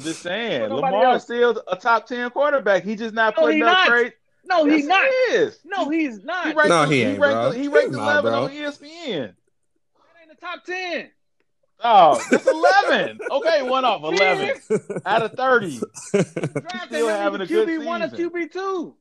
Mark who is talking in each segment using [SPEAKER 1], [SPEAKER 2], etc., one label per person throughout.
[SPEAKER 1] just saying,
[SPEAKER 2] Nobody
[SPEAKER 1] Lamar
[SPEAKER 2] else.
[SPEAKER 1] is still a top ten quarterback. He just not
[SPEAKER 2] No,
[SPEAKER 1] putting
[SPEAKER 2] he
[SPEAKER 1] up
[SPEAKER 2] not.
[SPEAKER 1] great.
[SPEAKER 2] No, he's
[SPEAKER 1] Yes,
[SPEAKER 2] not.
[SPEAKER 1] He is.
[SPEAKER 2] No, he's not.
[SPEAKER 1] He ranked,
[SPEAKER 3] No, he ain't,
[SPEAKER 1] ranked,
[SPEAKER 3] bro.
[SPEAKER 1] He ranked
[SPEAKER 3] He's not,
[SPEAKER 1] 11
[SPEAKER 3] bro.
[SPEAKER 1] on E ESPN.
[SPEAKER 2] That ain't the top ten.
[SPEAKER 1] Oh, that's 11. okay, one off 11 out of 30.
[SPEAKER 2] Draft
[SPEAKER 1] Still having a good
[SPEAKER 2] QB one or
[SPEAKER 1] season.
[SPEAKER 2] QB two.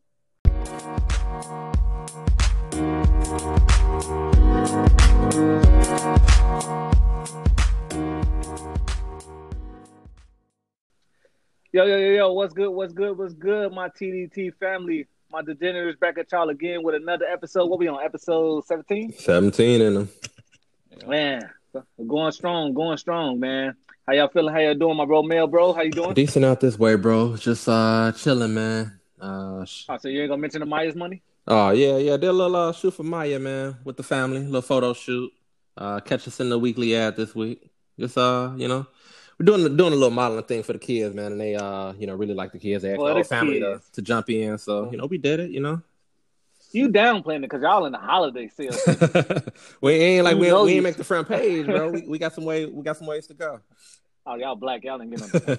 [SPEAKER 2] Yo, yo, yo, yo, what's good? What's good? What's good, my TDT family? My degenerates back at y'all again with another episode. What we on? Episode 17?
[SPEAKER 3] 17 in him.
[SPEAKER 2] Man, going strong, going strong, man. How y'all feeling? How y'all doing, my bro? Mel, bro, how you doing?
[SPEAKER 3] Decent out this way, bro. Just uh chilling, man. Uh, sh-
[SPEAKER 2] Oh, so you ain't gonna mention the Myers money?
[SPEAKER 3] oh yeah, yeah. Did a little uh, shoot for Maya, man, with the family. Little photo shoot. Uh, catch us in the weekly ad this week. Just uh, you know, we're doing doing a little modeling thing for the kids, man, and they uh, you know, really like the kids. They asked
[SPEAKER 2] For
[SPEAKER 3] the whole
[SPEAKER 2] the
[SPEAKER 3] family to,
[SPEAKER 2] kids.
[SPEAKER 3] to jump in, so you know, we did it. You know,
[SPEAKER 2] You downplaying it because y'all in the holiday sale.
[SPEAKER 3] we ain't like
[SPEAKER 2] You
[SPEAKER 3] we,
[SPEAKER 2] know
[SPEAKER 3] we
[SPEAKER 2] you-
[SPEAKER 3] ain't make the front page, bro. We, we got some way we got some ways to go.
[SPEAKER 2] oh, y'all black, y'all ain't getting no.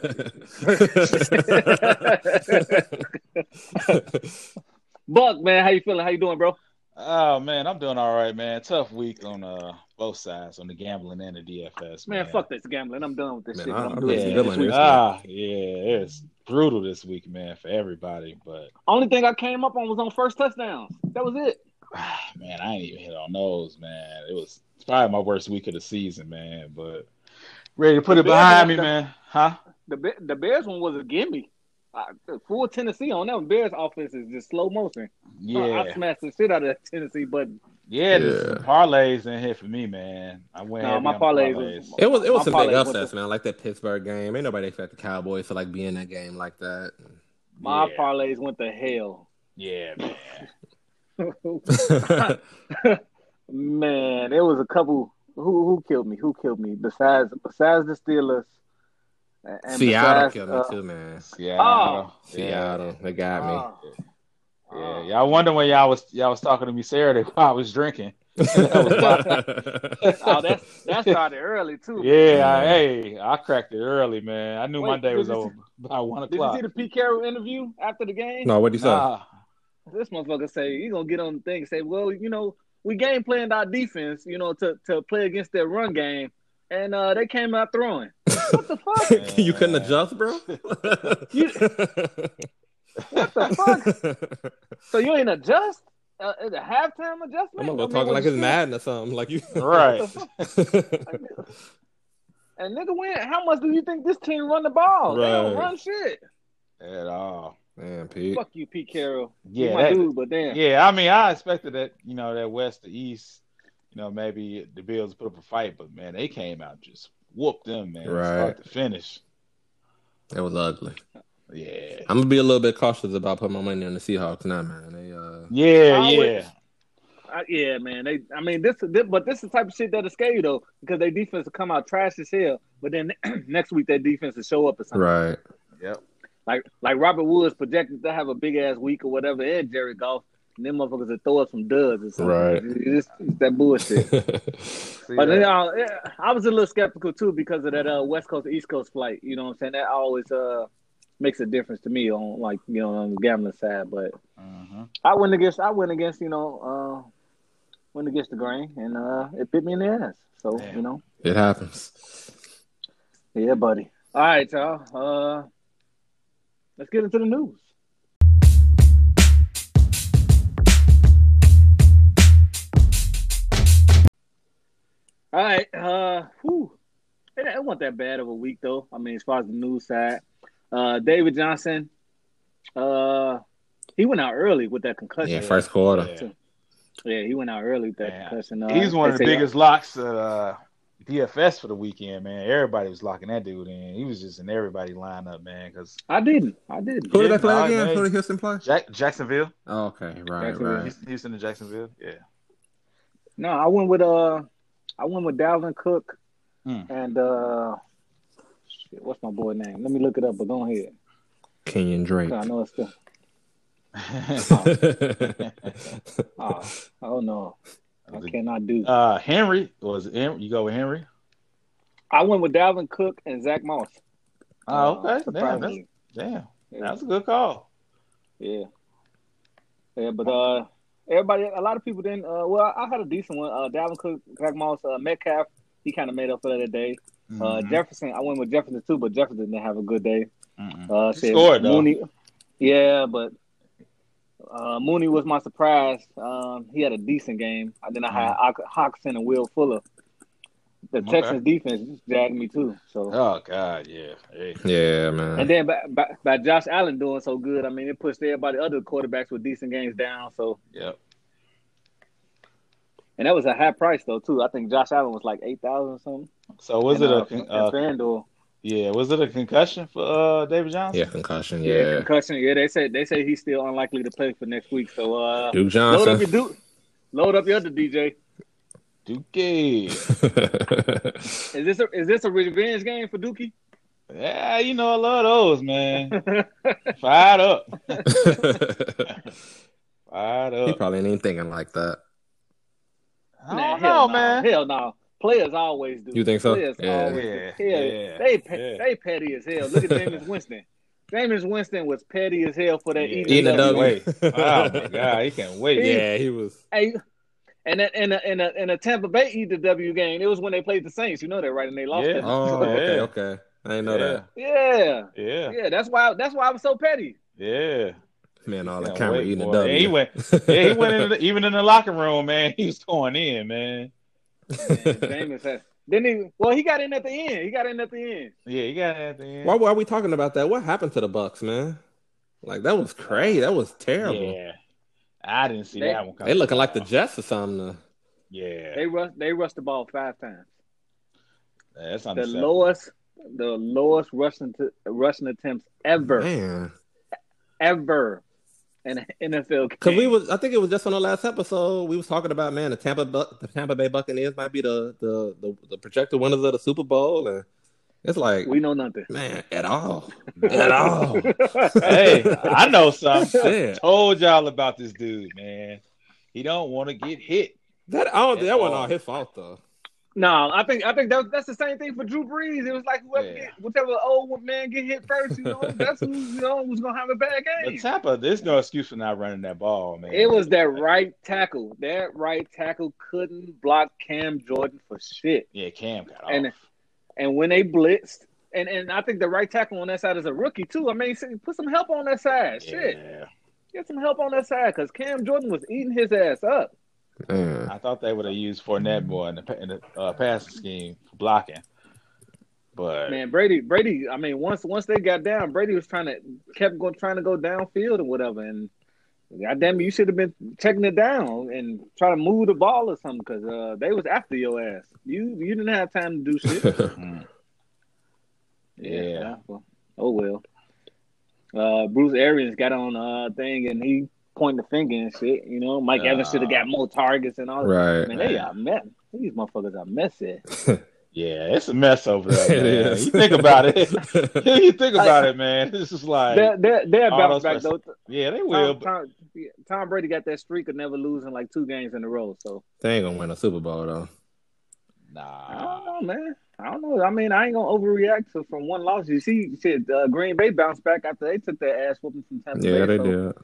[SPEAKER 3] yeah,
[SPEAKER 2] Buck, man, how you feeling? How you doing, bro?
[SPEAKER 1] Oh, man, I'm doing all right, man. Tough week on uh, both sides, on the gambling and the DFS.
[SPEAKER 2] Man, fuck this gambling. I'm done with this
[SPEAKER 3] Man,
[SPEAKER 2] shit.
[SPEAKER 3] I-
[SPEAKER 2] I'm
[SPEAKER 3] I
[SPEAKER 2] doing
[SPEAKER 3] really
[SPEAKER 2] this
[SPEAKER 3] feel
[SPEAKER 2] shit
[SPEAKER 3] good
[SPEAKER 2] this
[SPEAKER 3] like
[SPEAKER 2] week.
[SPEAKER 3] this.
[SPEAKER 1] Ah, yeah, it's brutal this week, man, for everybody. But
[SPEAKER 2] Only thing I came up on was on first touchdowns. That was it.
[SPEAKER 1] ah, man, I ain't even hit on those, man. It was probably my worst week of the season, man. But ready to put it
[SPEAKER 2] Yeah,
[SPEAKER 1] behind me,
[SPEAKER 2] man.
[SPEAKER 1] man. Huh?
[SPEAKER 2] The Be- the Bears one was a gimme. I, full Tennessee on that one. Bears offense is just slow motion.
[SPEAKER 1] Yeah,
[SPEAKER 2] I smashed the shit out of that Tennessee, but
[SPEAKER 1] yeah. There's
[SPEAKER 3] Yeah.
[SPEAKER 1] some parlays in here for me, man. I went.
[SPEAKER 2] Nah,
[SPEAKER 1] heavy
[SPEAKER 2] my
[SPEAKER 1] on
[SPEAKER 2] parlays
[SPEAKER 1] parlays.
[SPEAKER 2] was-
[SPEAKER 3] it was it was
[SPEAKER 2] My
[SPEAKER 3] some
[SPEAKER 2] parlay
[SPEAKER 3] big
[SPEAKER 2] was
[SPEAKER 3] upsets, man. Like that Pittsburgh game. Ain't nobody expect the Cowboys to like be in that game like that.
[SPEAKER 2] my
[SPEAKER 1] yeah.
[SPEAKER 2] parlays went to hell.
[SPEAKER 1] yeah, man.
[SPEAKER 2] Man, there was a couple who who killed me. Who killed me? Besides besides the Steelers, and and
[SPEAKER 3] Seattle
[SPEAKER 2] besides,
[SPEAKER 3] killed
[SPEAKER 2] uh,
[SPEAKER 3] me too, man.
[SPEAKER 1] Seattle. Yeah.
[SPEAKER 3] Seattle, they got
[SPEAKER 2] oh.
[SPEAKER 1] Yeah, y'all wonder when y'all was y'all was talking to me Saturday while I was drinking.
[SPEAKER 3] me.
[SPEAKER 1] That
[SPEAKER 2] Oh, that's that started early too.
[SPEAKER 1] Yeah, I, hey, I cracked it early, man. I knew my
[SPEAKER 2] Wait,
[SPEAKER 1] day
[SPEAKER 2] did
[SPEAKER 1] was
[SPEAKER 2] you see-
[SPEAKER 1] over by one
[SPEAKER 2] Did you
[SPEAKER 1] o'clock.
[SPEAKER 2] see the Pete Carroll interview after the game?
[SPEAKER 3] no, what do you say?
[SPEAKER 1] Nah,
[SPEAKER 2] This motherfucker say he gonna get on the thing and say, well, you know, we game planned our defense, you know, to to play against their run game, and uh they came out throwing. what the fuck?
[SPEAKER 3] you couldn't adjust, bro.
[SPEAKER 2] What the fuck? So you ain't adjust? Uh, is it a halftime adjustment?
[SPEAKER 3] I'm gonna
[SPEAKER 2] I
[SPEAKER 3] go
[SPEAKER 2] mean,
[SPEAKER 3] talking
[SPEAKER 2] what
[SPEAKER 3] like
[SPEAKER 2] you
[SPEAKER 3] it's
[SPEAKER 2] see?
[SPEAKER 3] Madden or something. Like you,
[SPEAKER 1] right.
[SPEAKER 2] And nigga, when how much do you think this team run the ball? They don't
[SPEAKER 3] Right.
[SPEAKER 2] run shit.
[SPEAKER 1] At all.
[SPEAKER 3] Man, Pete.
[SPEAKER 2] Fuck you, Pete Carroll. Yeah,
[SPEAKER 1] Yeah,
[SPEAKER 2] my
[SPEAKER 1] that-
[SPEAKER 2] dude, but damn.
[SPEAKER 1] yeah. I mean, I expected that you know that West to East, you know, maybe the Bills put up a fight, but man, they came out just whooped them, man,
[SPEAKER 3] Right.
[SPEAKER 1] start to finish.
[SPEAKER 3] It was ugly.
[SPEAKER 1] Yeah,
[SPEAKER 3] I'm gonna be a little bit cautious about putting my money on the Seahawks now, man. They uh
[SPEAKER 1] yeah,
[SPEAKER 2] I
[SPEAKER 1] yeah.
[SPEAKER 2] always- I, yeah, man. They, I mean, this, this, but this is the type of shit that'll scare you though, because their defense will come out trash as hell. But then next week, their defense will show up or something.
[SPEAKER 3] right.
[SPEAKER 1] Yep.
[SPEAKER 2] Like, like Robert Woods projected to have a big ass week or whatever, and Jerry Goff, and them motherfuckers will throw up some duds or something.
[SPEAKER 3] Right.
[SPEAKER 2] It's, it's that bullshit.
[SPEAKER 1] See that?
[SPEAKER 2] But then, uh, yeah, I was a little skeptical too because of that uh, West Coast East Coast flight. You know what I'm saying? That always uh, makes a difference to me on like you know on the gambling side. But
[SPEAKER 1] Mhm.
[SPEAKER 2] I went against I went against you know uh, went against the grain and uh, it bit me in the ass. So
[SPEAKER 1] Damn.
[SPEAKER 2] you know,
[SPEAKER 3] It happens.
[SPEAKER 2] yeah, buddy. All right, y'all. Uh, let's get into the news. All right. Uh, whew. It, it wasn't that bad of a week, though. I mean, as far as the news side, uh, David Johnson, uh, he went out early with that concussion.
[SPEAKER 3] Yeah, first quarter.
[SPEAKER 1] Yeah.
[SPEAKER 2] Yeah, he went out early with that
[SPEAKER 1] Yeah.
[SPEAKER 2] concussion. Uh,
[SPEAKER 1] He's one of
[SPEAKER 2] they
[SPEAKER 1] the
[SPEAKER 2] say-
[SPEAKER 1] biggest locks at uh, DFS for the weekend, man. Everybody was locking that dude in. He was just in everybody lineup, man. Because
[SPEAKER 2] I didn't. I didn't.
[SPEAKER 3] Who did they play
[SPEAKER 1] Yeah,
[SPEAKER 3] again?
[SPEAKER 1] man.
[SPEAKER 3] Who did Houston play?
[SPEAKER 1] Jack- Jacksonville,
[SPEAKER 3] Oh, okay, right,
[SPEAKER 2] Jacksonville.
[SPEAKER 3] right.
[SPEAKER 1] Houston, Houston to Jacksonville, yeah.
[SPEAKER 2] No, I went with uh, I went with Dalvin Cook
[SPEAKER 1] Hmm.
[SPEAKER 2] and uh, shit, what's my boy name? Let me look it up. But go ahead.
[SPEAKER 3] Kenyon Drake.
[SPEAKER 2] 'Cause I know it's still. Oh, oh no, I cannot do.
[SPEAKER 1] uh, Henry was it Henry? You go with Henry.
[SPEAKER 2] I went with Dalvin Cook and Zach Moss.
[SPEAKER 1] Oh,
[SPEAKER 2] Uh,
[SPEAKER 1] okay. Damn, that's,
[SPEAKER 2] surprisingly.
[SPEAKER 1] damn,
[SPEAKER 2] Yeah.
[SPEAKER 1] that's a good call.
[SPEAKER 2] Yeah. Yeah, but uh, everybody, a lot of people didn't. Uh, well, I had a decent one. Uh, Dalvin Cook, Zach Moss, uh, Metcalf, he kind of made up for that day. Uh,
[SPEAKER 1] Mhm.
[SPEAKER 2] Jefferson, I went with Jefferson too, but Jefferson didn't have a good day.
[SPEAKER 1] Mhm.
[SPEAKER 2] Uh,
[SPEAKER 1] He
[SPEAKER 2] said
[SPEAKER 1] scored, though.
[SPEAKER 2] Mooney, yeah, but uh, Mooney was my surprise. Um, he had a decent game. And then I had Hawk- Hawkinson and Will Fuller. The
[SPEAKER 1] Mm-hmm. Okay.
[SPEAKER 2] Texans defense jagged me too. So
[SPEAKER 1] Oh God, yeah. Hey.
[SPEAKER 3] Yeah, man.
[SPEAKER 2] and then by, by, by Josh Allen doing so good, I mean it pushed everybody other quarterbacks with decent games down. So
[SPEAKER 1] Yep.
[SPEAKER 2] and that was a high price though too. I think Josh Allen was like eight thousand or something.
[SPEAKER 1] So was
[SPEAKER 2] And,
[SPEAKER 1] it
[SPEAKER 2] uh,
[SPEAKER 1] a con-
[SPEAKER 2] and
[SPEAKER 1] uh,
[SPEAKER 2] FanDuel?
[SPEAKER 1] yeah? Was it a concussion for uh, David Johnson?
[SPEAKER 3] yeah, concussion.
[SPEAKER 2] Yeah.
[SPEAKER 3] Yeah.
[SPEAKER 2] concussion. Yeah, they said they say he's still unlikely to play for next week. So uh,
[SPEAKER 3] Duke
[SPEAKER 2] load up your
[SPEAKER 3] Johnson.
[SPEAKER 2] Duke, load up your other DJ.
[SPEAKER 1] Dookie.
[SPEAKER 2] Is this a, is this a revenge game for Dookie?
[SPEAKER 1] yeah, you know I love those man. Fired up. Fired
[SPEAKER 3] he
[SPEAKER 1] up.
[SPEAKER 3] probably ain't even thinking like that.
[SPEAKER 1] I
[SPEAKER 2] Nah,
[SPEAKER 1] don't know,
[SPEAKER 2] hell no.
[SPEAKER 1] man.
[SPEAKER 2] Hell no. Players always do.
[SPEAKER 3] You think so?
[SPEAKER 2] Players
[SPEAKER 3] Yeah.
[SPEAKER 2] always
[SPEAKER 1] Yeah,
[SPEAKER 2] do. Hell,
[SPEAKER 1] yeah,
[SPEAKER 2] They, pe-
[SPEAKER 1] yeah.
[SPEAKER 2] they petty as hell. Look at James Winston. James Winston was petty as hell for that E
[SPEAKER 1] Yeah.
[SPEAKER 2] eating
[SPEAKER 3] Eating a
[SPEAKER 2] up.
[SPEAKER 3] dog.
[SPEAKER 1] Wait. Oh my God, he can't wait.
[SPEAKER 3] Yeah, he was.
[SPEAKER 2] Hey, and that in a in a in a Tampa Bay eat the W game, it was when they played the Saints. You know that, right? And they lost.
[SPEAKER 1] Yeah.
[SPEAKER 2] that.
[SPEAKER 3] Oh,
[SPEAKER 1] Yeah.
[SPEAKER 3] okay, okay. I didn't know that.
[SPEAKER 2] Yeah.
[SPEAKER 1] Yeah.
[SPEAKER 2] yeah, That's why that's why I was so petty.
[SPEAKER 1] Yeah.
[SPEAKER 3] Man, all
[SPEAKER 1] Can't
[SPEAKER 3] that camera
[SPEAKER 1] wait,
[SPEAKER 3] eating a
[SPEAKER 1] boy.
[SPEAKER 3] W.
[SPEAKER 1] Yeah, he went. Yeah, he went in the, even in the locker room, man. He was going in, man.
[SPEAKER 2] Man, Jameis had didn't even. Well, he got in at the end. He got in at the end.
[SPEAKER 1] Yeah, he got at the end.
[SPEAKER 3] Why, why are we talking about that? What happened to the Bucks, man? Like that was crazy. That was terrible.
[SPEAKER 1] Yeah, I didn't see
[SPEAKER 2] They-
[SPEAKER 1] that one coming.
[SPEAKER 3] They looking like the Jets or something.
[SPEAKER 1] yeah.
[SPEAKER 2] They rushed they rushed the ball five times.
[SPEAKER 1] That's
[SPEAKER 2] The
[SPEAKER 1] unacceptable.
[SPEAKER 2] lowest the lowest rushing t- rushing attempts ever.
[SPEAKER 3] Man,
[SPEAKER 2] ever in an NFL game.
[SPEAKER 3] because we was I think it was just on the last episode we was talking about man the Tampa Buc- the Tampa Bay Buccaneers might be the the the, the projected winners of the Super Bowl and it's like
[SPEAKER 2] We know nothing.
[SPEAKER 3] man at all at all.
[SPEAKER 1] hey, I know something. I
[SPEAKER 3] Shit.
[SPEAKER 1] told y'all about this dude, man. He don't want to get hit.
[SPEAKER 3] That I don't
[SPEAKER 1] At
[SPEAKER 3] think that wasn't
[SPEAKER 1] all.
[SPEAKER 3] all his fault though.
[SPEAKER 2] no, I think I think that, that's the same thing for Drew Brees. It was like whoever
[SPEAKER 1] Yeah.
[SPEAKER 2] get, whichever old man get hit first, you know, that's who you know who's gonna have a bad
[SPEAKER 1] But
[SPEAKER 2] game.
[SPEAKER 1] Tampa, there's no excuse for not running that ball, man.
[SPEAKER 2] It was that right tackle. That right tackle couldn't block Cam Jordan for shit.
[SPEAKER 1] yeah, Cam got off.
[SPEAKER 2] And- And when they blitzed, and, and I think the right tackle on that side is a rookie too. I mean, see, put some help on that side. Shit,
[SPEAKER 1] yeah,
[SPEAKER 2] get some help on that side because Cam Jordan was eating his ass up.
[SPEAKER 3] Man.
[SPEAKER 1] I thought they would have used Fournette more in the, pa- in the uh, passing scheme for blocking, but
[SPEAKER 2] Man, Brady, Brady. I mean, once once they got down, Brady was trying to kept going, trying to go downfield and whatever. And goddamn, you should have been checking it down and try to move the ball or something because uh, they was after your ass. You you didn't have time to do shit.
[SPEAKER 1] mm,
[SPEAKER 2] yeah. well, Oh well. Uh, Bruce Arians got on uh thing and he pointed the finger and shit. You know, Mike Evans should have got more targets and all. that.
[SPEAKER 3] right.
[SPEAKER 2] Man, they are mess. These motherfuckers are messy.
[SPEAKER 1] yeah, it's a mess over there.
[SPEAKER 3] It
[SPEAKER 1] man.
[SPEAKER 3] is.
[SPEAKER 1] You think about it. you think about it, man. This is like,
[SPEAKER 2] They're they're, they're
[SPEAKER 1] all
[SPEAKER 2] bounce back
[SPEAKER 1] those
[SPEAKER 2] though.
[SPEAKER 1] yeah, they will.
[SPEAKER 2] Tom,
[SPEAKER 1] But
[SPEAKER 2] Tom, yeah, Tom Brady got that streak of never losing like two games in a row. So
[SPEAKER 3] They ain't gonna win a Super Bowl though.
[SPEAKER 2] I don't
[SPEAKER 1] nah,
[SPEAKER 2] know, man. I don't know. I mean, I ain't gonna overreact to from one loss. You see, shit, uh, Green Bay bounced back after they took their ass whooping from Tampa Bay. so,
[SPEAKER 3] did.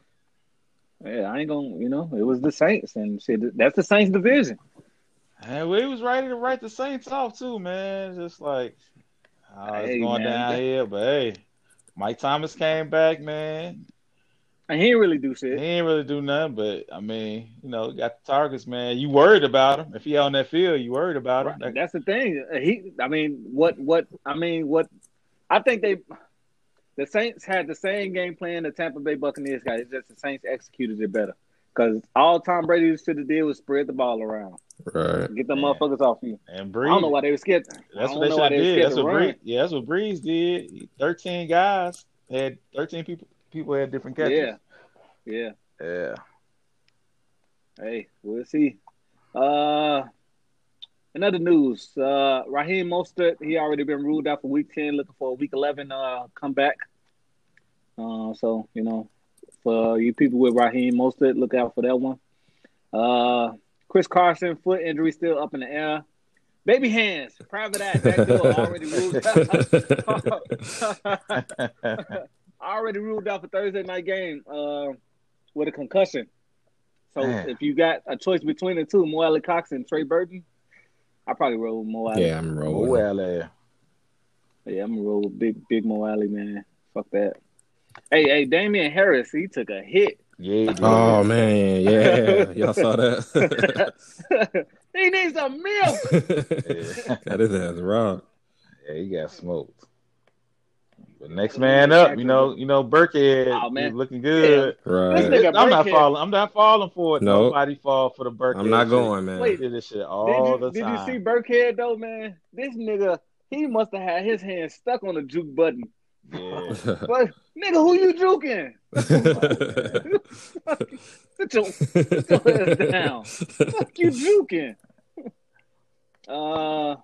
[SPEAKER 2] Yeah, I ain't gonna. You know, it was the Saints, and shit, that's the Saints division.
[SPEAKER 1] And we was ready to write the Saints off too, man. Just like oh, it's
[SPEAKER 2] Hey,
[SPEAKER 1] going
[SPEAKER 2] man.
[SPEAKER 1] down here, but hey, Mike Thomas came back, man.
[SPEAKER 2] And he didn't really do
[SPEAKER 1] He
[SPEAKER 2] shit.
[SPEAKER 1] ain't really do nothing, but I mean, you know, got the targets, man. You worried about him if he on that field? You worried about him?
[SPEAKER 2] Right. That's the thing. He, I mean, what, what, I mean, what, I think they, the Saints had the same game plan the Tampa Bay Buccaneers got. It's just the Saints executed it better because all Tom Brady should have did was spread the ball around,
[SPEAKER 3] Right.
[SPEAKER 2] get them
[SPEAKER 1] Yeah.
[SPEAKER 2] motherfuckers off you.
[SPEAKER 1] and
[SPEAKER 2] I
[SPEAKER 1] Breeze,
[SPEAKER 2] don't know why they were scared. I
[SPEAKER 1] that's
[SPEAKER 2] don't
[SPEAKER 1] what they
[SPEAKER 2] know
[SPEAKER 1] should
[SPEAKER 2] why
[SPEAKER 1] have
[SPEAKER 2] they were
[SPEAKER 1] did.
[SPEAKER 2] scared
[SPEAKER 1] That's
[SPEAKER 2] to
[SPEAKER 1] what
[SPEAKER 2] run.
[SPEAKER 1] Breeze, yeah, that's what Breeze did. Thirteen guys had thirteen people. People had different catches.
[SPEAKER 2] Yeah, yeah.
[SPEAKER 1] Yeah,
[SPEAKER 2] Hey, we'll see. Uh, another news. Uh, Raheem Mostert, he already been ruled out for week ten. Looking for a week eleven uh comeback. Uh, so you know, for you people with Raheem Mostert, look out for that one. Uh, Chris Carson foot injury still up in the air. Baby hands, private eye, that door already ruled out. already ruled out for Thursday night game uh, with a concussion. So
[SPEAKER 1] Man.
[SPEAKER 2] if you got a choice between the two, Moelle Cox and Trey Burton, I probably roll with Moelle.
[SPEAKER 3] yeah, I'm rolling.
[SPEAKER 1] well, uh,
[SPEAKER 2] Yeah, I'm gonna roll with big big Mo Alley, man. Fuck that. Hey, hey, Damian Harris, he took a hit.
[SPEAKER 1] yeah. dude.
[SPEAKER 3] Oh man, yeah, y'all saw that.
[SPEAKER 2] he needs a milk.
[SPEAKER 3] that is as rock.
[SPEAKER 1] Yeah, he got smoked. But next man up, you know, you know, Burkhead
[SPEAKER 2] Oh, man.
[SPEAKER 1] is looking good.
[SPEAKER 2] This
[SPEAKER 3] Right.
[SPEAKER 2] nigga
[SPEAKER 1] I'm not
[SPEAKER 2] Burkhead-
[SPEAKER 1] falling. I'm not falling for it.
[SPEAKER 3] Nope.
[SPEAKER 1] Nobody fall for the Burkhead.
[SPEAKER 3] I'm not
[SPEAKER 1] shit.
[SPEAKER 3] going, man.
[SPEAKER 1] They
[SPEAKER 2] Wait.
[SPEAKER 1] do this shit
[SPEAKER 2] Did
[SPEAKER 1] all
[SPEAKER 2] you,
[SPEAKER 1] the
[SPEAKER 2] did you
[SPEAKER 1] time.
[SPEAKER 2] see Burkhead though, man? This nigga, he must have had his hand stuck on the juke button.
[SPEAKER 1] Yeah.
[SPEAKER 2] But nigga, who you juking? Sit your Sit your ass down. fuck you juking. Uh,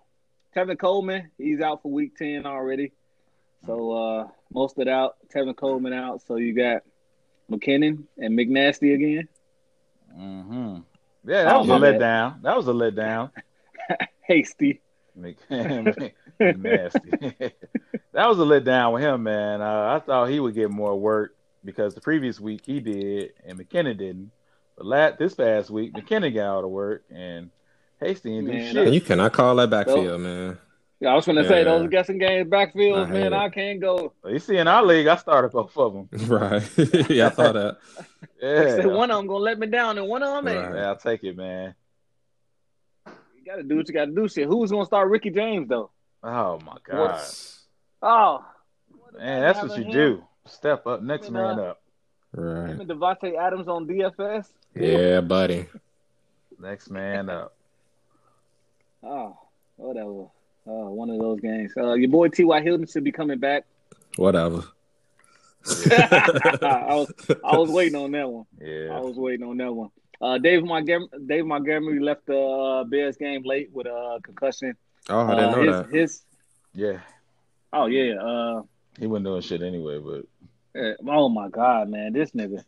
[SPEAKER 2] Tevin Coleman, he's out for week ten already. So uh, most of it out. Tevin Coleman out. So you got McKinnon and McNasty again.
[SPEAKER 1] hmm Yeah, that
[SPEAKER 2] Oh,
[SPEAKER 1] was a
[SPEAKER 2] my bad.
[SPEAKER 1] letdown. That was a letdown.
[SPEAKER 2] Hasty.
[SPEAKER 1] Mc- Nasty. that was a letdown with him, man. Uh, I thought he would get more work because the previous week he did and McKinnon didn't. But lat this past week, McKinnon got out of work and Hastings didn't do
[SPEAKER 2] Man,
[SPEAKER 1] shit.
[SPEAKER 3] you cannot call that backfield, man.
[SPEAKER 2] Yeah, I was gonna say
[SPEAKER 3] Yeah.
[SPEAKER 2] those guessing games backfield,
[SPEAKER 3] I hate
[SPEAKER 2] man.
[SPEAKER 3] it.
[SPEAKER 2] I can't go.
[SPEAKER 1] So you see, in our league, I started both of them.
[SPEAKER 3] Right. yeah, I saw that.
[SPEAKER 2] Said
[SPEAKER 1] Yeah,
[SPEAKER 2] one of them gonna let me down, and one of them ain't.
[SPEAKER 3] Right.
[SPEAKER 1] yeah I'll take it, man.
[SPEAKER 2] You gotta do what you gotta do. Shit. Who's gonna start Ricky James though?
[SPEAKER 1] Oh my god,
[SPEAKER 2] Oh,
[SPEAKER 1] man, that's what you do. Step up, next
[SPEAKER 2] Him
[SPEAKER 1] man
[SPEAKER 2] and,
[SPEAKER 1] up,
[SPEAKER 3] Right.
[SPEAKER 2] do. Devontae Adams on DFS.
[SPEAKER 3] Yeah, buddy.
[SPEAKER 1] next man up.
[SPEAKER 2] Oh, whatever. Uh, one of those games. Uh, your boy T.Y. Hilton should be coming back.
[SPEAKER 3] Whatever. Oh,
[SPEAKER 2] I was I was waiting on that one. I
[SPEAKER 1] Yeah,
[SPEAKER 2] was waiting on that one. Uh, Dave Montgomery, Dave Montgomery left the uh, Bears game late with a concussion.
[SPEAKER 3] Oh, I didn't
[SPEAKER 2] Uh,
[SPEAKER 3] know
[SPEAKER 2] his,
[SPEAKER 3] that.
[SPEAKER 2] his
[SPEAKER 1] yeah.
[SPEAKER 2] oh yeah. Uh,
[SPEAKER 1] He wasn't doing shit anyway, but
[SPEAKER 2] eh, oh my God, man, this nigga.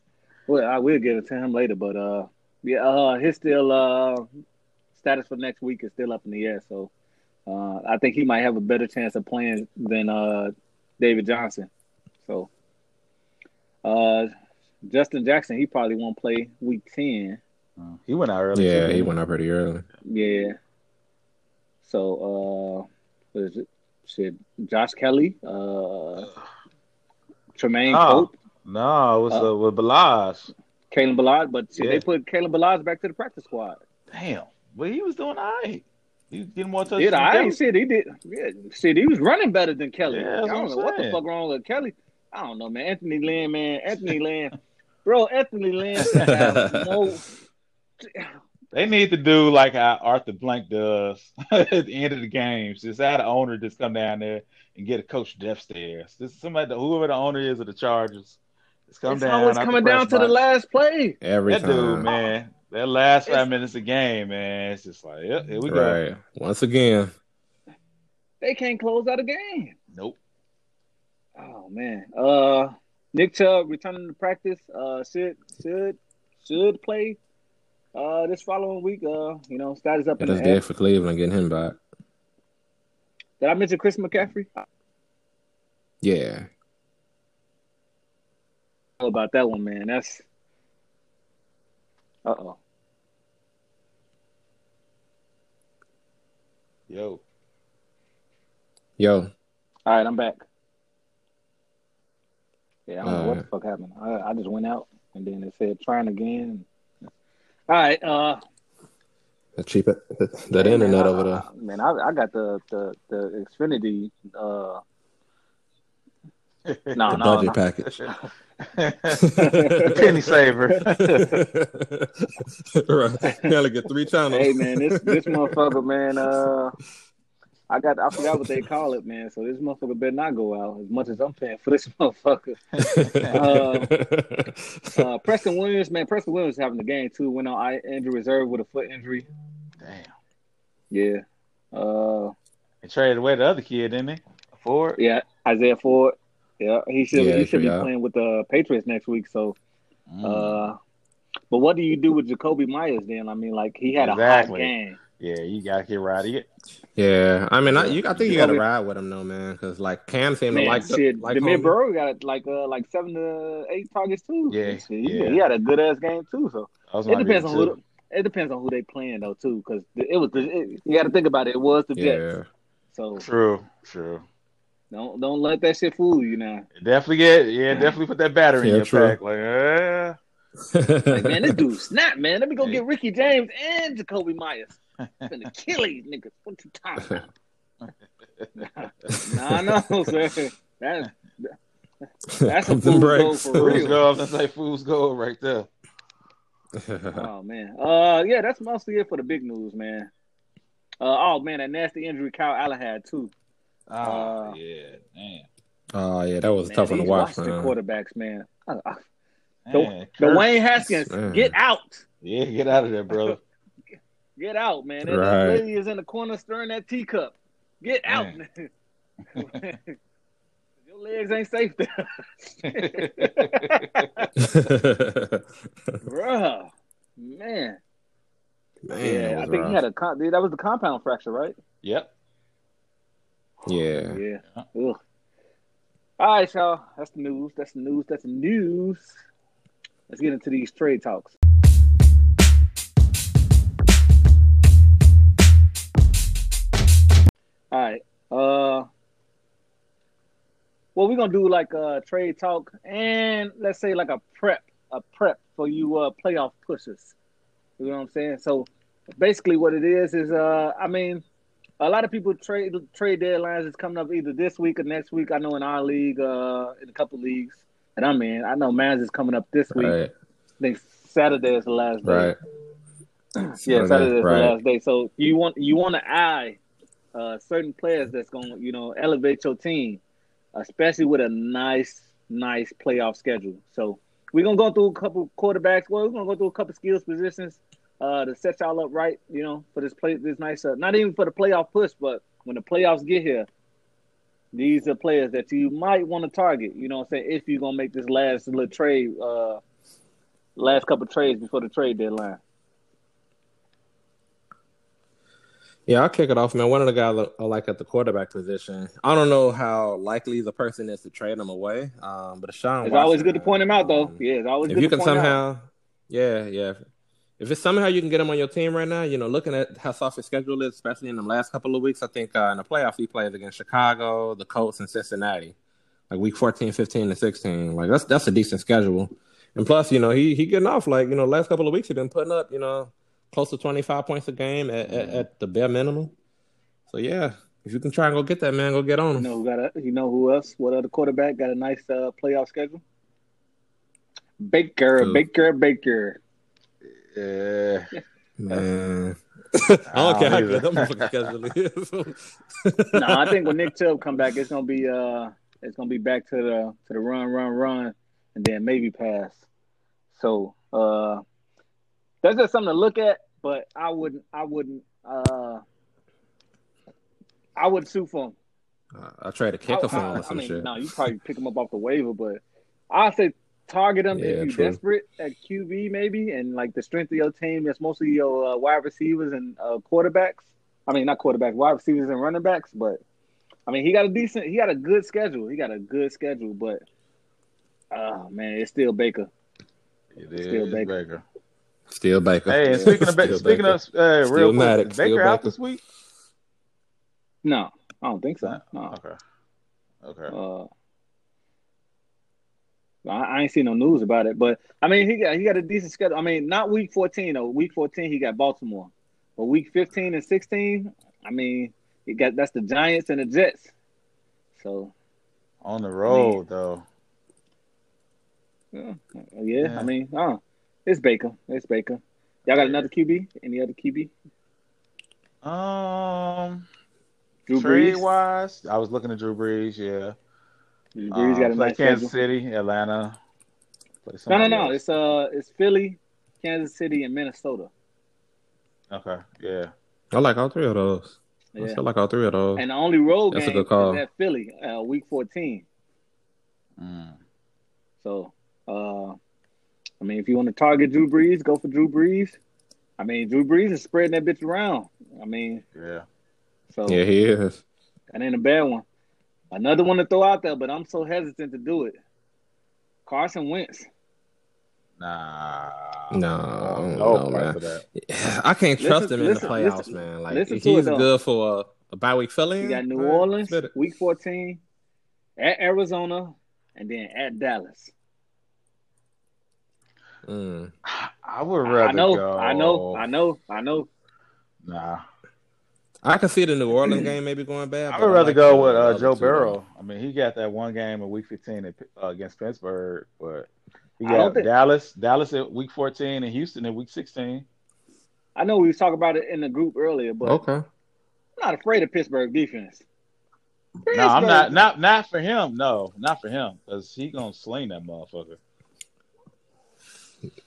[SPEAKER 2] Well, I will give it to him later, but uh, yeah, uh, his still uh status for next week is still up in the air. So uh, I think he might have a better chance of playing than uh, David Johnson. So uh, Justin Jackson, he probably won't play week ten.
[SPEAKER 1] uh, he went out early.
[SPEAKER 3] Yeah,
[SPEAKER 1] too,
[SPEAKER 3] he
[SPEAKER 1] didn't
[SPEAKER 3] went out pretty early.
[SPEAKER 2] Yeah. So uh, what is it? Shit, Josh Kelly, uh, Tremaine
[SPEAKER 1] Oh.
[SPEAKER 2] Pope,
[SPEAKER 1] No, it was uh, with Balaj.
[SPEAKER 2] Kalen Ballard, but shit,
[SPEAKER 1] Yeah.
[SPEAKER 2] they put Kalen Ballard back to the practice squad.
[SPEAKER 1] Damn, but he was doing all right. He was getting more touches.
[SPEAKER 2] Dude,
[SPEAKER 1] than
[SPEAKER 2] I
[SPEAKER 1] Kelly.
[SPEAKER 2] ain't shit. He did. Yeah, shit, he was running better than Kelly.
[SPEAKER 1] Yeah, that's
[SPEAKER 2] I don't
[SPEAKER 1] what
[SPEAKER 2] know
[SPEAKER 1] I'm
[SPEAKER 2] what the
[SPEAKER 1] saying.
[SPEAKER 2] fuck wrong with Kelly. I don't know, man. Anthony Lynn, man. Anthony Lynn, bro. Anthony Lynn. has more-
[SPEAKER 1] They need to do like how Arthur Blank does at the end of the games. Just have an owner just come down there and get a coach downstairs. This is somebody, whoever the owner is of the Chargers, just come
[SPEAKER 2] it's
[SPEAKER 1] down.
[SPEAKER 2] always
[SPEAKER 1] out the
[SPEAKER 2] coming
[SPEAKER 1] press
[SPEAKER 2] down to
[SPEAKER 1] box.
[SPEAKER 2] the last play.
[SPEAKER 3] Every
[SPEAKER 1] That dude,
[SPEAKER 3] time.
[SPEAKER 1] man. That last
[SPEAKER 2] It's-
[SPEAKER 1] five minutes of game, man. It's just like, yep, here we go.
[SPEAKER 3] right. Once again.
[SPEAKER 2] They can't close out a game.
[SPEAKER 1] Nope.
[SPEAKER 2] Oh man. Uh Nick Chubb returning to practice. Uh should should should play uh this following week. Uh, you know, status up
[SPEAKER 3] Yeah,
[SPEAKER 2] in
[SPEAKER 3] that's
[SPEAKER 2] the air.
[SPEAKER 3] good for Cleveland getting him back.
[SPEAKER 2] Did I mention Chris McCaffrey? I
[SPEAKER 3] Yeah.
[SPEAKER 2] don't know about that one, man. That's uh oh.
[SPEAKER 1] Yo,
[SPEAKER 3] Yo.
[SPEAKER 2] All right, I'm back. Yeah, I don't know what the
[SPEAKER 3] Alright.
[SPEAKER 2] fuck happened. I, I just went out and then it said trying again. All right, uh,
[SPEAKER 3] The cheap that
[SPEAKER 2] hey, man,
[SPEAKER 3] internet
[SPEAKER 2] I-
[SPEAKER 3] over there.
[SPEAKER 2] I- Man, I, I got the the the Xfinity. Uh, no, no,
[SPEAKER 3] The budget
[SPEAKER 2] no.
[SPEAKER 3] package.
[SPEAKER 1] penny saver.
[SPEAKER 3] right. Gotta get three channels.
[SPEAKER 2] Hey man, this this motherfucker, man. Uh, I got I forgot what they call it, man. So this motherfucker better not go out as much as I'm paying for this motherfucker. Uh, Preston Williams, man. Preston Williams having the game too. Went on I- injury reserve with a foot injury.
[SPEAKER 1] Damn.
[SPEAKER 2] Yeah. Uh,
[SPEAKER 1] They traded away the other kid, didn't they? Ford.
[SPEAKER 2] yeah. Isaiah Ford. Yeah, he should
[SPEAKER 3] Yeah,
[SPEAKER 2] he should be
[SPEAKER 3] yeah.
[SPEAKER 2] playing with the Patriots next week. So,
[SPEAKER 1] Mm.
[SPEAKER 2] uh, but what do you do with Jacoby Myers then? I mean, like he had a hot
[SPEAKER 1] Exactly.
[SPEAKER 2] game.
[SPEAKER 1] Yeah, you got to ride it.
[SPEAKER 3] Yeah, I mean, I, you, I think you got to
[SPEAKER 2] Okay.
[SPEAKER 3] ride with him though, man, because like Cam seemed
[SPEAKER 2] Man,
[SPEAKER 3] to like
[SPEAKER 2] shit,
[SPEAKER 3] the, like
[SPEAKER 2] Demir
[SPEAKER 3] homie.
[SPEAKER 2] Burrow got like uh like seven to eight targets too.
[SPEAKER 1] Yeah,
[SPEAKER 2] And shit, he,
[SPEAKER 1] yeah.
[SPEAKER 2] he had a good ass game too. So
[SPEAKER 1] I was
[SPEAKER 2] it
[SPEAKER 1] gonna agree
[SPEAKER 2] depends on
[SPEAKER 1] with
[SPEAKER 2] who.
[SPEAKER 1] you.
[SPEAKER 2] The, it depends on who they playing though too, because it was the, it, you got to think about it. It was the Jets,
[SPEAKER 3] Yeah,
[SPEAKER 2] so
[SPEAKER 1] True, true.
[SPEAKER 2] don't don't let that shit fool you now.
[SPEAKER 1] Definitely get yeah, definitely put that battery in
[SPEAKER 3] Yeah,
[SPEAKER 1] your
[SPEAKER 3] true.
[SPEAKER 1] pack. Like, eh.
[SPEAKER 2] Like, man, this dude snap, man. Let me go get Ricky James and Jacoby Myers. I'm gonna kill these niggas. What you talking about? nah, no, sir. That's that's a
[SPEAKER 3] Pump
[SPEAKER 2] fool's goal
[SPEAKER 3] them brakes.
[SPEAKER 2] for
[SPEAKER 1] Fool's
[SPEAKER 2] real.
[SPEAKER 1] gold. That's like fool's gold right there.
[SPEAKER 2] oh man. Uh yeah, that's mostly it for the big news, man. Uh oh man, that nasty injury Kyle Allen had too.
[SPEAKER 1] Ah,
[SPEAKER 2] Uh,
[SPEAKER 1] yeah, damn.
[SPEAKER 3] oh yeah, that was a
[SPEAKER 2] Man,
[SPEAKER 3] tough one to
[SPEAKER 2] these
[SPEAKER 3] watch,
[SPEAKER 2] Washington
[SPEAKER 3] man.
[SPEAKER 2] quarterbacks, man. Uh, uh, The-
[SPEAKER 1] Man,
[SPEAKER 2] The
[SPEAKER 1] Kirk.
[SPEAKER 2] Wayne Haskins,
[SPEAKER 3] Man.
[SPEAKER 2] get out.
[SPEAKER 1] Yeah, get out of there, brother.
[SPEAKER 2] Get out, man. That,
[SPEAKER 3] Right.
[SPEAKER 2] that lady is in the corner stirring that teacup. Get out,
[SPEAKER 1] Man.
[SPEAKER 2] man. Your legs ain't safe there. Bruh. Man. yeah, I think he had a con- that was the compound fracture, right?
[SPEAKER 1] yep.
[SPEAKER 3] yeah.
[SPEAKER 2] Yeah. Ugh. All right, y'all. That's the news. That's the news. That's the news. Let's get into these trade talks. All right. Uh, well, we're gonna do like a trade talk and let's say like a prep, a prep for you uh playoff pushers. You know what I'm saying? So basically, what it is is uh, I mean, a lot of people trade trade deadlines is coming up either this week or next week. I know in our league, uh, in a couple leagues that I'm in, I know Mans is coming up this week.
[SPEAKER 3] Right,
[SPEAKER 2] I think Saturday is the last day.
[SPEAKER 3] right.
[SPEAKER 2] Yeah, Saturday is
[SPEAKER 3] right.
[SPEAKER 2] the last day. So you want you want to eye uh, certain players that's going to you know elevate your team, especially with a nice nice playoff schedule. So we're gonna go through a couple quarterbacks. Well, we're gonna go through a couple skills positions uh, to set y'all up right. You know for this play this nice uh, not even for the playoff push, but when the playoffs get here. These are players that you might want to target, you know what I'm saying, if you're gonna make this last little trade, uh last couple trades before the trade deadline.
[SPEAKER 3] Yeah, I'll kick it off, man. One of the guys I- I like at the quarterback position. I don't know how likely the person is to trade him away, um, but um, Sean.
[SPEAKER 2] It's always good to point him out, though. Yeah, it's always
[SPEAKER 3] if
[SPEAKER 2] good
[SPEAKER 3] you
[SPEAKER 2] to
[SPEAKER 3] can
[SPEAKER 2] point out.
[SPEAKER 3] somehow, yeah, yeah. If it's somehow you can get him on your team right now, you know, looking at how soft his schedule is, especially in the last couple of weeks, I think uh, in the playoffs he plays against Chicago, the Colts, and Cincinnati, like week 14, 15, and 16. Like that's that's a decent schedule. And plus, you know, he he getting off. Like you know, last couple of weeks he been putting up, you know, close to 25 points a game at, at, at the bare minimum. So yeah, if you can try and go get that man, go get on
[SPEAKER 2] You
[SPEAKER 3] him.
[SPEAKER 2] know who got a, you know who else? What other quarterback got a nice uh, playoff schedule? Baker,
[SPEAKER 3] Who?
[SPEAKER 2] Baker, Baker.
[SPEAKER 1] Yeah.
[SPEAKER 3] Man. I don't care how
[SPEAKER 1] either.
[SPEAKER 3] good that motherfucking schedule is.
[SPEAKER 2] no, I think when Nick Chubb come back, it's gonna be uh, it's gonna be back to the to the run, run, run, and then maybe pass. So uh, that's just something to look at. But I wouldn't, I wouldn't, uh, I would sue for him.
[SPEAKER 3] Uh, I'll try to kick a
[SPEAKER 2] I-
[SPEAKER 3] phone
[SPEAKER 2] I-
[SPEAKER 3] or some
[SPEAKER 2] I mean,
[SPEAKER 3] shit.
[SPEAKER 2] No, you probably pick him up off the waiver, but I say target him
[SPEAKER 3] Yeah,
[SPEAKER 2] if you're
[SPEAKER 3] true.
[SPEAKER 2] desperate at QB maybe, and like the strength of your team. That's mostly your uh, wide receivers and uh, quarterbacks. I mean, not quarterbacks, wide receivers and running backs. But I mean, he got a decent, he got a good schedule. He got a good schedule, but oh man, it's still Baker.
[SPEAKER 1] It
[SPEAKER 2] Still
[SPEAKER 1] is
[SPEAKER 2] Baker.
[SPEAKER 1] Baker.
[SPEAKER 3] Still Baker.
[SPEAKER 1] Hey, and speaking of Baker,
[SPEAKER 3] Still
[SPEAKER 1] speaking of uh,
[SPEAKER 3] Still
[SPEAKER 1] real quick,
[SPEAKER 3] Matic,
[SPEAKER 1] is
[SPEAKER 3] still
[SPEAKER 1] Baker out
[SPEAKER 3] Baker.
[SPEAKER 1] this week.
[SPEAKER 2] No, I don't think so. No.
[SPEAKER 1] Okay. Okay.
[SPEAKER 2] Uh, I, I ain't seen no news about it, but I mean, he got he got a decent schedule. I mean, not week fourteen though. Week fourteen he got Baltimore, but week fifteen and sixteen, I mean, he got that's the Giants and the Jets. So
[SPEAKER 1] On the road though.
[SPEAKER 2] yeah, yeah,
[SPEAKER 1] Yeah.
[SPEAKER 2] I mean, uh, it's Baker, it's Baker. Y'all got another QB? Any other QB?
[SPEAKER 1] Um,
[SPEAKER 2] Drew
[SPEAKER 1] trade
[SPEAKER 2] Brees.
[SPEAKER 1] wise, I was looking at Drew Brees. Yeah,
[SPEAKER 2] Drew
[SPEAKER 1] um,
[SPEAKER 2] Brees got a
[SPEAKER 1] play
[SPEAKER 2] nice
[SPEAKER 1] Kansas
[SPEAKER 2] schedule.
[SPEAKER 1] City, Atlanta. Play
[SPEAKER 2] No, no,
[SPEAKER 1] somebody
[SPEAKER 2] no.
[SPEAKER 1] else.
[SPEAKER 2] It's uh, it's Philly, Kansas City, and Minnesota.
[SPEAKER 1] Okay, yeah.
[SPEAKER 3] I like all three of those. I
[SPEAKER 2] Yeah.
[SPEAKER 3] still like all three of those.
[SPEAKER 2] And the only road
[SPEAKER 3] That's a
[SPEAKER 2] game
[SPEAKER 3] good call.
[SPEAKER 2] is at Philly, uh, week fourteen.
[SPEAKER 1] Mm.
[SPEAKER 2] So, uh, I mean, if you want to target Drew Brees, go for Drew Brees. I mean, Drew Brees is spreading that bitch around. I mean,
[SPEAKER 1] Yeah.
[SPEAKER 2] so
[SPEAKER 3] Yeah, he is.
[SPEAKER 2] that ain't a bad one. Another one to throw out there, but I'm so hesitant to do it. Carson Wentz.
[SPEAKER 1] Nah.
[SPEAKER 2] Oh,
[SPEAKER 3] Nah, I don't know,
[SPEAKER 1] price
[SPEAKER 3] man.
[SPEAKER 1] for that.
[SPEAKER 3] I can't
[SPEAKER 2] Listen-
[SPEAKER 3] trust him in
[SPEAKER 2] listen-
[SPEAKER 3] the playoffs,
[SPEAKER 2] listen-
[SPEAKER 3] man. Like
[SPEAKER 2] listen
[SPEAKER 3] if
[SPEAKER 2] to it,
[SPEAKER 3] he's
[SPEAKER 2] though.
[SPEAKER 3] good for a, a bye week fill in.
[SPEAKER 2] You got New
[SPEAKER 3] man,
[SPEAKER 2] Orleans,
[SPEAKER 3] spit it.
[SPEAKER 2] week 14, at Arizona, and then at Dallas.
[SPEAKER 3] Mm.
[SPEAKER 1] I would
[SPEAKER 2] I-
[SPEAKER 1] rather
[SPEAKER 2] I know,
[SPEAKER 1] go.
[SPEAKER 2] I know, I know, I know.
[SPEAKER 1] Nah.
[SPEAKER 3] I can see the New Orleans game maybe going bad.
[SPEAKER 1] I
[SPEAKER 3] but
[SPEAKER 1] would rather
[SPEAKER 3] like
[SPEAKER 1] go
[SPEAKER 3] the
[SPEAKER 1] with uh,
[SPEAKER 3] other
[SPEAKER 1] Joe
[SPEAKER 3] two,
[SPEAKER 1] Burrow. I mean, he got that one game in Week 15 at, uh, against Pittsburgh, but he
[SPEAKER 2] I don't
[SPEAKER 1] got
[SPEAKER 2] think-
[SPEAKER 1] Dallas, Dallas at Week 14, and Houston in Week 16.
[SPEAKER 2] I know we was talking about it in the group earlier,
[SPEAKER 3] though.
[SPEAKER 2] but
[SPEAKER 3] Okay.
[SPEAKER 2] I'm not afraid of Pittsburgh defense.
[SPEAKER 1] No, I'm
[SPEAKER 2] Pittsburgh-
[SPEAKER 1] not. Not not for him. No, not for him, because he gonna sling that motherfucker.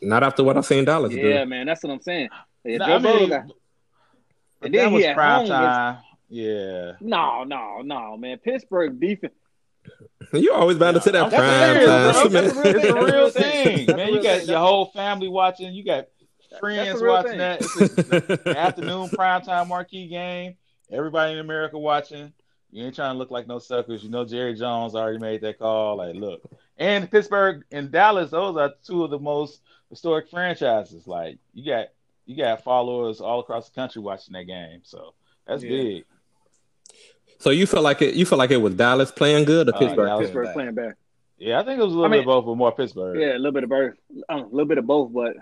[SPEAKER 3] Not after what I've seen Dallas
[SPEAKER 2] Yeah,
[SPEAKER 3] do.
[SPEAKER 2] man, that's what I'm saying. Yeah,
[SPEAKER 1] No,
[SPEAKER 2] Joe
[SPEAKER 1] I
[SPEAKER 2] Burrow
[SPEAKER 1] mean,
[SPEAKER 2] got-
[SPEAKER 1] but
[SPEAKER 2] and
[SPEAKER 1] that
[SPEAKER 2] then
[SPEAKER 1] was
[SPEAKER 2] he at
[SPEAKER 1] prime
[SPEAKER 2] home is-
[SPEAKER 1] time. Yeah.
[SPEAKER 2] No, no, no, man. Pittsburgh defense.
[SPEAKER 3] You always bound to sit that
[SPEAKER 1] I'm
[SPEAKER 2] That's
[SPEAKER 3] prime
[SPEAKER 1] serious, bro.
[SPEAKER 3] time.
[SPEAKER 2] That's a real
[SPEAKER 1] It's a real
[SPEAKER 2] thing.
[SPEAKER 1] thing,
[SPEAKER 2] That's a
[SPEAKER 1] man.
[SPEAKER 2] real
[SPEAKER 1] You got
[SPEAKER 2] thing.
[SPEAKER 1] your whole family watching. You got
[SPEAKER 2] That's a
[SPEAKER 1] friends
[SPEAKER 2] real
[SPEAKER 1] watching
[SPEAKER 2] thing.
[SPEAKER 1] that. It's a The afternoon primetime marquee game. Everybody in America watching. You ain't trying to look like no suckers. You know Jerry Jones already made that call. Like, look. And Pittsburgh and Dallas, those are two of the most historic franchises. Like you got you got followers all across the country watching that game. So that's
[SPEAKER 2] Yeah.
[SPEAKER 1] big.
[SPEAKER 3] So you feel like it? You feel like it was Dallas playing good or
[SPEAKER 1] Uh,
[SPEAKER 3] Pittsburgh?
[SPEAKER 1] Dallas
[SPEAKER 3] playing
[SPEAKER 2] Pittsburgh playing
[SPEAKER 3] bad?
[SPEAKER 2] back.
[SPEAKER 1] Yeah, I think it was a little
[SPEAKER 2] I mean-
[SPEAKER 1] bit of both, but more Pittsburgh.
[SPEAKER 2] Yeah, a little bit of both. Um, a little bit of both, but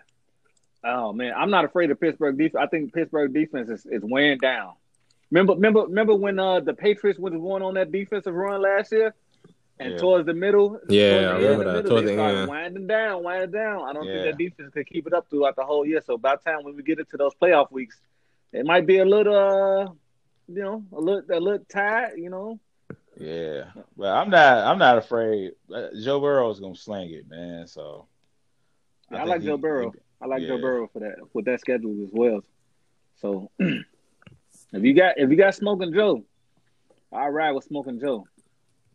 [SPEAKER 2] oh man, I'm not afraid of Pittsburgh defense. I think Pittsburgh defense is, is wearing down. Remember, remember, remember when uh, the Patriots was going on that defensive run last year, and
[SPEAKER 1] Yeah.
[SPEAKER 2] towards the middle,
[SPEAKER 3] Yeah,
[SPEAKER 2] towards the end
[SPEAKER 3] I remember
[SPEAKER 2] of
[SPEAKER 3] that.
[SPEAKER 2] middle,
[SPEAKER 3] Towards
[SPEAKER 2] they
[SPEAKER 3] the
[SPEAKER 2] started
[SPEAKER 3] end.
[SPEAKER 2] winding down, winding down. I don't
[SPEAKER 1] Yeah.
[SPEAKER 2] think that defense could keep it up throughout the whole year. So by the time when we get into those playoff weeks, it might be a little, uh, you know, a little, a little tight. You know,
[SPEAKER 1] Yeah, but I'm not. I'm not afraid. Uh, Joe Burrow is gonna sling it, man. So
[SPEAKER 2] Yeah, I,
[SPEAKER 1] think
[SPEAKER 2] like
[SPEAKER 1] he-
[SPEAKER 2] Joe Burrow. I like Joe
[SPEAKER 1] yeah.
[SPEAKER 2] Burrow for that with that schedule as well. So if you got if you got smoking Joe, I ride with smoking Joe,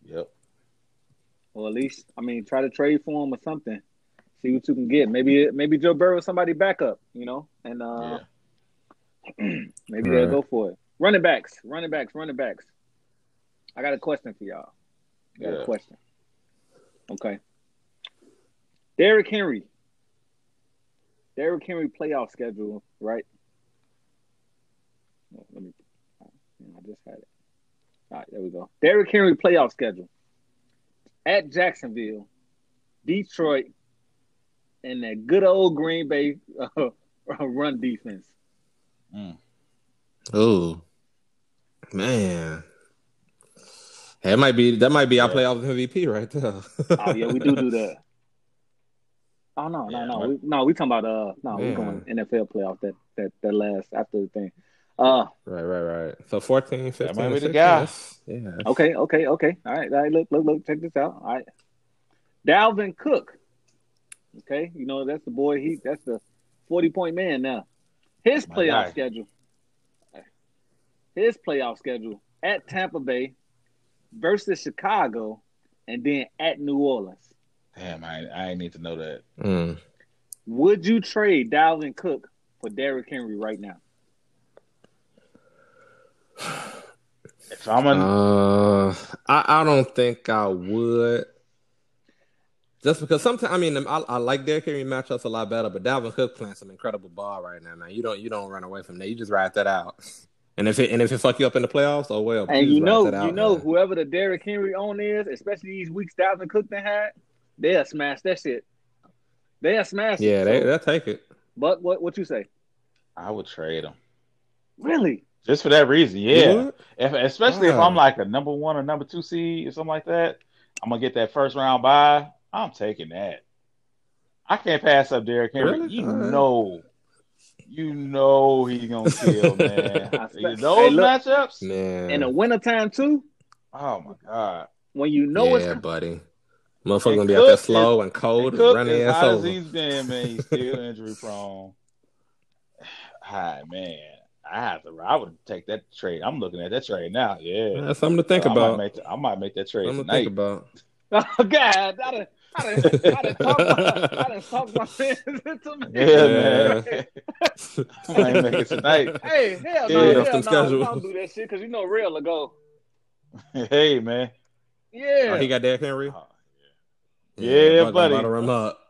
[SPEAKER 1] he- yep.
[SPEAKER 2] or at least I mean try to trade for him or something. See what you can get. Maybe maybe Joe Burrow is somebody backup, you know, and uh, maybe
[SPEAKER 3] Right.
[SPEAKER 2] they'll go for it. Running backs, running backs, running backs. I got a question for y'all. I got
[SPEAKER 1] Yeah.
[SPEAKER 2] a question. Okay. Derrick Henry. Derrick Henry playoff schedule, right? Oh, Let me. I just had it. All right, there we go. Derrick Henry playoff schedule at Jacksonville, Detroit, and that good old Green Bay uh, run defense.
[SPEAKER 3] Oh man, that might be that might be our
[SPEAKER 1] Yeah.
[SPEAKER 3] playoff MVP right there.
[SPEAKER 2] Oh yeah, we do do that. Oh no,
[SPEAKER 1] Yeah,
[SPEAKER 2] no, no,
[SPEAKER 1] but-
[SPEAKER 2] we, no. We talking about uh, no, we
[SPEAKER 3] Yeah.
[SPEAKER 2] going NFL playoff that that that last after the thing. Uh,
[SPEAKER 3] Right, right, right. So 14, 15,
[SPEAKER 1] That might be the
[SPEAKER 3] 16,
[SPEAKER 1] guy.
[SPEAKER 3] that's- Yeah.
[SPEAKER 2] okay, okay, okay. All right, all right. Look, look, look. Check this out. All right, Dalvin Cook. Okay, you know that's the boy. He that's the forty point man now. His
[SPEAKER 1] My
[SPEAKER 2] playoff
[SPEAKER 1] guy.
[SPEAKER 2] schedule. His playoff schedule at Tampa Bay versus Chicago, and then at New Orleans.
[SPEAKER 1] Damn, I I ain't need to know that.
[SPEAKER 3] Mm.
[SPEAKER 2] Would you trade Dalvin Cook for Derrick Henry right now?
[SPEAKER 1] If I'm a
[SPEAKER 3] Uh, I, I don't think I would. Just because sometimes I mean I, I like Derrick Henry matchups a lot better, but Dalvin Cook playing some incredible ball right now, man. You don't you don't run away from that. You just ride that out. And if it and if it fuck you up in the playoffs, oh well.
[SPEAKER 2] And
[SPEAKER 3] please
[SPEAKER 2] you
[SPEAKER 3] ride
[SPEAKER 2] know,
[SPEAKER 3] that out,
[SPEAKER 2] you know,
[SPEAKER 3] man.
[SPEAKER 2] whoever the Derrick Henry on is, especially these weeks Dalvin Cook they had, they'll smash that shit. They'll smash it.
[SPEAKER 3] Yeah, they
[SPEAKER 2] So,
[SPEAKER 3] they'll take it.
[SPEAKER 2] but what what you say?
[SPEAKER 1] I would trade him
[SPEAKER 2] Really?
[SPEAKER 1] just for that reason.
[SPEAKER 3] You
[SPEAKER 1] Yeah,
[SPEAKER 3] would? Uh.
[SPEAKER 1] if, especially if
[SPEAKER 3] Wow.
[SPEAKER 1] I'm like a number one or number two seed or something like that, I'm gonna get that first round bye. I'm taking that. I can't pass up Derrick Henry.
[SPEAKER 3] Really?
[SPEAKER 1] You
[SPEAKER 3] All right.
[SPEAKER 1] know, you know he's gonna kill, man.
[SPEAKER 2] I spe-
[SPEAKER 1] Those
[SPEAKER 2] Hey, look.
[SPEAKER 1] matchups.
[SPEAKER 3] Man.
[SPEAKER 2] In the wintertime too,
[SPEAKER 1] Oh my god.
[SPEAKER 2] when you know
[SPEAKER 3] yeah,
[SPEAKER 2] it's
[SPEAKER 3] buddy. Motherfucker gonna
[SPEAKER 1] And
[SPEAKER 3] be out there
[SPEAKER 1] Cook is-
[SPEAKER 3] slow and cold
[SPEAKER 1] And
[SPEAKER 3] and,
[SPEAKER 1] Cook,
[SPEAKER 3] running
[SPEAKER 1] as
[SPEAKER 3] ass
[SPEAKER 1] hot as
[SPEAKER 3] over.
[SPEAKER 1] he's been, man, he's still injury prone. Hi, man. I have to. I would take that trade. I'm looking at that trade now. Yeah,
[SPEAKER 3] That's something to think
[SPEAKER 1] I
[SPEAKER 3] about.
[SPEAKER 1] Might make, I might make that trade
[SPEAKER 3] Something to
[SPEAKER 1] tonight.
[SPEAKER 3] think about.
[SPEAKER 2] oh God, I done, I done, I done talked my, I done talked my fans into me.
[SPEAKER 1] Yeah, man. I ain't making tonight.
[SPEAKER 2] Hey, hell no,
[SPEAKER 1] Yeah.
[SPEAKER 2] hell
[SPEAKER 3] Off them
[SPEAKER 2] no,
[SPEAKER 3] schedule.
[SPEAKER 2] I don't do that shit because you know real ago.
[SPEAKER 1] Hey, man.
[SPEAKER 2] Yeah,
[SPEAKER 3] Oh, he got Derrick Henry.
[SPEAKER 1] Oh, Yeah,
[SPEAKER 3] Buck
[SPEAKER 1] buddy.
[SPEAKER 3] About to run him up.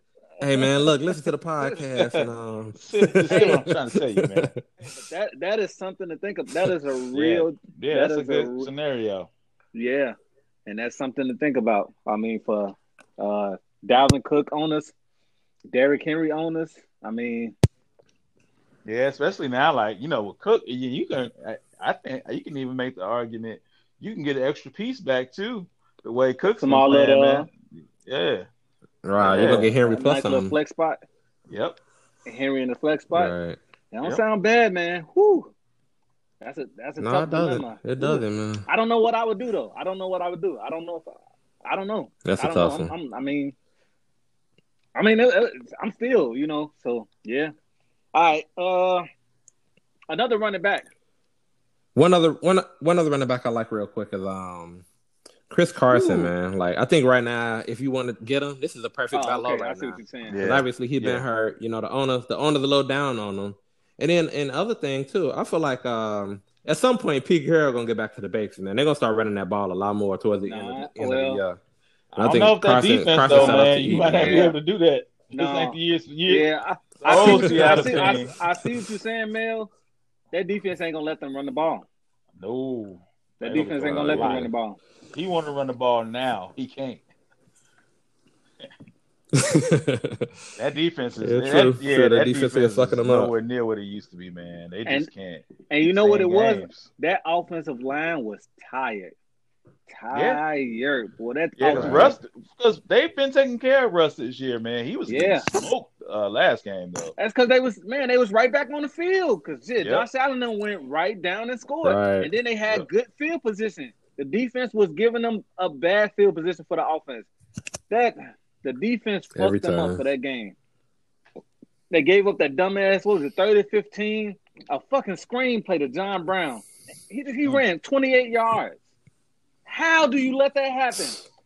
[SPEAKER 3] hey man, look, listen to the podcast and um.
[SPEAKER 1] See, see what I'm trying to tell you, man.
[SPEAKER 2] But that that is something to think of. That is a real
[SPEAKER 1] Yeah,
[SPEAKER 2] That
[SPEAKER 1] that's a
[SPEAKER 2] is
[SPEAKER 1] good
[SPEAKER 2] a-
[SPEAKER 1] scenario.
[SPEAKER 2] Yeah, and that's something to think about. I mean, for uh, Dalvin Cook on us, Derrick Henry on us. I mean,
[SPEAKER 1] Yeah, especially now, like you know, with Cook, you, you can. I, I think you can even make the argument you can get an extra piece back too. The way Cook's been
[SPEAKER 2] Small
[SPEAKER 1] playing,
[SPEAKER 2] little- uh,
[SPEAKER 1] man. Yeah.
[SPEAKER 3] Right, you're gonna get Henry
[SPEAKER 2] a
[SPEAKER 3] plus
[SPEAKER 2] nice little
[SPEAKER 3] him.
[SPEAKER 2] flex spot.
[SPEAKER 1] Yep.
[SPEAKER 2] Henry in the flex spot.
[SPEAKER 3] Right.
[SPEAKER 2] That don't
[SPEAKER 1] Yep.
[SPEAKER 2] sound bad, man. Whew. That's a that's a
[SPEAKER 3] No,
[SPEAKER 2] tough
[SPEAKER 3] it doesn't.
[SPEAKER 2] dilemma.
[SPEAKER 3] It
[SPEAKER 2] Whew.
[SPEAKER 3] doesn't, man.
[SPEAKER 2] I don't know what I would do though. I don't know what I would do. I don't know if I, I don't know.
[SPEAKER 3] That's
[SPEAKER 2] I
[SPEAKER 3] a
[SPEAKER 2] don't
[SPEAKER 3] tough
[SPEAKER 2] know.
[SPEAKER 3] one.
[SPEAKER 2] I'm, I'm, I mean, I mean, it- it- I'm still, you know. So yeah. All right. Uh, another running back.
[SPEAKER 3] One other one one other running back I like real quick is um Chris Carson,
[SPEAKER 2] Ooh.
[SPEAKER 3] man. Like I think right now, if you want to get him, this is a
[SPEAKER 1] Oh,
[SPEAKER 3] perfect buy low
[SPEAKER 2] Oh, I
[SPEAKER 3] right
[SPEAKER 2] see
[SPEAKER 3] now.
[SPEAKER 2] what you're saying.
[SPEAKER 1] Yeah.
[SPEAKER 3] Because obviously he's
[SPEAKER 1] Yeah.
[SPEAKER 3] been hurt. You know, the owner the owner's a little down on him. And then and other thing too, I feel like um at some point Pete Carroll gonna get back to the basics, man. They're gonna start running that ball a lot more towards the end,
[SPEAKER 2] Nah,
[SPEAKER 3] of the, end of
[SPEAKER 2] well,
[SPEAKER 3] the year.
[SPEAKER 1] I,
[SPEAKER 3] I
[SPEAKER 1] don't
[SPEAKER 3] think
[SPEAKER 1] know if that
[SPEAKER 3] Carson-
[SPEAKER 1] defense
[SPEAKER 3] Carson
[SPEAKER 1] though,
[SPEAKER 3] set up
[SPEAKER 1] man,
[SPEAKER 3] to
[SPEAKER 1] you
[SPEAKER 3] eat,
[SPEAKER 1] might not be
[SPEAKER 2] man.
[SPEAKER 1] able to do that. This
[SPEAKER 2] No.
[SPEAKER 1] ain't the years. year.
[SPEAKER 2] Yeah, I, I,
[SPEAKER 1] Oh,
[SPEAKER 2] see what you, I,
[SPEAKER 1] Seattle
[SPEAKER 2] see, I,
[SPEAKER 1] team.
[SPEAKER 2] I see what you're saying, Mel. That defense ain't gonna let them run the ball.
[SPEAKER 1] No,
[SPEAKER 2] That
[SPEAKER 1] They
[SPEAKER 2] defense
[SPEAKER 1] gonna
[SPEAKER 2] ain't gonna let them
[SPEAKER 1] lie.
[SPEAKER 2] run the ball.
[SPEAKER 1] he want to run the ball now. He can't. That defense is
[SPEAKER 3] Yeah,
[SPEAKER 1] that,
[SPEAKER 3] true.
[SPEAKER 1] yeah.
[SPEAKER 3] True,
[SPEAKER 1] that,
[SPEAKER 3] that defense
[SPEAKER 1] defense,
[SPEAKER 3] been
[SPEAKER 1] is
[SPEAKER 3] sucking 'em up.
[SPEAKER 1] nowhere near what it used to be, man. They just
[SPEAKER 2] And-
[SPEAKER 1] can't.
[SPEAKER 2] And you know what it
[SPEAKER 1] Same
[SPEAKER 2] was?
[SPEAKER 1] games.
[SPEAKER 2] That offensive line was tired.
[SPEAKER 1] Yeah.
[SPEAKER 2] Tired. Boy, that
[SPEAKER 1] Yeah, because
[SPEAKER 2] offensive-
[SPEAKER 1] Russ, because they've been taking care of Russ this year, man. He was getting
[SPEAKER 2] Yeah.
[SPEAKER 1] smoked uh, last game though.
[SPEAKER 2] That's because they was man, they was right back on the field. Cause shit,
[SPEAKER 1] Yep.
[SPEAKER 2] Josh Allen done went right down and scored,
[SPEAKER 3] Right.
[SPEAKER 2] and then they had
[SPEAKER 1] Yep.
[SPEAKER 2] good field position. The defense was giving them a bad field position for the offense. That the defense fucked
[SPEAKER 3] Every
[SPEAKER 2] them
[SPEAKER 3] time.
[SPEAKER 2] up for that game. They gave up that dumbass. What was it, thirty fifteen? A fucking screenplay to John Brown. He he
[SPEAKER 1] Hmm.
[SPEAKER 2] ran twenty eight yards. How do you let that happen?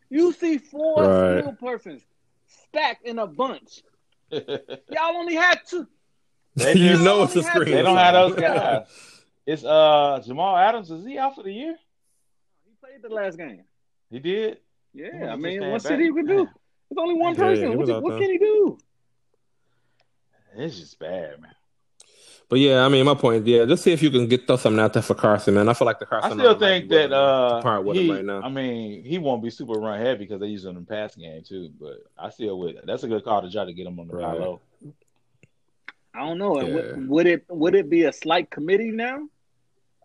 [SPEAKER 2] You see four
[SPEAKER 3] Right.
[SPEAKER 2] skill persons stacked in a bunch. Y'all only had two.
[SPEAKER 1] They
[SPEAKER 3] you
[SPEAKER 1] just-
[SPEAKER 3] know it's a screen.
[SPEAKER 2] They
[SPEAKER 1] they don't have those guys. It's uh Jamal Adams. Is he out for the year?
[SPEAKER 2] He played the last game.
[SPEAKER 1] He did. He
[SPEAKER 2] Yeah,
[SPEAKER 1] would've
[SPEAKER 2] I
[SPEAKER 1] just
[SPEAKER 2] mean,
[SPEAKER 1] came
[SPEAKER 2] what
[SPEAKER 1] back.
[SPEAKER 2] shit he could do? It's only one
[SPEAKER 3] Yeah,
[SPEAKER 2] person.
[SPEAKER 3] he
[SPEAKER 2] what
[SPEAKER 3] was
[SPEAKER 2] you-
[SPEAKER 3] out
[SPEAKER 2] what
[SPEAKER 3] there.
[SPEAKER 2] can he do?
[SPEAKER 1] It's just bad, man.
[SPEAKER 3] But yeah, I mean, my point, yeah, just see if you can get throw something out there for Carson, man. I feel like the
[SPEAKER 1] I
[SPEAKER 3] Carson.
[SPEAKER 1] still
[SPEAKER 3] owner might
[SPEAKER 1] think
[SPEAKER 3] be willing
[SPEAKER 1] that
[SPEAKER 3] to
[SPEAKER 1] uh,
[SPEAKER 3] part with
[SPEAKER 1] he,
[SPEAKER 3] him right now.
[SPEAKER 1] I mean, he won't be super run heavy because they use him in the pass game too. But I still would. That's a good call to try to get him on the high
[SPEAKER 3] Right.
[SPEAKER 1] low.
[SPEAKER 2] I don't know. And
[SPEAKER 3] Yeah.
[SPEAKER 2] would, would it would it be a slight committee now? I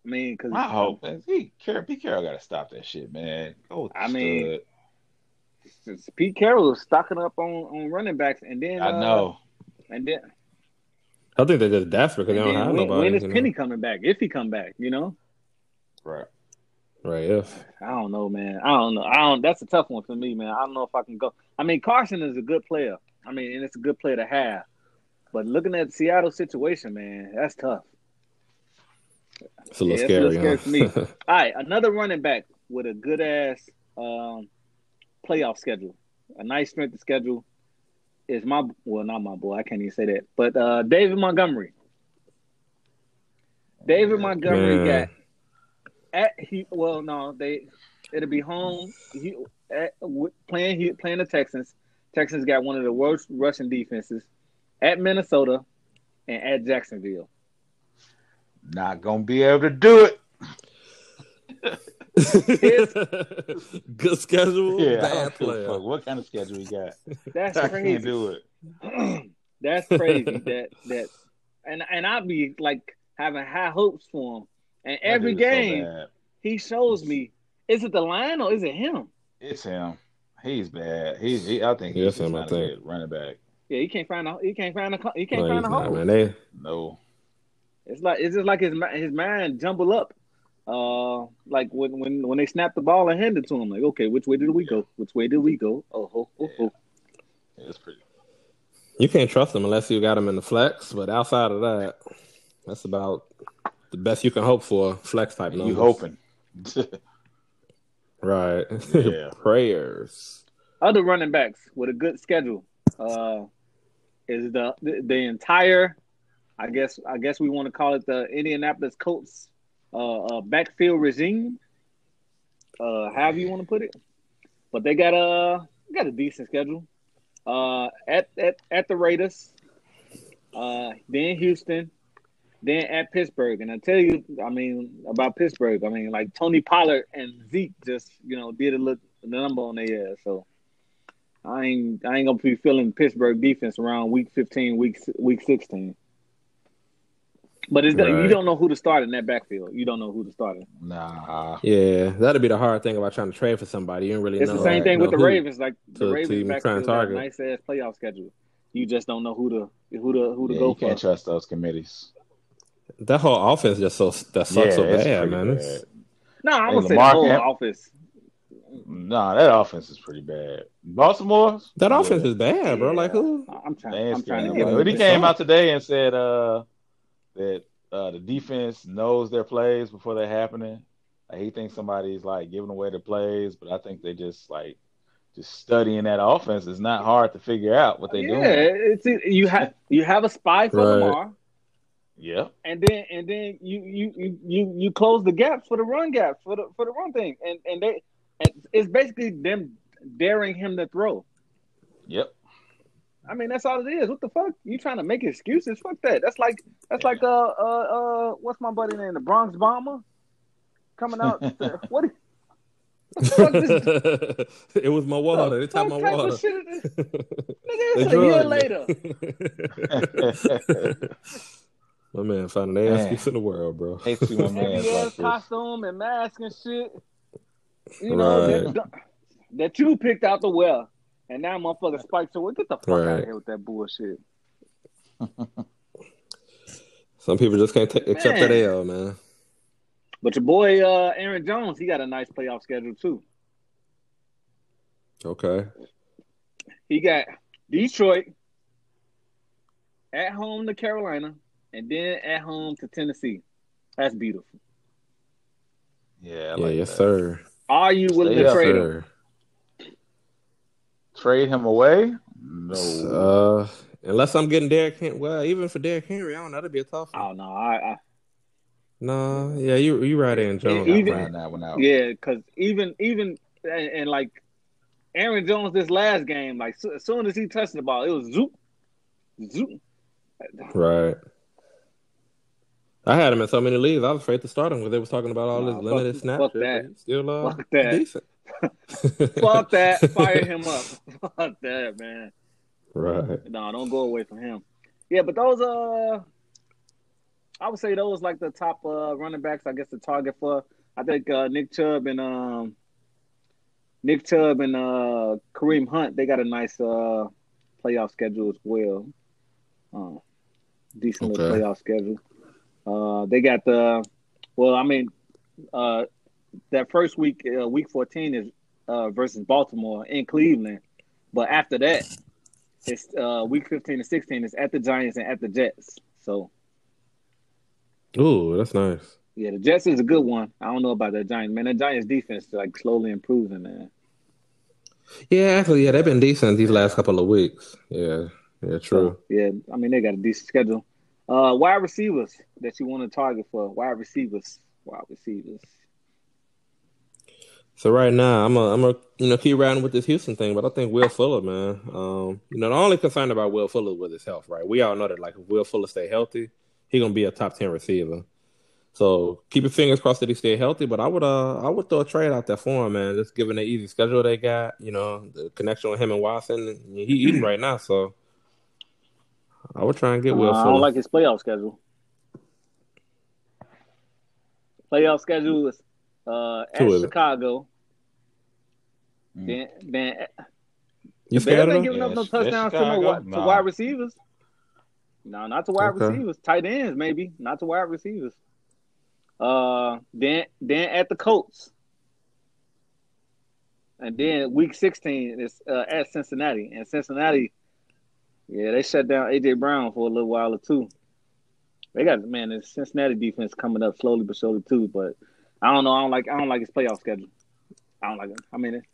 [SPEAKER 2] mean, because
[SPEAKER 1] My hope is he Car- Pete Carroll got to sop that shit, man. Go with the
[SPEAKER 2] I mean,
[SPEAKER 1] stud.
[SPEAKER 2] Pete Carroll is stocking up on, on running backs, and then
[SPEAKER 1] I
[SPEAKER 2] uh,
[SPEAKER 1] know.
[SPEAKER 2] and then,
[SPEAKER 3] I think they're just desperate because
[SPEAKER 2] and
[SPEAKER 3] they don't
[SPEAKER 2] then
[SPEAKER 3] have
[SPEAKER 2] when,
[SPEAKER 3] nobody.
[SPEAKER 2] when is
[SPEAKER 3] you know?
[SPEAKER 2] Penny coming back? If he come back, you know,
[SPEAKER 1] Right.
[SPEAKER 3] Right, if
[SPEAKER 2] I don't know, man. I don't know. I don't. That's a tough one for me, man. I don't know if I can go. I mean, Carson is a good player. I mean, and it's a good player to have. But looking at Seattle situation, man, that's tough.
[SPEAKER 3] it's a little
[SPEAKER 2] Yeah, it's a
[SPEAKER 3] scary.
[SPEAKER 2] little scary
[SPEAKER 3] huh?
[SPEAKER 2] All right, another running back with a good ass um, playoff schedule, a nice strength of schedule is my well, not my boy. I can't even say that, but uh, David Montgomery. David Montgomery
[SPEAKER 3] Man.
[SPEAKER 2] got at he well no they it'll be home he at, w- playing he playing the Texans. Texans got one of the worst rushing defenses at Minnesota and at Jacksonville.
[SPEAKER 1] Not gonna be able to do it.
[SPEAKER 3] Good schedule,
[SPEAKER 1] Yeah. I
[SPEAKER 3] bad
[SPEAKER 1] don't give a
[SPEAKER 3] player.
[SPEAKER 1] fuck what kind of schedule he got?
[SPEAKER 2] That's
[SPEAKER 1] I
[SPEAKER 2] crazy.
[SPEAKER 1] can't do it.
[SPEAKER 2] That's crazy. that that, and and I'd be like having high hopes for him. And
[SPEAKER 1] That
[SPEAKER 2] every
[SPEAKER 1] dude is so
[SPEAKER 2] game
[SPEAKER 1] bad.
[SPEAKER 2] he shows me, is it the line or is it him?
[SPEAKER 1] it's him. He's bad. He's. He, I think
[SPEAKER 3] Yeah,
[SPEAKER 1] he's
[SPEAKER 3] it's
[SPEAKER 1] just
[SPEAKER 3] him, I
[SPEAKER 1] not a
[SPEAKER 3] think.
[SPEAKER 1] good running back.
[SPEAKER 2] Yeah, he can't find a he can't find a co- he can't
[SPEAKER 3] No,
[SPEAKER 2] find a
[SPEAKER 3] he's not,
[SPEAKER 2] hole.
[SPEAKER 3] man. They,
[SPEAKER 1] No.
[SPEAKER 2] It's like it's just like his mi- his mind jumble up. Uh, like when when when they snap the ball and hand it to him, like okay, which way did we go? Which way did we go? Oh, oh, oh, oh.
[SPEAKER 1] It's pretty.
[SPEAKER 3] you can't trust him unless you got him in the flex. But outside of that, that's about the best you can hope for flex type.
[SPEAKER 1] You
[SPEAKER 3] numbers.
[SPEAKER 1] hoping?
[SPEAKER 3] right?
[SPEAKER 1] Yeah.
[SPEAKER 3] Prayers.
[SPEAKER 2] other running backs with a good schedule uh, is the the entire, I guess I guess we want to call it the Indianapolis Colts uh, uh, backfield regime, uh, however you want to put it. But they got a got a decent schedule uh, at at at the Raiders, uh, then Houston, then at Pittsburgh. And I tell you, I mean about Pittsburgh. I mean like Tony Pollard and Zeke just you know did a look the number on their ass. So I ain't I ain't gonna be feeling Pittsburgh defense around week fifteen, week week sixteen. But it's
[SPEAKER 3] Right.
[SPEAKER 2] you don't know who to start in that backfield. You don't know who to start. In.
[SPEAKER 1] Nah.
[SPEAKER 3] Yeah, that'd be the hard thing about trying to trade for somebody. You don't really
[SPEAKER 2] It's
[SPEAKER 3] know.
[SPEAKER 2] the same
[SPEAKER 3] like,
[SPEAKER 2] thing
[SPEAKER 3] know
[SPEAKER 2] with the
[SPEAKER 3] who.
[SPEAKER 2] Ravens. Like
[SPEAKER 3] to-
[SPEAKER 2] the
[SPEAKER 3] to
[SPEAKER 2] Ravens
[SPEAKER 3] even try
[SPEAKER 2] backfield
[SPEAKER 3] and
[SPEAKER 2] got a
[SPEAKER 3] target.
[SPEAKER 2] nice ass playoff schedule. You just don't know who to who to who to
[SPEAKER 1] Yeah,
[SPEAKER 2] go
[SPEAKER 1] you
[SPEAKER 2] for.
[SPEAKER 1] can't trust those committees.
[SPEAKER 3] That whole offense just so that sucks so
[SPEAKER 1] it's
[SPEAKER 3] bad,
[SPEAKER 1] pretty
[SPEAKER 3] man. It's-
[SPEAKER 1] bad.
[SPEAKER 2] No, I'm gonna
[SPEAKER 1] Hey,
[SPEAKER 2] say the
[SPEAKER 1] Lamar
[SPEAKER 2] whole
[SPEAKER 1] can't-
[SPEAKER 2] office.
[SPEAKER 1] Nah, that offense is pretty bad. Baltimore,
[SPEAKER 3] That
[SPEAKER 1] yeah,
[SPEAKER 3] offense is bad, bro. Like
[SPEAKER 2] Yeah.
[SPEAKER 3] who?
[SPEAKER 2] I'm
[SPEAKER 1] they
[SPEAKER 2] trying.
[SPEAKER 1] ain't
[SPEAKER 2] I'm trying
[SPEAKER 1] scared
[SPEAKER 2] to
[SPEAKER 1] of
[SPEAKER 2] get
[SPEAKER 1] nobody.
[SPEAKER 3] them.
[SPEAKER 1] But
[SPEAKER 2] it.
[SPEAKER 1] he
[SPEAKER 3] They
[SPEAKER 1] came
[SPEAKER 3] suck.
[SPEAKER 1] out today and said uh, that uh, the defense knows their plays before they're happening. Like, he thinks somebody's like giving away the plays, but I think they just like just studying that offense. It's not hard to figure out what they're
[SPEAKER 2] Yeah,
[SPEAKER 1] doing.
[SPEAKER 2] it's e, you have you have a spy for
[SPEAKER 3] Right.
[SPEAKER 2] Lamar,
[SPEAKER 1] Yeah,
[SPEAKER 2] and then and then you you you you you close the gaps for the run gaps for the for the run thing, and and they and it's basically them daring him to throw.
[SPEAKER 1] yep.
[SPEAKER 2] I mean, that's all it is. What the fuck? You trying to make excuses? Fuck that. That's like that's like uh uh uh what's my buddy name? The Bronx Bomber coming out. what? What the fuck is
[SPEAKER 3] it was my water. They
[SPEAKER 2] What
[SPEAKER 3] took my
[SPEAKER 2] type
[SPEAKER 3] water.
[SPEAKER 2] of shit is this?
[SPEAKER 3] They
[SPEAKER 2] Nigga, it's a year
[SPEAKER 3] drugged me.
[SPEAKER 2] later.
[SPEAKER 3] my man found an ass
[SPEAKER 1] Man.
[SPEAKER 3] excuse in the world, bro.
[SPEAKER 1] Hate to see my man. It's
[SPEAKER 2] Heavy ass
[SPEAKER 1] like this.
[SPEAKER 2] costume and mask and shit. You know
[SPEAKER 3] Right.
[SPEAKER 2] that, that you picked out the well, and now motherfucker spikes away. Get the fuck out
[SPEAKER 3] Right.
[SPEAKER 2] of here with that bullshit.
[SPEAKER 3] Some people just can't take accept that
[SPEAKER 2] Man.
[SPEAKER 3] L, man.
[SPEAKER 2] But your boy uh, Aaron Jones, he got a nice playoff schedule too.
[SPEAKER 3] Okay.
[SPEAKER 2] He got Detroit at home to Carolina, and then at home to Tennessee. That's beautiful.
[SPEAKER 1] Yeah, I
[SPEAKER 3] yeah,
[SPEAKER 1] like
[SPEAKER 3] yes,
[SPEAKER 1] that.
[SPEAKER 3] sir.
[SPEAKER 2] Are you willing
[SPEAKER 1] Stay
[SPEAKER 2] to
[SPEAKER 1] up.
[SPEAKER 3] Yes,
[SPEAKER 2] trade him?
[SPEAKER 3] sir.
[SPEAKER 1] Trade him away? No.
[SPEAKER 3] Uh, unless I'm getting Derrick Henry. Well, even for Derrick Henry, I don't know. That'd be a tough one.
[SPEAKER 2] Oh no, I,
[SPEAKER 3] No, yeah, you you right, Aaron Jones.
[SPEAKER 2] even-
[SPEAKER 3] I think.
[SPEAKER 1] Find that one
[SPEAKER 2] I
[SPEAKER 1] out.
[SPEAKER 2] yeah, because even even and, and like Aaron Jones, this last game, like so, as soon as he touched the ball, it was zoop, zoop.
[SPEAKER 3] Right. I had him in so many leagues. I was afraid to start him because they was talking about all
[SPEAKER 2] Nah,
[SPEAKER 3] this
[SPEAKER 2] fuck-
[SPEAKER 3] limited snaps.
[SPEAKER 2] fuck
[SPEAKER 3] shit, but
[SPEAKER 2] that.
[SPEAKER 3] he's Still, uh,
[SPEAKER 2] Fuck that.
[SPEAKER 3] decent.
[SPEAKER 2] Fuck that! Fire him up. Fuck that, man.
[SPEAKER 3] Right.
[SPEAKER 2] No, don't go away from him. Yeah, but those uh, I would say those like the top uh running backs. I guess the target for I think uh Nick Chubb and um Nick Chubb and uh Kareem Hunt. They got a nice uh playoff schedule as well. Uh, decent little
[SPEAKER 3] Okay.
[SPEAKER 2] playoff schedule. Uh, they got the well. I mean, uh, that first week, uh, week fourteen is uh versus Baltimore in Cleveland. But after that, it's uh, week 15 and 16 is at the Giants and at the Jets. So,
[SPEAKER 3] Ooh, that's nice.
[SPEAKER 2] yeah, the Jets is a good one. I don't know about the Giants, man. The Giants defense is like slowly improving, man.
[SPEAKER 3] Yeah, actually, yeah, they've been decent these last couple of weeks. Yeah, yeah, true.
[SPEAKER 2] Yeah, I mean, they got a decent schedule. Uh, wide receivers that you want to target for. Wide receivers. Wide receivers.
[SPEAKER 3] So right now, I'm a, I'm a, you know, keep riding with this Houston thing, but I think Will Fuller, man. Um, you know, the only concern about Will Fuller was his health, right? We all know that, like, if Will Fuller stay healthy, he gonna be a top ten receiver. So keep your fingers crossed that he stay healthy. But I would, uh, I would throw a trade out there for him, man. Just given the easy schedule they got, you know, the connection with him and Watson, he eating right now, so I would try and get Will
[SPEAKER 2] Uh, I
[SPEAKER 3] Fuller.
[SPEAKER 2] don't like his playoff schedule. Playoff schedule is uh, at
[SPEAKER 3] Who is it?
[SPEAKER 2] Chicago.
[SPEAKER 1] Mm.
[SPEAKER 2] Then, then They
[SPEAKER 3] you scared of
[SPEAKER 2] ain't
[SPEAKER 3] him?
[SPEAKER 2] giving up no
[SPEAKER 1] Yes, yes,
[SPEAKER 2] touchdowns to, no,
[SPEAKER 1] Chicago.
[SPEAKER 2] wi- to
[SPEAKER 1] Nah.
[SPEAKER 2] wide receivers. No, not to wide
[SPEAKER 3] Okay.
[SPEAKER 2] receivers. Tight ends, maybe. Not to wide receivers. Uh, then then at the Colts, and then Week 16 is uh, at Cincinnati, and Cincinnati, yeah, they shut down AJ Brown for a little while or two. They got man, the Cincinnati defense coming up slowly but surely too. But I don't know. I don't like. I don't like his playoff schedule. I don't like it. I mean, it-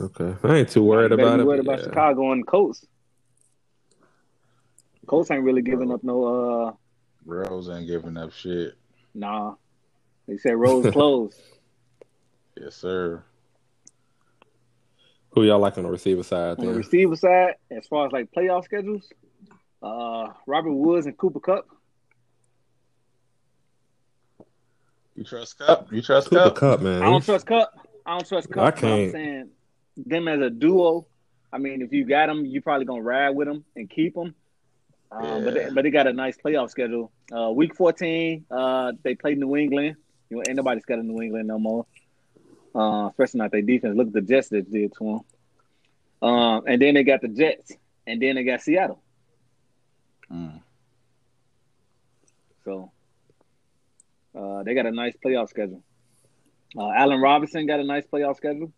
[SPEAKER 3] Okay, I ain't too worried
[SPEAKER 2] better
[SPEAKER 3] about
[SPEAKER 2] be
[SPEAKER 3] it.
[SPEAKER 2] worried
[SPEAKER 3] but
[SPEAKER 2] about
[SPEAKER 3] yeah.
[SPEAKER 2] Chicago and the Colts. Colts ain't really giving up no. uh
[SPEAKER 1] Rose ain't giving up shit.
[SPEAKER 2] Nah, they said Rose closed.
[SPEAKER 1] Yes, sir.
[SPEAKER 3] Who y'all like on the receiver side?
[SPEAKER 2] On the
[SPEAKER 3] Then
[SPEAKER 2] receiver side, as far as like playoff schedules, uh, Robert Woods and Cooper Cup.
[SPEAKER 1] You trust Cup? You trust
[SPEAKER 3] Uh, Cooper
[SPEAKER 1] Cup?
[SPEAKER 3] Cup, man.
[SPEAKER 2] I don't trust Cup. I don't trust Cup.
[SPEAKER 3] I
[SPEAKER 2] but I'm
[SPEAKER 3] can't.
[SPEAKER 2] saying them as a duo. I mean, if you got them, you probably gonna ride with them and keep them. Um, But they,
[SPEAKER 1] Yeah.
[SPEAKER 2] but they got a nice playoff schedule. Uh, week 14, uh, they play New England. You know, ain't nobody scared of New England no more. Uh, especially not their defense. Look at the Jets that did to them. Um, and then they got the Jets, and then they got Seattle.
[SPEAKER 1] Mm.
[SPEAKER 2] So uh, they got a nice playoff schedule. Uh, Allen Robinson got a nice playoff schedule.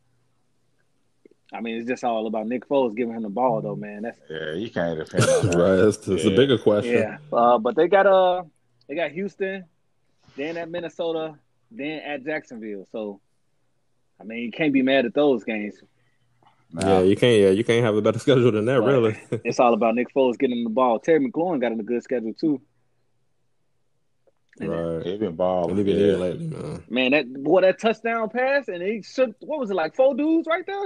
[SPEAKER 2] I mean, it's just all about Nick Foles giving him the ball, though, man. That's
[SPEAKER 1] Yeah, you can't depend on that.
[SPEAKER 3] right, that's, that's
[SPEAKER 1] Yeah.
[SPEAKER 3] a bigger question.
[SPEAKER 2] yeah. Uh, but they got uh, they got Houston, then at Minnesota, then at Jacksonville. So, I mean, you can't be mad at those games.
[SPEAKER 1] Nah.
[SPEAKER 3] Yeah, you can't. Yeah, you can't have a better schedule than that,
[SPEAKER 2] Right.
[SPEAKER 3] really.
[SPEAKER 2] It's all about Nick Foles getting him the ball. Terry McLaurin got him a good schedule too. And
[SPEAKER 3] right.
[SPEAKER 1] They've been balling.
[SPEAKER 3] They've been
[SPEAKER 1] yeah.
[SPEAKER 3] here lately, man.
[SPEAKER 2] Man, that boy, that touchdown pass, and he shook. What was it like? Four dudes right there.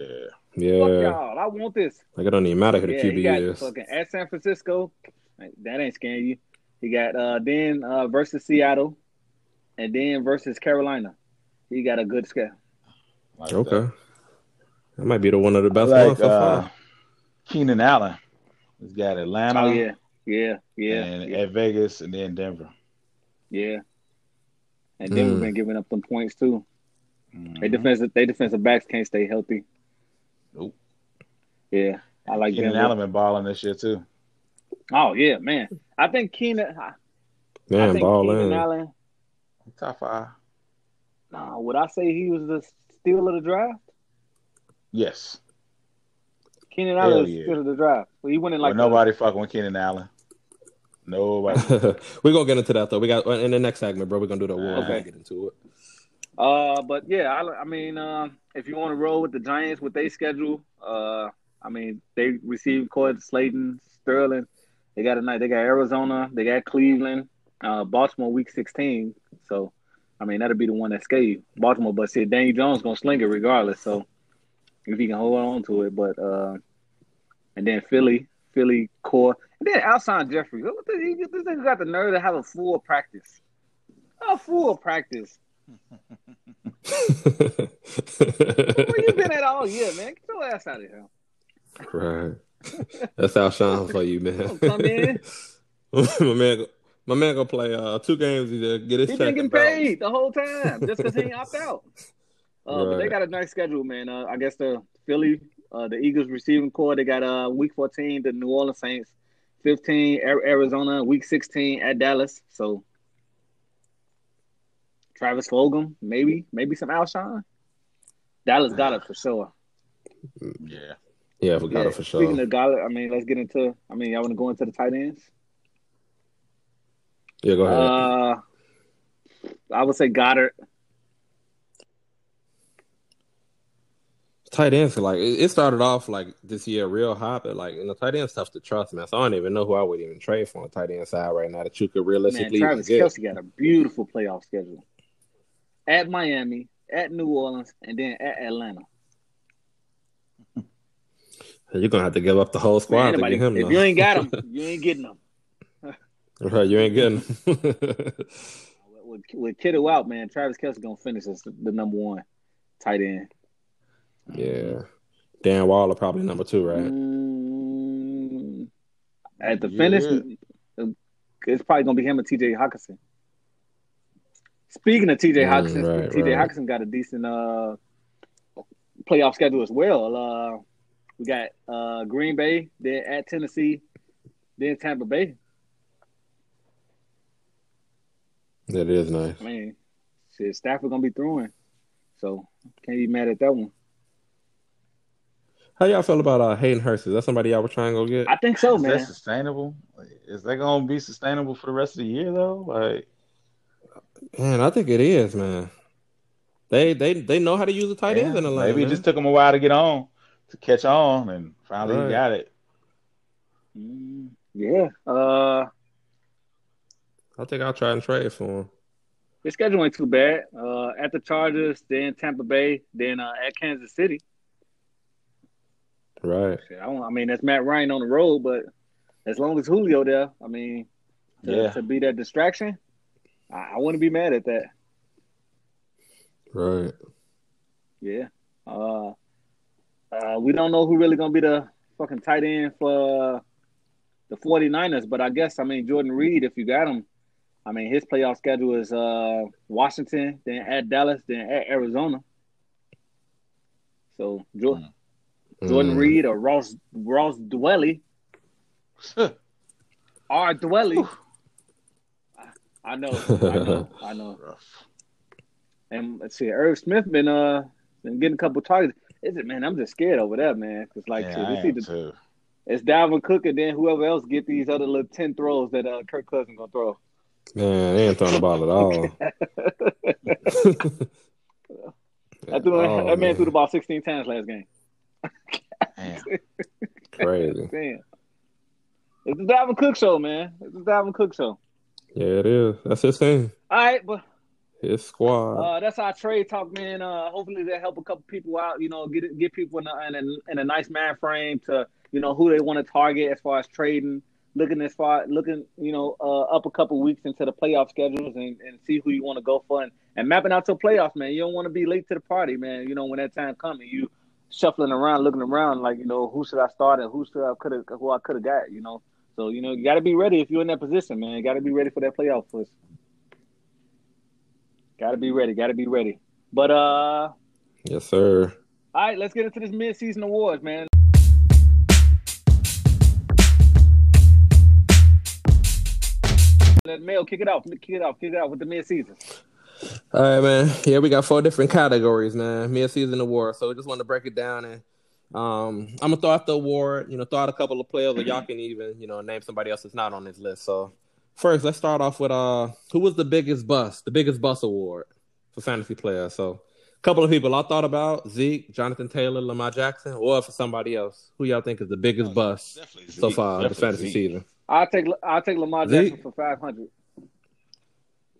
[SPEAKER 1] yeah.
[SPEAKER 2] Fuck
[SPEAKER 3] Yeah,
[SPEAKER 2] y'all! I want this.
[SPEAKER 3] like it don't even matter who the
[SPEAKER 2] Yeah, he got
[SPEAKER 3] QB is.
[SPEAKER 2] fucking at San Francisco. Like, That ain't scaring you. He got uh then uh versus Seattle and then versus Carolina. He got a good oh, scale.
[SPEAKER 1] Like
[SPEAKER 3] Okay,
[SPEAKER 1] that.
[SPEAKER 3] that. might be the one of the
[SPEAKER 1] I
[SPEAKER 3] best ones
[SPEAKER 1] like
[SPEAKER 3] so
[SPEAKER 1] uh,
[SPEAKER 3] far.
[SPEAKER 1] Keenan Allen. He's got Atlanta
[SPEAKER 2] Oh yeah. Yeah, yeah,
[SPEAKER 1] and
[SPEAKER 2] yeah,
[SPEAKER 1] at Vegas and then Denver.
[SPEAKER 2] yeah. And then
[SPEAKER 3] Mm.
[SPEAKER 2] we've been giving up them points too.
[SPEAKER 1] Mhm.
[SPEAKER 2] They defensive they defensive backs can't stay healthy.
[SPEAKER 1] Nope.
[SPEAKER 2] Yeah. I like
[SPEAKER 1] Keenan
[SPEAKER 2] Denver.
[SPEAKER 1] Allen been balling this year too.
[SPEAKER 2] Oh yeah, man. I think Keenan I- I
[SPEAKER 3] Man,
[SPEAKER 2] think
[SPEAKER 3] ball
[SPEAKER 2] Keenan
[SPEAKER 3] in.
[SPEAKER 2] Allen.
[SPEAKER 1] Top five.
[SPEAKER 2] Nah, would I say he was the steal of the draft?
[SPEAKER 1] Yes.
[SPEAKER 2] Keenan
[SPEAKER 1] Hell
[SPEAKER 2] Allen was
[SPEAKER 1] yeah.
[SPEAKER 2] the steal of the draft. Well, he went in like
[SPEAKER 1] Well,
[SPEAKER 2] the-
[SPEAKER 1] nobody fucking with Keenan Allen. Nobody.
[SPEAKER 3] we're gonna get into that though. We got in the next segment, bro. We're gonna do the awards.
[SPEAKER 2] Okay.
[SPEAKER 3] Okay. Get into it.
[SPEAKER 2] Uh, but yeah, I, I mean, uh, if you want to roll with the Giants with their schedule, uh, I mean, they received Cord Slayton, Sterling. They got a night. They got Arizona. They got Cleveland, uh, Baltimore week sixteen. So, I mean, that'll be the one that scare you, Baltimore. But see, Danny Jones gonna sling it regardless. So, if he can hold on to it, but uh, and then Philly, Philly core, and then Alshon Jeffrey. What the, he, this nigga got the nerve to have a full practice. A full practice. Where you been at all year, man? Get your ass out of here.
[SPEAKER 3] Right. That's how shine for you, man.
[SPEAKER 2] Don't come in.
[SPEAKER 3] my man, go- my man gonna play uh, two games. He just get his
[SPEAKER 2] He
[SPEAKER 3] check
[SPEAKER 2] been getting
[SPEAKER 3] and bounce.
[SPEAKER 2] paid the whole time just because he ain't opt out. Uh, But they
[SPEAKER 3] Right.
[SPEAKER 2] got a nice schedule, man. Uh, I guess the Philly, uh, the Eagles receiving core. They got uh, week 14, the New Orleans Saints, 15, Ar- Arizona, week 16 at Dallas. So Travis Fulgham, maybe, maybe some Alshon. Dallas got it for sure.
[SPEAKER 1] yeah.
[SPEAKER 3] Yeah, I forgot
[SPEAKER 2] Yeah,
[SPEAKER 3] it for sure.
[SPEAKER 2] Speaking of Goddard, I mean, let's get into. I mean, y'all want to go into the tight ends?
[SPEAKER 3] yeah, go ahead.
[SPEAKER 2] Uh, I would say Goddard.
[SPEAKER 3] tight ends like it it started off like this year real hot, but like you know, tight end's tough to trust, man. So I don't even know who I would even trade for on the tight end side right now that you could
[SPEAKER 2] Man,
[SPEAKER 3] realistically even
[SPEAKER 2] Travis
[SPEAKER 3] get.
[SPEAKER 2] Kelsey got a beautiful playoff schedule at Miami, at New Orleans, and then at Atlanta.
[SPEAKER 3] You're gonna have to give up the whole
[SPEAKER 2] Man,
[SPEAKER 3] squad
[SPEAKER 2] anybody-
[SPEAKER 3] to get him.
[SPEAKER 2] if
[SPEAKER 3] though.
[SPEAKER 2] you ain't got him, you ain't getting him.
[SPEAKER 3] Right, you ain't getting him.
[SPEAKER 2] With, with Kittle out, man, Travis Kelsey gonna finish as the number one tight end.
[SPEAKER 3] yeah. Dan Waller probably number two, right?
[SPEAKER 2] Mm-hmm. Mm, at the
[SPEAKER 1] Yeah.
[SPEAKER 2] finish, it's probably gonna be him and T.J. Hawkinson. Speaking of T.J.
[SPEAKER 3] Mm,
[SPEAKER 2] Hawkinson,
[SPEAKER 3] right,
[SPEAKER 2] T.J.
[SPEAKER 3] right.
[SPEAKER 2] Hawkinson got a decent uh, playoff schedule as well. Uh, we got uh, Green Bay, then at Tennessee, then Tampa Bay.
[SPEAKER 3] That is nice.
[SPEAKER 2] I mean, shit, Stafford gonna be throwing, so can't be mad at that one.
[SPEAKER 3] How y'all feel about uh, Hayden Hurst? Is that somebody y'all were trying to go get?
[SPEAKER 2] I think so,
[SPEAKER 1] Is that
[SPEAKER 2] man.
[SPEAKER 1] sustainable? Is that gonna be sustainable for the rest of the year though? Like
[SPEAKER 3] Man, I think it is, man. They they they know how to use the tight
[SPEAKER 1] Yeah,
[SPEAKER 3] ends in the line.
[SPEAKER 1] maybe it
[SPEAKER 3] man.
[SPEAKER 1] just took him a while to get on, to catch on, and finally
[SPEAKER 3] Right.
[SPEAKER 1] he got it.
[SPEAKER 2] Mm, yeah. Uh,
[SPEAKER 3] I think I'll try and trade for him.
[SPEAKER 2] their schedule ain't too bad. Uh, at the Chargers, then Tampa Bay, then uh, at Kansas City.
[SPEAKER 3] Right.
[SPEAKER 2] Shit, I, don't, I mean, that's Matt Ryan on the road, but as long as Julio there, I mean, to,
[SPEAKER 1] Yeah.
[SPEAKER 2] to be that distraction, I, I wouldn't be mad at that.
[SPEAKER 3] Right.
[SPEAKER 2] Yeah. Uh, uh, we don't know who really gonna be the fucking tight end for uh, the 49ers, but I guess I mean Jordan Reed, if you got him, I mean his playoff schedule is uh, Washington, then at Dallas, then at Arizona. So jo-
[SPEAKER 1] Mm.
[SPEAKER 2] Jordan
[SPEAKER 3] Mm.
[SPEAKER 2] Reed or Ross Ross Dwelly, R Dwelly. I- I know, I know, I know. And let's see, Irv Smith been uh been getting a couple targets. Is it man? I'm just scared over that man. Cause like
[SPEAKER 1] yeah,
[SPEAKER 2] shit,
[SPEAKER 1] I
[SPEAKER 2] it's,
[SPEAKER 1] am
[SPEAKER 2] either,
[SPEAKER 1] too.
[SPEAKER 2] it's Dalvin Cook and then whoever else get these other little ten throws that uh Kirk Cousins gonna throw.
[SPEAKER 3] Man, they ain't throwing the ball at all.
[SPEAKER 2] I threw,
[SPEAKER 3] Oh,
[SPEAKER 2] that man, threw the ball 16 times last game.
[SPEAKER 1] Damn.
[SPEAKER 3] Crazy.
[SPEAKER 2] Damn. It's the Dalvin Cook show, man. It's the Dalvin Cook show.
[SPEAKER 3] Yeah, it is. That's his thing.
[SPEAKER 2] All right, but
[SPEAKER 3] His squad.
[SPEAKER 2] uh, that's our trade talk, man. Uh, hopefully that help a couple people out. You know, get get people in a, in a, in a nice mind frame to you know who they want to target as far as trading, looking as far looking you know uh, up a couple weeks into the playoff schedules and, and see who you want to go for and, and mapping out your playoffs, man. You don't want to be late to the party, man. You know when that time comes, you shuffling around, looking around like you know who should I start and who should I could have who I could have got, you know. So you know you got to be ready if you're in that position, man. You got to be ready for that playoff push. Got to be ready. Got to be ready. But uh.
[SPEAKER 3] yes, sir.
[SPEAKER 2] All right, let's get into this mid-season awards, man. Let Mel kick it off. Kick it off. Kick it off with the mid-season.
[SPEAKER 3] All right, man. Yeah, we got four different categories, man. Mid-season award. So we just want to break it down, and um, I'm gonna throw out the award. You know, throw out a couple of players, or y'all can even, you know, name somebody else that's not on this list. So first, let's start off with uh, who was the biggest bust? The biggest bust award for fantasy players. So a couple of people I thought about: Zeke, Jonathan Taylor, Lamar Jackson, or for somebody else. Who y'all think is the biggest bust
[SPEAKER 1] Definitely
[SPEAKER 3] so far this fantasy season?
[SPEAKER 2] I'll take I'll take Lamar
[SPEAKER 3] Zeke.
[SPEAKER 2] Jackson for five hundred.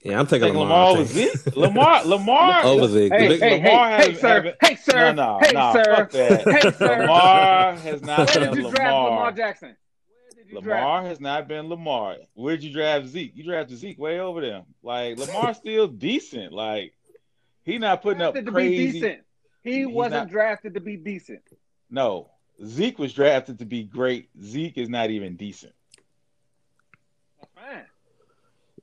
[SPEAKER 3] Yeah, I'm taking
[SPEAKER 1] Think Lamar
[SPEAKER 3] Lamar. I
[SPEAKER 1] was
[SPEAKER 3] think.
[SPEAKER 1] Zeke? Lamar, Lamar.
[SPEAKER 3] Over Zeke. The
[SPEAKER 2] Hey, hey,
[SPEAKER 3] big-
[SPEAKER 2] hey,
[SPEAKER 1] Lamar
[SPEAKER 2] hey,
[SPEAKER 1] has-
[SPEAKER 2] sir. Hey, sir.
[SPEAKER 1] No, no,
[SPEAKER 2] hey,
[SPEAKER 1] no.
[SPEAKER 2] sir.
[SPEAKER 1] Fuck that.
[SPEAKER 2] Hey, sir.
[SPEAKER 1] Lamar has
[SPEAKER 2] Where
[SPEAKER 1] not
[SPEAKER 2] did
[SPEAKER 1] been
[SPEAKER 2] you draft Lamar
[SPEAKER 1] Lamar.
[SPEAKER 2] Jackson? Where did you draft?
[SPEAKER 1] Lamar has not been Lamar. Where'd you draft Zeke? You drafted Zeke way over them. Like Lamar's still decent. Like he not putting up
[SPEAKER 2] Drafted to be
[SPEAKER 1] crazy.
[SPEAKER 2] decent. He
[SPEAKER 1] He's
[SPEAKER 2] wasn't
[SPEAKER 1] not-
[SPEAKER 2] drafted to be decent.
[SPEAKER 1] No, Zeke was drafted to be great. Zeke is not even decent.
[SPEAKER 2] Fine.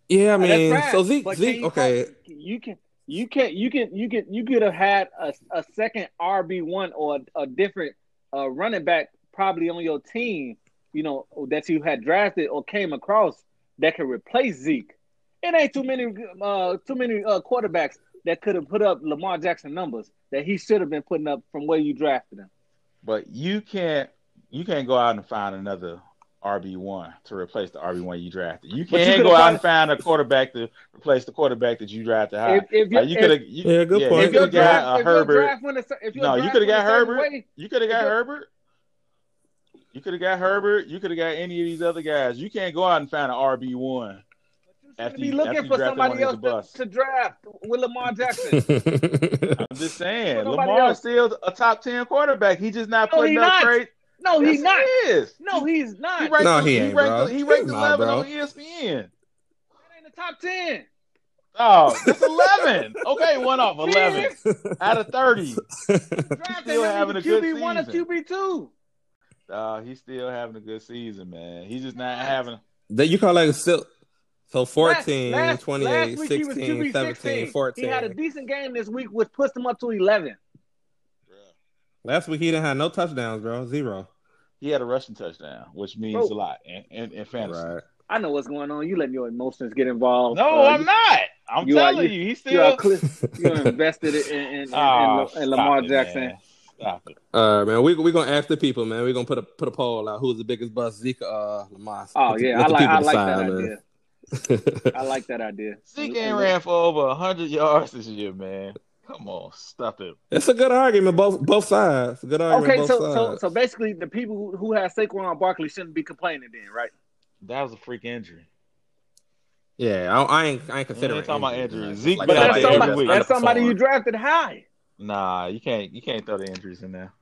[SPEAKER 3] Yeah, I mean,
[SPEAKER 2] That's fine,
[SPEAKER 3] so Zeke,
[SPEAKER 2] but can
[SPEAKER 3] Zeke,
[SPEAKER 2] you
[SPEAKER 3] okay,
[SPEAKER 2] call- you can, you can, you can, you can, you could have had a, a second RB one or a, a different uh, running back probably on your team, you know, that you had drafted or came across that could replace Zeke. It ain't too many, uh, too many uh, quarterbacks that could have put up Lamar Jackson numbers that he should have been putting up from where you drafted him.
[SPEAKER 1] But you can't you can't go out and find another RB one to replace the RB one you drafted. You
[SPEAKER 2] But you
[SPEAKER 1] can't
[SPEAKER 2] could've
[SPEAKER 1] go out
[SPEAKER 2] got-
[SPEAKER 1] and find a quarterback to replace the quarterback that you drafted high.
[SPEAKER 2] If, if you
[SPEAKER 1] Like, you could
[SPEAKER 2] if,
[SPEAKER 1] have you,
[SPEAKER 3] Yeah, good point.
[SPEAKER 1] You
[SPEAKER 2] if
[SPEAKER 3] could've
[SPEAKER 1] could
[SPEAKER 2] your
[SPEAKER 1] have got
[SPEAKER 2] draft,
[SPEAKER 1] a
[SPEAKER 2] if your
[SPEAKER 1] uh, Herbert.
[SPEAKER 2] draft went a, cer- if your
[SPEAKER 1] No, you
[SPEAKER 2] draft
[SPEAKER 1] could've
[SPEAKER 2] went a
[SPEAKER 1] got
[SPEAKER 2] certain
[SPEAKER 1] Herbert.
[SPEAKER 2] way-
[SPEAKER 1] You could have
[SPEAKER 2] if
[SPEAKER 1] got
[SPEAKER 2] your-
[SPEAKER 1] Herbert. You could have got Herbert. You could have got any of these other guys. You can't go out and find an RB one. After
[SPEAKER 2] be
[SPEAKER 1] you-
[SPEAKER 2] looking
[SPEAKER 1] after you
[SPEAKER 2] for
[SPEAKER 1] drafted
[SPEAKER 2] somebody
[SPEAKER 1] one
[SPEAKER 2] else
[SPEAKER 1] of the
[SPEAKER 2] to,
[SPEAKER 1] bust.
[SPEAKER 2] to draft with Lamar Jackson.
[SPEAKER 3] yeah,
[SPEAKER 1] I'm just saying,
[SPEAKER 2] Well, nobody
[SPEAKER 1] Lamar is
[SPEAKER 2] else-
[SPEAKER 1] still a top ten quarterback. He just not
[SPEAKER 2] No,
[SPEAKER 1] putting
[SPEAKER 2] he
[SPEAKER 1] up
[SPEAKER 2] not.
[SPEAKER 1] great.
[SPEAKER 2] no, he's
[SPEAKER 1] Yes,
[SPEAKER 2] not.
[SPEAKER 1] He is.
[SPEAKER 2] No, he's not.
[SPEAKER 1] He ranked,
[SPEAKER 3] No, he
[SPEAKER 1] he
[SPEAKER 3] ain't,
[SPEAKER 1] ranked,
[SPEAKER 3] bro.
[SPEAKER 1] He ranked
[SPEAKER 3] Nah,
[SPEAKER 1] 11
[SPEAKER 3] bro.
[SPEAKER 1] on E ESPN.
[SPEAKER 2] That ain't the top ten.
[SPEAKER 1] Oh, that's 11. okay, one off 11
[SPEAKER 2] See?
[SPEAKER 1] out of 30.
[SPEAKER 2] Drafted
[SPEAKER 1] Still
[SPEAKER 2] him
[SPEAKER 1] having a
[SPEAKER 2] as
[SPEAKER 1] good
[SPEAKER 2] QB one or
[SPEAKER 1] season.
[SPEAKER 2] QB two.
[SPEAKER 1] Uh, he's still having a good season, man. He's just not having.
[SPEAKER 3] that you call like still so 14,
[SPEAKER 2] Last- last-
[SPEAKER 3] 28,
[SPEAKER 2] last week he was
[SPEAKER 3] 16,
[SPEAKER 2] QB
[SPEAKER 3] 17,
[SPEAKER 2] 16.
[SPEAKER 3] 14.
[SPEAKER 2] He had a decent game this week, which pushed him up to eleven.
[SPEAKER 3] Last week he didn't have no touchdowns, bro. Zero.
[SPEAKER 1] He had a rushing touchdown, which means
[SPEAKER 2] Bro.
[SPEAKER 1] a lot in, in, in fantasy.
[SPEAKER 3] Right.
[SPEAKER 2] I know what's going on. You letting your emotions get involved.
[SPEAKER 1] No,
[SPEAKER 2] Uh,
[SPEAKER 1] I'm not. I'm
[SPEAKER 2] you are-
[SPEAKER 1] telling you, he's
[SPEAKER 2] You, you, are,
[SPEAKER 1] still.
[SPEAKER 2] cl- you are invested in, in, in, in,
[SPEAKER 1] Ah,
[SPEAKER 2] in,
[SPEAKER 1] stop
[SPEAKER 2] Lamar
[SPEAKER 1] it,
[SPEAKER 2] Jackson.
[SPEAKER 1] man. Stop it.
[SPEAKER 3] All right, man. We're we gonna ask the people, man. We're gonna put a put a poll out. Who's the biggest bust? Zeke or uh, Lamar?
[SPEAKER 2] Oh
[SPEAKER 3] Let the-
[SPEAKER 2] yeah,
[SPEAKER 3] let
[SPEAKER 2] I
[SPEAKER 3] the
[SPEAKER 2] like
[SPEAKER 3] people
[SPEAKER 2] I like that
[SPEAKER 3] decide,
[SPEAKER 2] idea.
[SPEAKER 3] man.
[SPEAKER 2] I like that idea.
[SPEAKER 1] Zeke
[SPEAKER 2] And-
[SPEAKER 1] ain't
[SPEAKER 2] and-
[SPEAKER 1] ran for over 100 yards this year, man. Come on, stop it.
[SPEAKER 3] It's a good argument, both both sides. Good argument.
[SPEAKER 2] Okay,
[SPEAKER 3] both
[SPEAKER 2] so
[SPEAKER 3] sides.
[SPEAKER 2] so so basically, the people who, who have Saquon Barkley shouldn't be complaining then, right?
[SPEAKER 1] That was a freak injury.
[SPEAKER 3] yeah, I, I ain't I ain't
[SPEAKER 1] We
[SPEAKER 3] considering
[SPEAKER 1] ain't talking about injuries.
[SPEAKER 3] injuries, man.
[SPEAKER 1] Zeke
[SPEAKER 3] Like,
[SPEAKER 2] But
[SPEAKER 1] been out
[SPEAKER 2] that's
[SPEAKER 3] that's
[SPEAKER 1] there
[SPEAKER 3] somebody-
[SPEAKER 1] every
[SPEAKER 2] somebody,
[SPEAKER 1] week.
[SPEAKER 2] that's somebody you
[SPEAKER 3] Perform.
[SPEAKER 2] drafted high.
[SPEAKER 1] Nah, you can't you can't throw the injuries in there.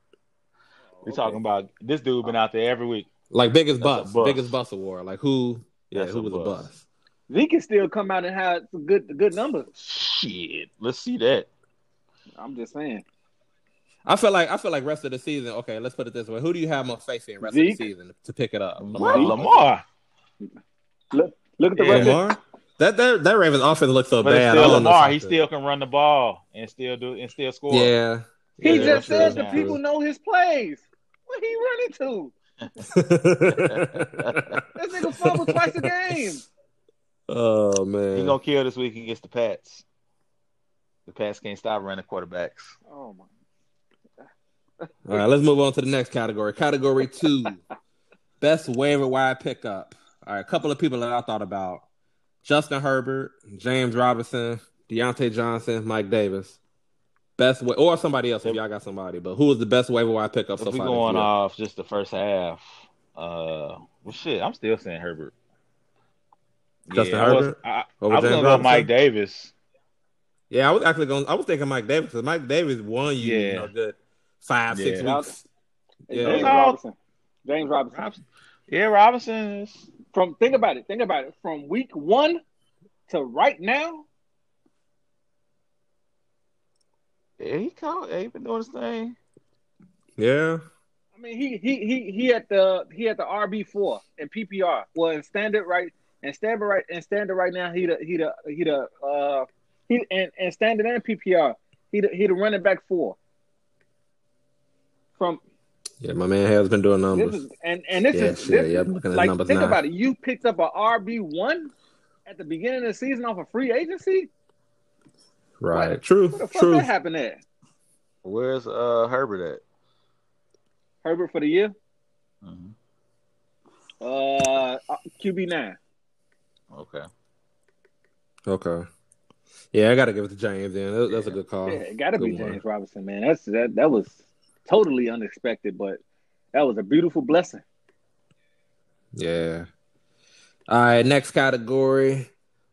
[SPEAKER 1] We're
[SPEAKER 2] Okay.
[SPEAKER 1] talking about this dude been out there every week.
[SPEAKER 3] Like biggest
[SPEAKER 1] That's a
[SPEAKER 3] bust,
[SPEAKER 1] bust.
[SPEAKER 3] biggest bust award. Like who? Yeah,
[SPEAKER 1] That's
[SPEAKER 3] who
[SPEAKER 1] a
[SPEAKER 3] was a
[SPEAKER 1] bust.
[SPEAKER 3] bust?
[SPEAKER 2] Zeke can still come out and have some good good numbers.
[SPEAKER 1] Shit. Let's see that.
[SPEAKER 2] I'm just saying.
[SPEAKER 3] I feel like I feel like rest of the season. Okay, let's put it this way: Who do you have more faith in rest
[SPEAKER 2] Zeke?
[SPEAKER 3] of the season to pick it up?
[SPEAKER 1] Lamar.
[SPEAKER 2] Zeke?
[SPEAKER 1] Lamar.
[SPEAKER 2] Look at the
[SPEAKER 1] Yeah.
[SPEAKER 2] record.
[SPEAKER 3] Lamar? That that that Ravens offense looks so
[SPEAKER 1] But it's
[SPEAKER 3] bad. I
[SPEAKER 1] still
[SPEAKER 3] don't know
[SPEAKER 1] Lamar.
[SPEAKER 3] if I
[SPEAKER 1] He
[SPEAKER 3] could-
[SPEAKER 1] still can run the ball and still do and still score.
[SPEAKER 3] yeah.
[SPEAKER 2] He
[SPEAKER 3] Yeah,
[SPEAKER 2] just
[SPEAKER 3] true,
[SPEAKER 2] said the
[SPEAKER 1] yeah.
[SPEAKER 2] people know his plays. What he running to? That nigga fumble twice a game.
[SPEAKER 3] oh
[SPEAKER 1] He
[SPEAKER 3] man.
[SPEAKER 1] gonna kill this week against the Pats. The Pats can't stop running quarterbacks.
[SPEAKER 2] Oh my!
[SPEAKER 3] All right, let's move on to the next category. Category two, best waiver wire pickup. All right, a couple of people that I thought about: Justin Herbert, James Robinson, Deontay Johnson, Mike Davis. Best wa- or somebody else if y'all got somebody, but who was the best waiver wire pickup so
[SPEAKER 1] if we
[SPEAKER 3] far? this
[SPEAKER 1] going
[SPEAKER 3] year?
[SPEAKER 1] off just the first half, uh, well, shit, I'm still saying Herbert.
[SPEAKER 3] Justin
[SPEAKER 1] I was-
[SPEAKER 3] Herbert
[SPEAKER 1] I, uh, I
[SPEAKER 3] over
[SPEAKER 1] was
[SPEAKER 3] James
[SPEAKER 1] gonna go
[SPEAKER 3] Robinson?
[SPEAKER 1] Mike Davis.
[SPEAKER 3] Yeah, I was actually going. I was thinking Mike Davis because Mike Davis won you,
[SPEAKER 1] Yeah.
[SPEAKER 3] you know, a good five, six
[SPEAKER 1] Yeah.
[SPEAKER 3] weeks.
[SPEAKER 2] Hey,
[SPEAKER 3] Yeah.
[SPEAKER 2] James
[SPEAKER 1] It's all-
[SPEAKER 2] Robinson. James Robinson.
[SPEAKER 1] Robinson. Yeah, Robinson. is-
[SPEAKER 2] From think about it. Think about it. From week one to right now,
[SPEAKER 1] Yeah, he caught. He been doing his thing.
[SPEAKER 3] Yeah,
[SPEAKER 2] I mean, he he he he at the he at the RB four in PPR. Well, in standard right and standard right and standard right now, he the he the he the uh he and and standard and PPR, he the he the running back four. From
[SPEAKER 3] yeah, my man has been doing
[SPEAKER 2] this
[SPEAKER 3] numbers.
[SPEAKER 2] is and and this
[SPEAKER 3] Yeah,
[SPEAKER 2] is
[SPEAKER 3] shit,
[SPEAKER 2] this
[SPEAKER 3] yeah,
[SPEAKER 2] is-
[SPEAKER 3] I'm looking at
[SPEAKER 2] like
[SPEAKER 3] numbers
[SPEAKER 2] think
[SPEAKER 3] now.
[SPEAKER 2] about it. You picked up a RB one at the beginning of the season off a free agency.
[SPEAKER 3] right, true,
[SPEAKER 2] What the fuck
[SPEAKER 3] true.
[SPEAKER 2] that happened there?
[SPEAKER 1] Where's uh Herbert
[SPEAKER 2] Herbert for the year,
[SPEAKER 1] at?
[SPEAKER 2] uh, QB nine.
[SPEAKER 1] Okay.
[SPEAKER 3] Okay, yeah, I got to give it to James. Then That- that's a good call.
[SPEAKER 2] Yeah, it gotta be
[SPEAKER 3] Good one.
[SPEAKER 2] James Robinson, man. That's that that was totally unexpected, but that was a beautiful blessing.
[SPEAKER 3] Yeah. All right, next category.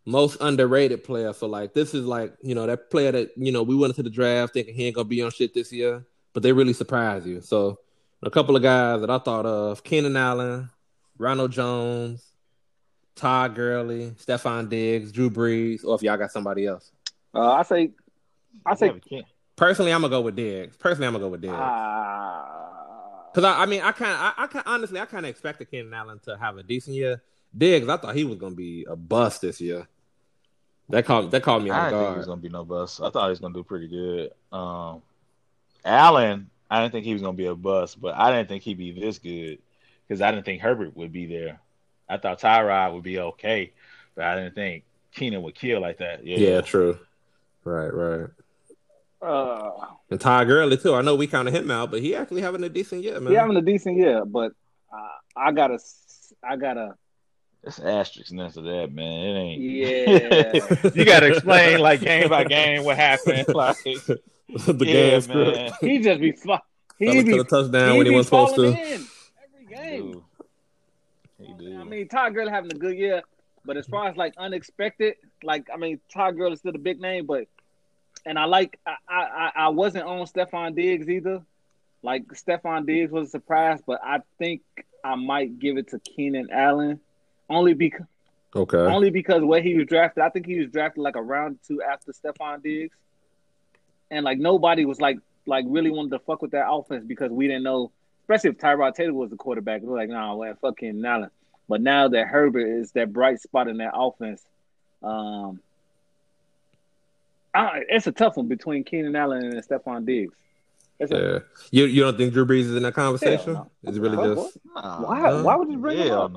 [SPEAKER 3] Most underrated player. So like this is like, you know, that player that, you know, we went into the draft thinking he ain't gonna be on shit this year, but they really surprised you. So a couple of guys that I thought of, Kenan Allen, Ronald Jones, Todd Gurley, Stephon Diggs, Drew Brees, or if y'all got somebody else.
[SPEAKER 2] Uh, I say, I say,
[SPEAKER 1] Yeah, we can't.
[SPEAKER 3] Personally, I'm gonna go with Diggs. Personally, I'm gonna go with Diggs.
[SPEAKER 2] ah,
[SPEAKER 3] Cause I, I mean, I kind of, I, I kinda, honestly, I kind of expected Kenan Allen to have a decent year. Diggs, I thought he was gonna be a bust this year. That caught, that caught me
[SPEAKER 1] I
[SPEAKER 3] off
[SPEAKER 1] didn't think he was
[SPEAKER 3] guard.
[SPEAKER 1] gonna be no bust. I thought he was gonna do pretty good. Um, Allen, I didn't think he was gonna be a bust, but I didn't think he'd be this good because I didn't think Herbert would be there. I thought Tyrod would be okay, but I didn't think Keenan would kill like that. Yeah,
[SPEAKER 3] Yeah. true. Right, right.
[SPEAKER 2] uh,
[SPEAKER 3] And Ty Gurley too. I know we counted him out, but he actually having a decent year, man.
[SPEAKER 2] he having a decent year, but uh, I gotta, s- I gotta,
[SPEAKER 1] it's asterisks next to that, man. It ain't.
[SPEAKER 2] yeah.
[SPEAKER 1] you gotta explain like game by game what happened. Like,
[SPEAKER 3] the
[SPEAKER 1] yeah,
[SPEAKER 3] game script.
[SPEAKER 1] man.
[SPEAKER 2] he just be fu-
[SPEAKER 3] Fell
[SPEAKER 2] he
[SPEAKER 3] into
[SPEAKER 2] be,
[SPEAKER 3] the touchdown
[SPEAKER 2] he
[SPEAKER 3] when he
[SPEAKER 2] be
[SPEAKER 3] wasn't supposed to.
[SPEAKER 2] falling in every game.
[SPEAKER 1] Dude. He do.
[SPEAKER 2] I mean, Todd Gurley having a good year, but as far as like unexpected, like I mean, Todd Gurley is still a big name, but and I like I I, I- I wasn't on Stefan Diggs either. Like Stefan Diggs was a surprise, but I think I might give it to Keenan Allen, only because
[SPEAKER 3] Okay.
[SPEAKER 2] only because where he was drafted. I think he was drafted like a round or two after Stefan Diggs, and like nobody was like like really wanted to fuck with that offense because we didn't know, especially if Tyrod Taylor was the quarterback. We were like, nah, well, fucking Allen. But now that Herbert is that bright spot in that offense, um, I, it's a tough one between Keenan Allen and Stephon Diggs. It's a-
[SPEAKER 3] Yeah. You you don't think Drew Brees is in that conversation?
[SPEAKER 2] Hell no.
[SPEAKER 3] It's really
[SPEAKER 2] What?
[SPEAKER 3] just
[SPEAKER 1] Nah,
[SPEAKER 2] Why?
[SPEAKER 1] man.
[SPEAKER 2] Why would you bring him
[SPEAKER 1] Hell
[SPEAKER 2] up?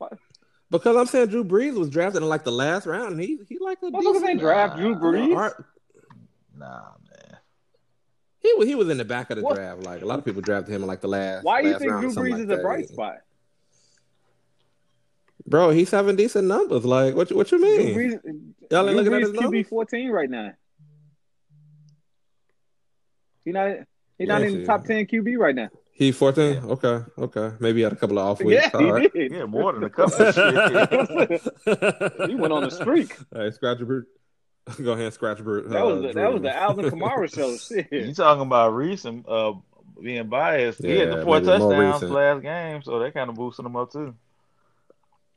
[SPEAKER 1] no.
[SPEAKER 3] because I'm saying Drew Brees was drafted in like the last round, and he he like a
[SPEAKER 2] Motherfuckers ain't
[SPEAKER 3] decent.
[SPEAKER 2] draft Drew Brees.
[SPEAKER 3] All right.
[SPEAKER 1] Nah, man.
[SPEAKER 3] He was he was in the back of the
[SPEAKER 2] What?
[SPEAKER 3] draft. Like a lot of people drafted him in like the last.
[SPEAKER 2] Why do you
[SPEAKER 3] last
[SPEAKER 2] think
[SPEAKER 3] round or
[SPEAKER 2] Drew Brees
[SPEAKER 3] something like
[SPEAKER 2] is a
[SPEAKER 3] that.
[SPEAKER 2] bright spot?
[SPEAKER 3] Bro, he's having decent numbers. Like what? you- What you
[SPEAKER 2] Drew
[SPEAKER 3] mean?
[SPEAKER 2] Brees, Drew
[SPEAKER 3] Y'all ain't looking at
[SPEAKER 2] Brees
[SPEAKER 3] his numbers?
[SPEAKER 2] QB fourteen right now. He not he not
[SPEAKER 3] Yeah,
[SPEAKER 2] in the
[SPEAKER 3] dude.
[SPEAKER 2] top ten QB right now.
[SPEAKER 3] He 14? Okay, okay. Maybe he had a couple of off weeks.
[SPEAKER 2] yeah,
[SPEAKER 3] All
[SPEAKER 2] he
[SPEAKER 3] right. Oh,
[SPEAKER 2] did.
[SPEAKER 1] Yeah, more than a couple of shit.
[SPEAKER 2] He went on a streak.
[SPEAKER 3] All right, Scratch Brute. Go ahead, Scratch Brute.
[SPEAKER 2] That
[SPEAKER 3] Uh,
[SPEAKER 2] was the, that was
[SPEAKER 3] Drew.
[SPEAKER 2] the Alvin Kamara show. Shit.
[SPEAKER 1] You talking about recent uh being biased. he had the
[SPEAKER 3] Yeah,
[SPEAKER 1] four
[SPEAKER 3] maybe more
[SPEAKER 1] touchdowns
[SPEAKER 3] recent.
[SPEAKER 1] last game, so that kind of boosted him up too.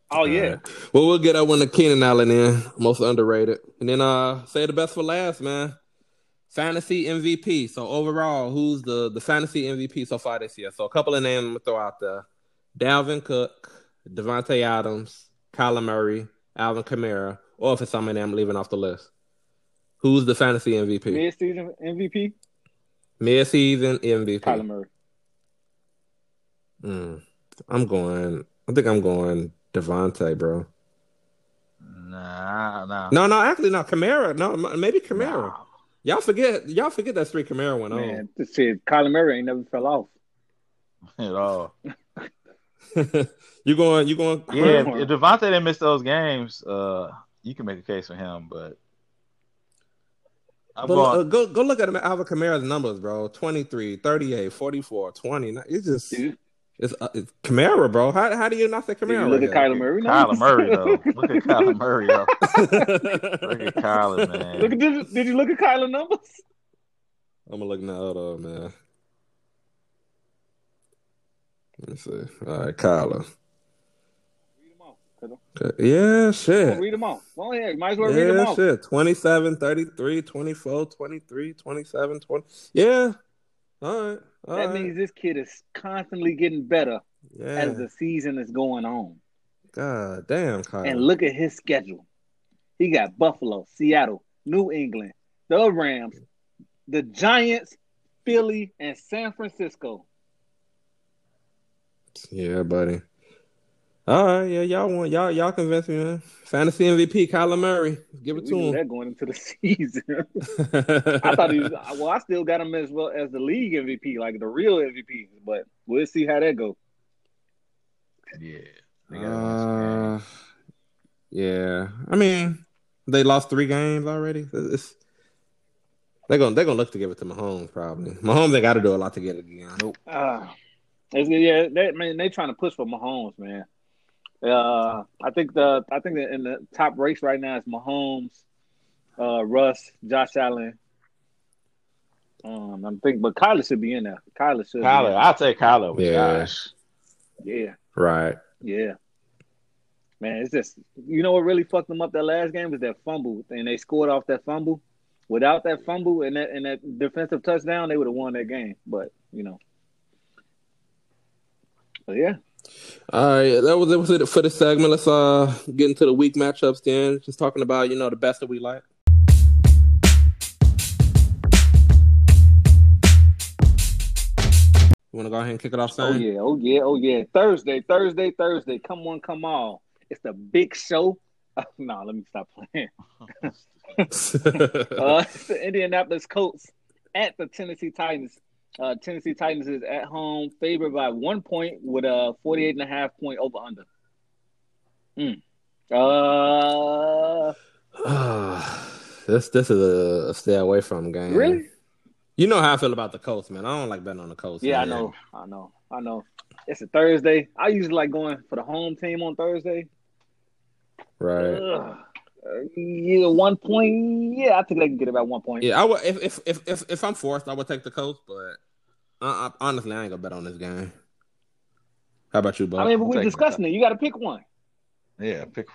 [SPEAKER 2] Oh yeah.
[SPEAKER 3] All right. Well, we'll get that one to Keenan Allen in, most underrated. And then uh say the best for last, man. Fantasy MVP. So overall, who's the the fantasy MVP so far this year? So a couple of names I'm gonna throw out there. Dalvin Cook, Devontae Adams, Kyler Murray, Alvin Kamara, or if it's somebody I'm leaving off the list. Who's the fantasy MVP?
[SPEAKER 2] Mid season MVP,
[SPEAKER 3] Mid season MVP.
[SPEAKER 2] Kyler Murray.
[SPEAKER 3] Mm. I'm going I think I'm going Devontae, bro.
[SPEAKER 1] Nah, nah.
[SPEAKER 3] No, no, actually not Kamara. No, m- maybe Kamara.
[SPEAKER 1] Nah.
[SPEAKER 3] Y'all forget, y'all forget that three Camaro went
[SPEAKER 2] Man, this shit, Kyler Murray ain't never fell off.
[SPEAKER 1] At all.
[SPEAKER 3] on. you going, you going,
[SPEAKER 1] Yeah, if,
[SPEAKER 2] Huh.
[SPEAKER 1] if Devontae didn't miss those games, uh, you can make a case for him. But I'm
[SPEAKER 3] But, uh,
[SPEAKER 1] going.
[SPEAKER 3] go, go look at him, Alvin Kamara's numbers, bro. 23, 38, 44, 20. It's just,
[SPEAKER 2] Did you, did
[SPEAKER 3] it's, uh, it's Camaro, bro. How, how do you not say
[SPEAKER 2] you
[SPEAKER 3] Camaro?
[SPEAKER 2] look at Kyler Murray? now?
[SPEAKER 1] Kyler Murray though. Look at Kyler Murray. Though. Look
[SPEAKER 3] Murray.
[SPEAKER 1] at Kyler, man.
[SPEAKER 2] Look at did, did you look at Kyler numbers?
[SPEAKER 3] I'm gonna look now, hold on, man. Let me see. All right, Kyler.
[SPEAKER 2] Read them off. 'Cause I'm
[SPEAKER 3] Okay. Yeah,
[SPEAKER 2] gonna
[SPEAKER 3] shit.
[SPEAKER 2] Read them off. Go ahead. You might as well read them
[SPEAKER 3] Yeah,
[SPEAKER 2] off.
[SPEAKER 3] shit. 27, 33, 24, 23, 27, 20. Yeah. All right. All
[SPEAKER 2] That
[SPEAKER 3] right.
[SPEAKER 2] means this kid is constantly getting better
[SPEAKER 3] yeah.
[SPEAKER 2] as the season is going on.
[SPEAKER 3] God damn, Kyle.
[SPEAKER 2] And look at his schedule. He got Buffalo, Seattle, New England, the Rams, the Giants, Philly, and San Francisco.
[SPEAKER 3] yeah, buddy. All right, yeah, y'all want y'all y'all convinced me, man. Fantasy MVP, Kyler Murray. Give it
[SPEAKER 2] We
[SPEAKER 3] to
[SPEAKER 2] knew
[SPEAKER 3] him.
[SPEAKER 2] that going into the season. I thought he was, well, I still got him as well as the league MVP, like the real MVP, but we'll see how that goes.
[SPEAKER 1] yeah. They gotta win some games.
[SPEAKER 3] Uh, yeah, I mean, they lost three games already. It's- they're gonna they're gonna look to give it to Mahomes probably. Mahomes they got to do a lot to get it again. Nope.
[SPEAKER 2] Uh, it's, yeah, that man, they trying to push for Mahomes, man. Uh, I think the I think that in the top race right now is Mahomes, uh, Russ, Josh Allen. Um, I'm thinking, but Kyler should be in there. Kyler should.
[SPEAKER 1] Kyler, I'll take Kyler over
[SPEAKER 3] Yeah.
[SPEAKER 1] Josh.
[SPEAKER 2] Be in there.
[SPEAKER 3] Right.
[SPEAKER 2] Yeah, yeah. Man, it's just you know what really fucked them up that last game was that fumble, and they scored off that fumble. Without that fumble and that and that defensive touchdown, they would have won that game. But you know, but yeah.
[SPEAKER 3] All right, that was, that was it for this segment. Let's uh get into the week matchups then. Just talking about you know the best that we like. You want to go ahead and kick it off,
[SPEAKER 2] Oh
[SPEAKER 3] Sam?
[SPEAKER 2] yeah, oh yeah, oh yeah. Thursday, Thursday, Thursday. Come on, come on. It's the big show. no, let me stop playing. Uh, it's the Indianapolis Colts at the Tennessee Titans. Uh, Tennessee Titans is at home, favored by one point with a 48 and a half point over under. Mm. Uh,
[SPEAKER 3] this this is a, a stay away from game.
[SPEAKER 2] really?
[SPEAKER 3] You know how I feel about the Colts, man. I don't like betting on the Colts.
[SPEAKER 2] Yeah, I
[SPEAKER 3] man.
[SPEAKER 2] know. I know. I know. It's a Thursday. I usually like going for the home team on Thursday.
[SPEAKER 3] Right.
[SPEAKER 2] Ugh. Uh, yeah, one point. Yeah, I think they can get about one point.
[SPEAKER 3] Yeah, I would. If if if if, if I'm forced, I would take the Colts. But I, I, honestly, I ain't gonna bet on this game. How about you, Bob?
[SPEAKER 2] I mean, but
[SPEAKER 1] I'm
[SPEAKER 2] we're
[SPEAKER 1] taking
[SPEAKER 2] discussing it. You got to pick one.
[SPEAKER 1] Yeah, pick.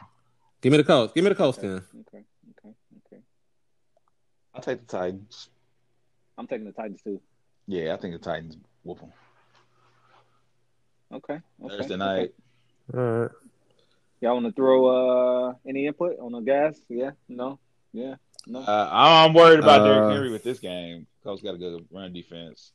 [SPEAKER 3] Give me the Colts. Give me the Colts then.
[SPEAKER 2] okay, okay, okay.
[SPEAKER 1] I'll take the Titans.
[SPEAKER 2] I'm taking the Titans too.
[SPEAKER 1] Yeah, I think the Titans whoop them
[SPEAKER 2] Okay. okay
[SPEAKER 1] Thursday
[SPEAKER 2] okay.
[SPEAKER 1] night.
[SPEAKER 3] All right.
[SPEAKER 2] Y'all want to throw uh any input on the gas? Yeah, no, yeah, no.
[SPEAKER 1] Uh, I'm worried about
[SPEAKER 3] Uh,
[SPEAKER 1] Derrick Henry with this game. Colts got a good run defense.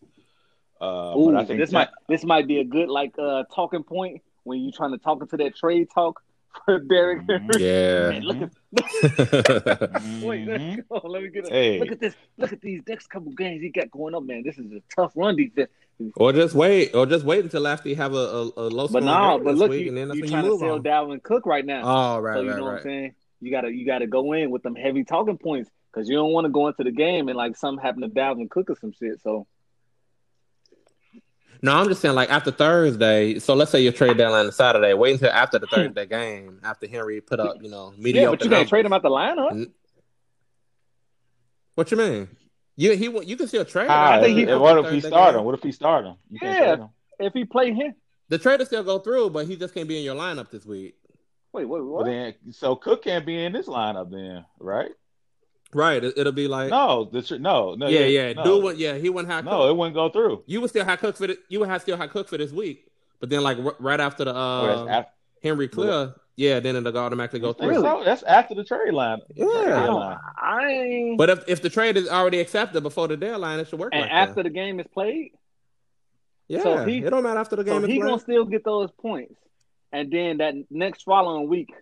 [SPEAKER 1] Uh,
[SPEAKER 2] Ooh,
[SPEAKER 1] but I think
[SPEAKER 2] this
[SPEAKER 1] Ja-
[SPEAKER 2] might this might be a good like uh talking point when you trying to talk into that trade talk for Derek.
[SPEAKER 1] Mhm.
[SPEAKER 3] Yeah.
[SPEAKER 2] Man, look at wait,
[SPEAKER 1] Mhm.
[SPEAKER 2] let's go. Let me get a,
[SPEAKER 1] Hey.
[SPEAKER 2] look at this. Look at these next couple games he got going up, man. This is a tough run defense.
[SPEAKER 3] or just wait. Or just wait until after you have a, a, a low
[SPEAKER 2] But
[SPEAKER 3] scoring
[SPEAKER 2] no,
[SPEAKER 3] game
[SPEAKER 2] but
[SPEAKER 3] this
[SPEAKER 2] look,
[SPEAKER 3] week,
[SPEAKER 2] you,
[SPEAKER 3] and then that's
[SPEAKER 2] you
[SPEAKER 3] when
[SPEAKER 2] trying
[SPEAKER 3] you
[SPEAKER 2] to
[SPEAKER 3] move
[SPEAKER 2] sell
[SPEAKER 3] on.
[SPEAKER 2] Dalvin Cook right now.
[SPEAKER 3] Oh, right,
[SPEAKER 2] so you
[SPEAKER 3] right,
[SPEAKER 2] know what I'm
[SPEAKER 3] right.
[SPEAKER 2] saying? You gotta you gotta go in with them heavy talking points because you don't want to go into the game and like something happen to Dalvin Cook or some shit. So
[SPEAKER 3] No, I'm just saying, like after Thursday. So let's say your trade deadline is Saturday. Wait until after the Thursday game, after Henry put up, you know, mediocre.
[SPEAKER 2] yeah, but you can't
[SPEAKER 3] numbers.
[SPEAKER 2] trade him out the lineup.
[SPEAKER 3] What you mean? You he you can still trade. him.
[SPEAKER 1] Ah,
[SPEAKER 2] I think he-
[SPEAKER 1] and what if he
[SPEAKER 3] Thursday
[SPEAKER 1] start
[SPEAKER 3] game.
[SPEAKER 1] him? What if he start him? You can't
[SPEAKER 2] Yeah.
[SPEAKER 1] trade him.
[SPEAKER 2] If he play him,
[SPEAKER 3] The trade will still go through, but he just can't be in your lineup this week.
[SPEAKER 2] wait, wait,
[SPEAKER 1] But
[SPEAKER 2] what?
[SPEAKER 1] then, so Cook can't be in this lineup then, right?
[SPEAKER 3] Right. It, will be like
[SPEAKER 1] No, the tr- no, no.
[SPEAKER 3] yeah,
[SPEAKER 1] it-
[SPEAKER 3] yeah.
[SPEAKER 1] no.
[SPEAKER 3] Do what? Yeah, he wouldn't have.
[SPEAKER 1] No, it wouldn't go through.
[SPEAKER 3] you would still have cook for the, you would have still have cook for this week. But then like r- right after the
[SPEAKER 1] Oh, that's
[SPEAKER 3] uh,
[SPEAKER 1] af-
[SPEAKER 3] Henry Clear, yeah, then it'll automatically go
[SPEAKER 1] you think
[SPEAKER 3] through.
[SPEAKER 1] so? That's after the trade line.
[SPEAKER 3] Yeah.
[SPEAKER 2] I,
[SPEAKER 1] Trade
[SPEAKER 2] don't,
[SPEAKER 1] line.
[SPEAKER 2] I ain't.
[SPEAKER 3] But if, if the trade is already accepted before the deadline, it should work.
[SPEAKER 2] and
[SPEAKER 3] like
[SPEAKER 2] after
[SPEAKER 3] that.
[SPEAKER 2] the game is played,
[SPEAKER 3] yeah,
[SPEAKER 2] so he-
[SPEAKER 3] it don't matter after the game.
[SPEAKER 2] so
[SPEAKER 3] is
[SPEAKER 2] he
[SPEAKER 3] played.
[SPEAKER 2] gonna still get those points, and then that next following week,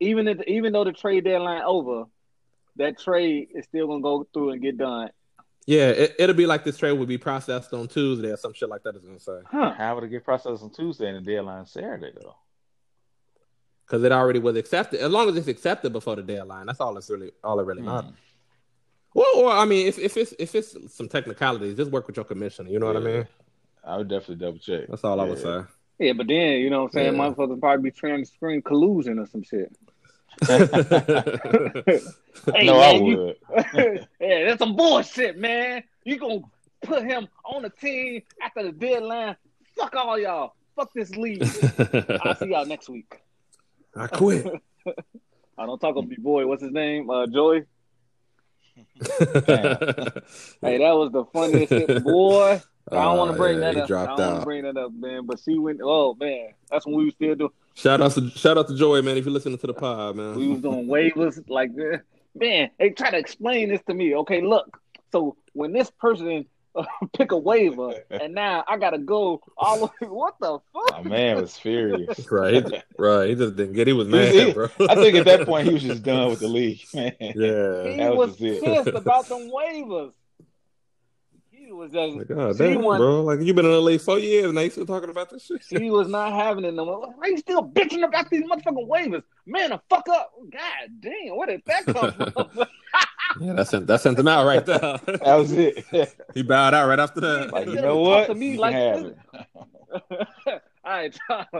[SPEAKER 2] even if even though the trade deadline over, that trade is still gonna go through and get done.
[SPEAKER 3] Yeah, it, it'll be like this trade would be processed on Tuesday or some shit like that. Is gonna say
[SPEAKER 2] Huh?
[SPEAKER 1] How would it get processed on Tuesday and the deadline Saturday though?
[SPEAKER 3] because it already was accepted. As long as it's accepted before the deadline, that's all it's really all it really
[SPEAKER 1] Mm. Hmm.
[SPEAKER 3] matters. Well, or I mean, if, if it's if it's some technicalities, just work with your commissioner. You know what I
[SPEAKER 1] Yeah.
[SPEAKER 3] mean?
[SPEAKER 1] I would definitely double check.
[SPEAKER 3] That's all I would say.
[SPEAKER 2] Yeah, but then you know what I'm saying
[SPEAKER 3] Yeah.
[SPEAKER 2] motherfuckers probably be trying to screen collusion or some shit. Hey,
[SPEAKER 1] no,
[SPEAKER 2] man,
[SPEAKER 1] I
[SPEAKER 2] you-
[SPEAKER 1] would.
[SPEAKER 2] yeah, that's some bullshit, man. You gonna put him on the team after the deadline? Fuck all y'all. Fuck this league. I'll see y'all next week.
[SPEAKER 3] I quit.
[SPEAKER 2] I don't talk about boy. What's his name? Uh, Joey. Hey, that was the funniest shit, boy. I don't want to bring
[SPEAKER 3] Ah,
[SPEAKER 2] that
[SPEAKER 3] yeah, Uh, he
[SPEAKER 2] up. I don't want
[SPEAKER 3] dropped
[SPEAKER 2] to
[SPEAKER 3] out.
[SPEAKER 2] bring that up, man. But she went. Oh man, that's when we was still doing.
[SPEAKER 3] Shout out to shout out to Joy, man. If you're listening to the pod, man.
[SPEAKER 2] We was doing waivers like eh, man. They try to explain this to me. Okay, look. So when this person uh, pick a waiver, and now I gotta go all the way. What the fuck?
[SPEAKER 1] My Oh, man was furious.
[SPEAKER 3] Right, he- right. He just didn't get. He was
[SPEAKER 1] He was-
[SPEAKER 3] mad,
[SPEAKER 1] he-
[SPEAKER 3] bro.
[SPEAKER 1] I think at that point he was just done with the league, man.
[SPEAKER 3] yeah.
[SPEAKER 2] he
[SPEAKER 1] that
[SPEAKER 2] was
[SPEAKER 1] was just it.
[SPEAKER 2] pissed about them waivers. He was just.
[SPEAKER 3] Like, God
[SPEAKER 2] She
[SPEAKER 3] damn,
[SPEAKER 2] won-
[SPEAKER 3] bro. Like you've been in the league four years, and now you still talking about this shit.
[SPEAKER 2] She was not having it no more. Why you still bitching about these motherfucking waivers? Man, the fuck up. God damn, where did that come from?
[SPEAKER 3] Yeah, that sent that sent him out right there.
[SPEAKER 1] That was it.
[SPEAKER 3] he bowed out right after that.
[SPEAKER 1] Like, you
[SPEAKER 2] Talk
[SPEAKER 1] know what?
[SPEAKER 2] to
[SPEAKER 1] You
[SPEAKER 2] me
[SPEAKER 1] can
[SPEAKER 2] like
[SPEAKER 1] have
[SPEAKER 2] this.
[SPEAKER 1] it.
[SPEAKER 2] All right,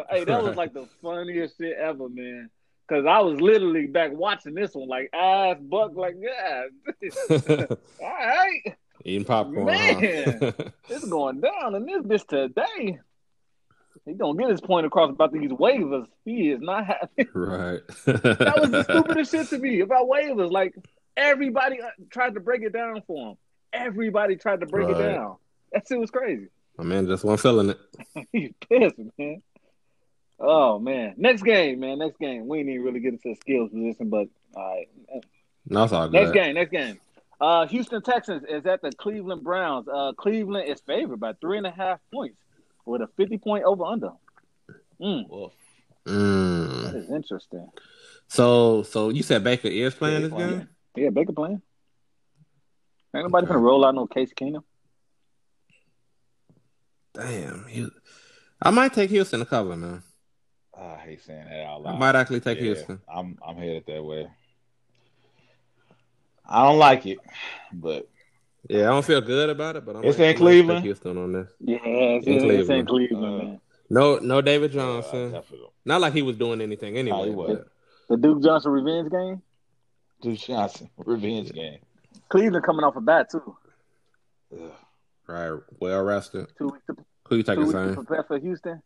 [SPEAKER 2] hey, that was like the funniest shit ever, man. Cause I was literally back watching this one, like ass buck, like yeah, all right,
[SPEAKER 3] Eating popcorn.
[SPEAKER 2] Man.
[SPEAKER 3] huh?
[SPEAKER 2] it's going down in this bitch today. He gonna get his point across about these waivers. He is not happy.
[SPEAKER 3] right.
[SPEAKER 2] That was the stupidest shit to me about waivers. Like everybody uh, tried to break it down for him. Everybody tried to break it
[SPEAKER 3] Right.
[SPEAKER 2] down. That shit was crazy.
[SPEAKER 3] My man just wasn't feeling it.
[SPEAKER 2] He's pissed, man. Oh man, next game, man, next game. We didn't even really get into the skills position, but all right,
[SPEAKER 3] No, it's all good.
[SPEAKER 2] next game, next game. Uh, Houston Texans is at the Cleveland Browns. Uh, Cleveland is favored by three and a half points with a fifty-point over/under. Mm,
[SPEAKER 1] Well,
[SPEAKER 3] Mm.
[SPEAKER 2] that is interesting.
[SPEAKER 3] So, so you said Baker is playing this
[SPEAKER 1] playing.
[SPEAKER 3] game?
[SPEAKER 2] Yeah, Baker playing. Ain't nobody
[SPEAKER 3] Okay.
[SPEAKER 2] gonna roll out no Case Keenum.
[SPEAKER 3] Damn, he- I might take Houston to cover, man.
[SPEAKER 1] I hate saying that out
[SPEAKER 3] I
[SPEAKER 1] loud.
[SPEAKER 3] might actually take
[SPEAKER 1] Yeah,
[SPEAKER 3] Houston.
[SPEAKER 1] I'm I'm headed that way. I don't like it, but uh,
[SPEAKER 3] Yeah, I don't feel good about it, but I'm
[SPEAKER 1] It's in Cleveland?
[SPEAKER 3] Take Houston on this.
[SPEAKER 2] Yeah, it's
[SPEAKER 3] In
[SPEAKER 2] in Cleveland, it's in
[SPEAKER 3] Cleveland.
[SPEAKER 2] Cleveland
[SPEAKER 1] Uh,
[SPEAKER 2] man.
[SPEAKER 3] No, no, David
[SPEAKER 1] uh,
[SPEAKER 3] Johnson.
[SPEAKER 1] I feel-
[SPEAKER 3] Not like he was doing anything anyway.
[SPEAKER 1] No, he wasn't.
[SPEAKER 3] but-
[SPEAKER 2] The Duke Johnson revenge game.
[SPEAKER 1] Duke Johnson revenge game.
[SPEAKER 2] Cleveland coming off a bat too.
[SPEAKER 1] Ugh.
[SPEAKER 3] right, well rested.
[SPEAKER 2] Two weeks to
[SPEAKER 3] Who you taking,
[SPEAKER 2] Two weeks to
[SPEAKER 3] Sam?
[SPEAKER 2] prepare for Houston.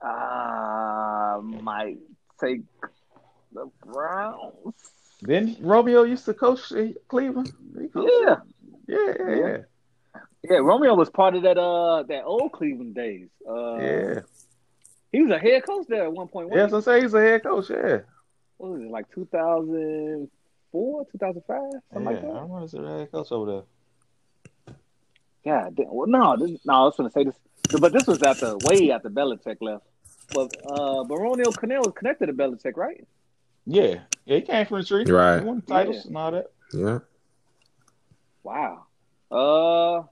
[SPEAKER 2] Uh, might take the Browns.
[SPEAKER 1] Then Romeo used to coach in Cleveland. He coached-
[SPEAKER 2] Yeah,
[SPEAKER 1] yeah, yeah, yeah.
[SPEAKER 2] yeah. Romeo was part of that uh that old Cleveland days. Uh,
[SPEAKER 1] yeah.
[SPEAKER 2] he was a head coach there at one point.
[SPEAKER 1] Yeah,
[SPEAKER 2] Yes,
[SPEAKER 1] so say he's a head coach, yeah.
[SPEAKER 2] what was it like two thousand four, two thousand five,
[SPEAKER 1] yeah
[SPEAKER 2] something
[SPEAKER 1] I
[SPEAKER 2] like that?
[SPEAKER 1] don't want to say head coach over there.
[SPEAKER 2] Yeah, damn. well, no, this, no, I was gonna say this, but this was after way after Belichick left. But uh, but Romeo Cornell was connected to Belichick, right?
[SPEAKER 1] Yeah. Yeah, he came from the tree.
[SPEAKER 3] Right.
[SPEAKER 1] He won titles and all that.
[SPEAKER 3] Yeah.
[SPEAKER 2] Wow. Uh,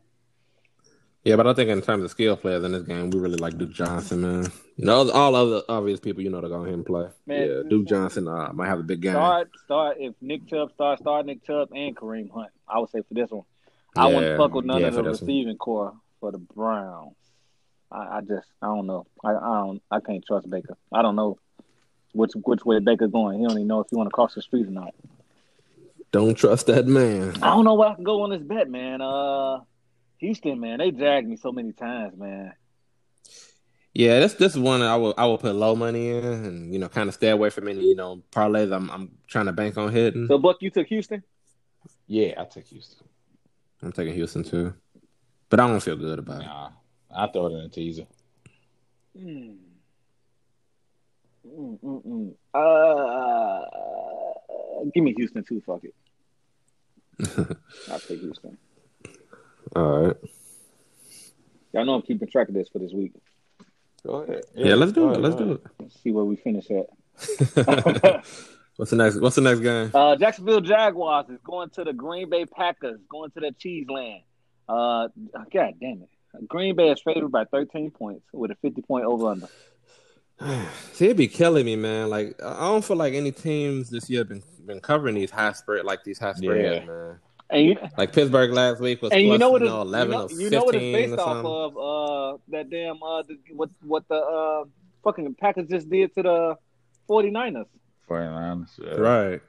[SPEAKER 3] Yeah, but I think in terms of skill players in this game, we really like Duke Johnson, man. You know, all other obvious people, you know, to go ahead and play.
[SPEAKER 2] Man,
[SPEAKER 3] yeah, Duke Johnson uh, might have a big game.
[SPEAKER 2] Start, start. If Nick Chubb start, start Nick Chubb and Kareem Hunt. I would say for this one, I
[SPEAKER 3] Yeah,
[SPEAKER 2] wouldn't fuck with none
[SPEAKER 3] yeah,
[SPEAKER 2] of
[SPEAKER 3] for
[SPEAKER 2] the
[SPEAKER 3] this one.
[SPEAKER 2] receiving core for the Browns. I, I just, I don't know. I, I don't, I can't trust Baker. I don't know which which way Baker's going. He don't even know if he want to cross the street or not.
[SPEAKER 3] Don't trust that man.
[SPEAKER 2] I don't know where I can go on this bet, man. Uh, Houston, man, they dragged me so many times, man.
[SPEAKER 3] Yeah, this this is one I will I will put low money in, and you know, kind of stay away from any you know parlays. I'm I'm trying to bank on hitting.
[SPEAKER 2] So, Buck, you took Houston.
[SPEAKER 1] Yeah, I took Houston.
[SPEAKER 3] I'm taking Houston too, but I don't feel good about it.
[SPEAKER 1] Nah, I throw it in a teaser.
[SPEAKER 2] Mm. Mm, mm, mm. Uh, give me Houston too. Fuck it. I'll take Houston.
[SPEAKER 3] All right,
[SPEAKER 2] Y'all know I'm keeping track of this for this week.
[SPEAKER 1] Go ahead.
[SPEAKER 3] yeah, let's do it. Let's do
[SPEAKER 2] Let's see where we finish at.
[SPEAKER 3] it. what's the next? What's the next game?
[SPEAKER 2] Uh, Jacksonville Jaguars is going to the Green Bay Packers, going to the cheese land. Uh, God damn it. Green Bay is favored by 13 points with a 50 point over under.
[SPEAKER 3] See, it be killing me, man. Like I I don't feel like any teams this year been been covering these high spread like these high spreads, man.
[SPEAKER 2] And you,
[SPEAKER 3] Like Pittsburgh last week was
[SPEAKER 2] and you
[SPEAKER 3] plus,
[SPEAKER 2] know what it's,
[SPEAKER 3] eleven
[SPEAKER 2] you know,
[SPEAKER 3] or
[SPEAKER 2] you
[SPEAKER 3] fifteen
[SPEAKER 2] know what it's based
[SPEAKER 3] or
[SPEAKER 2] off
[SPEAKER 3] something.
[SPEAKER 2] of uh, that damn uh, the, what what the uh, fucking Packers just did to the 49ers.
[SPEAKER 1] 49ers. yeah.
[SPEAKER 3] Right.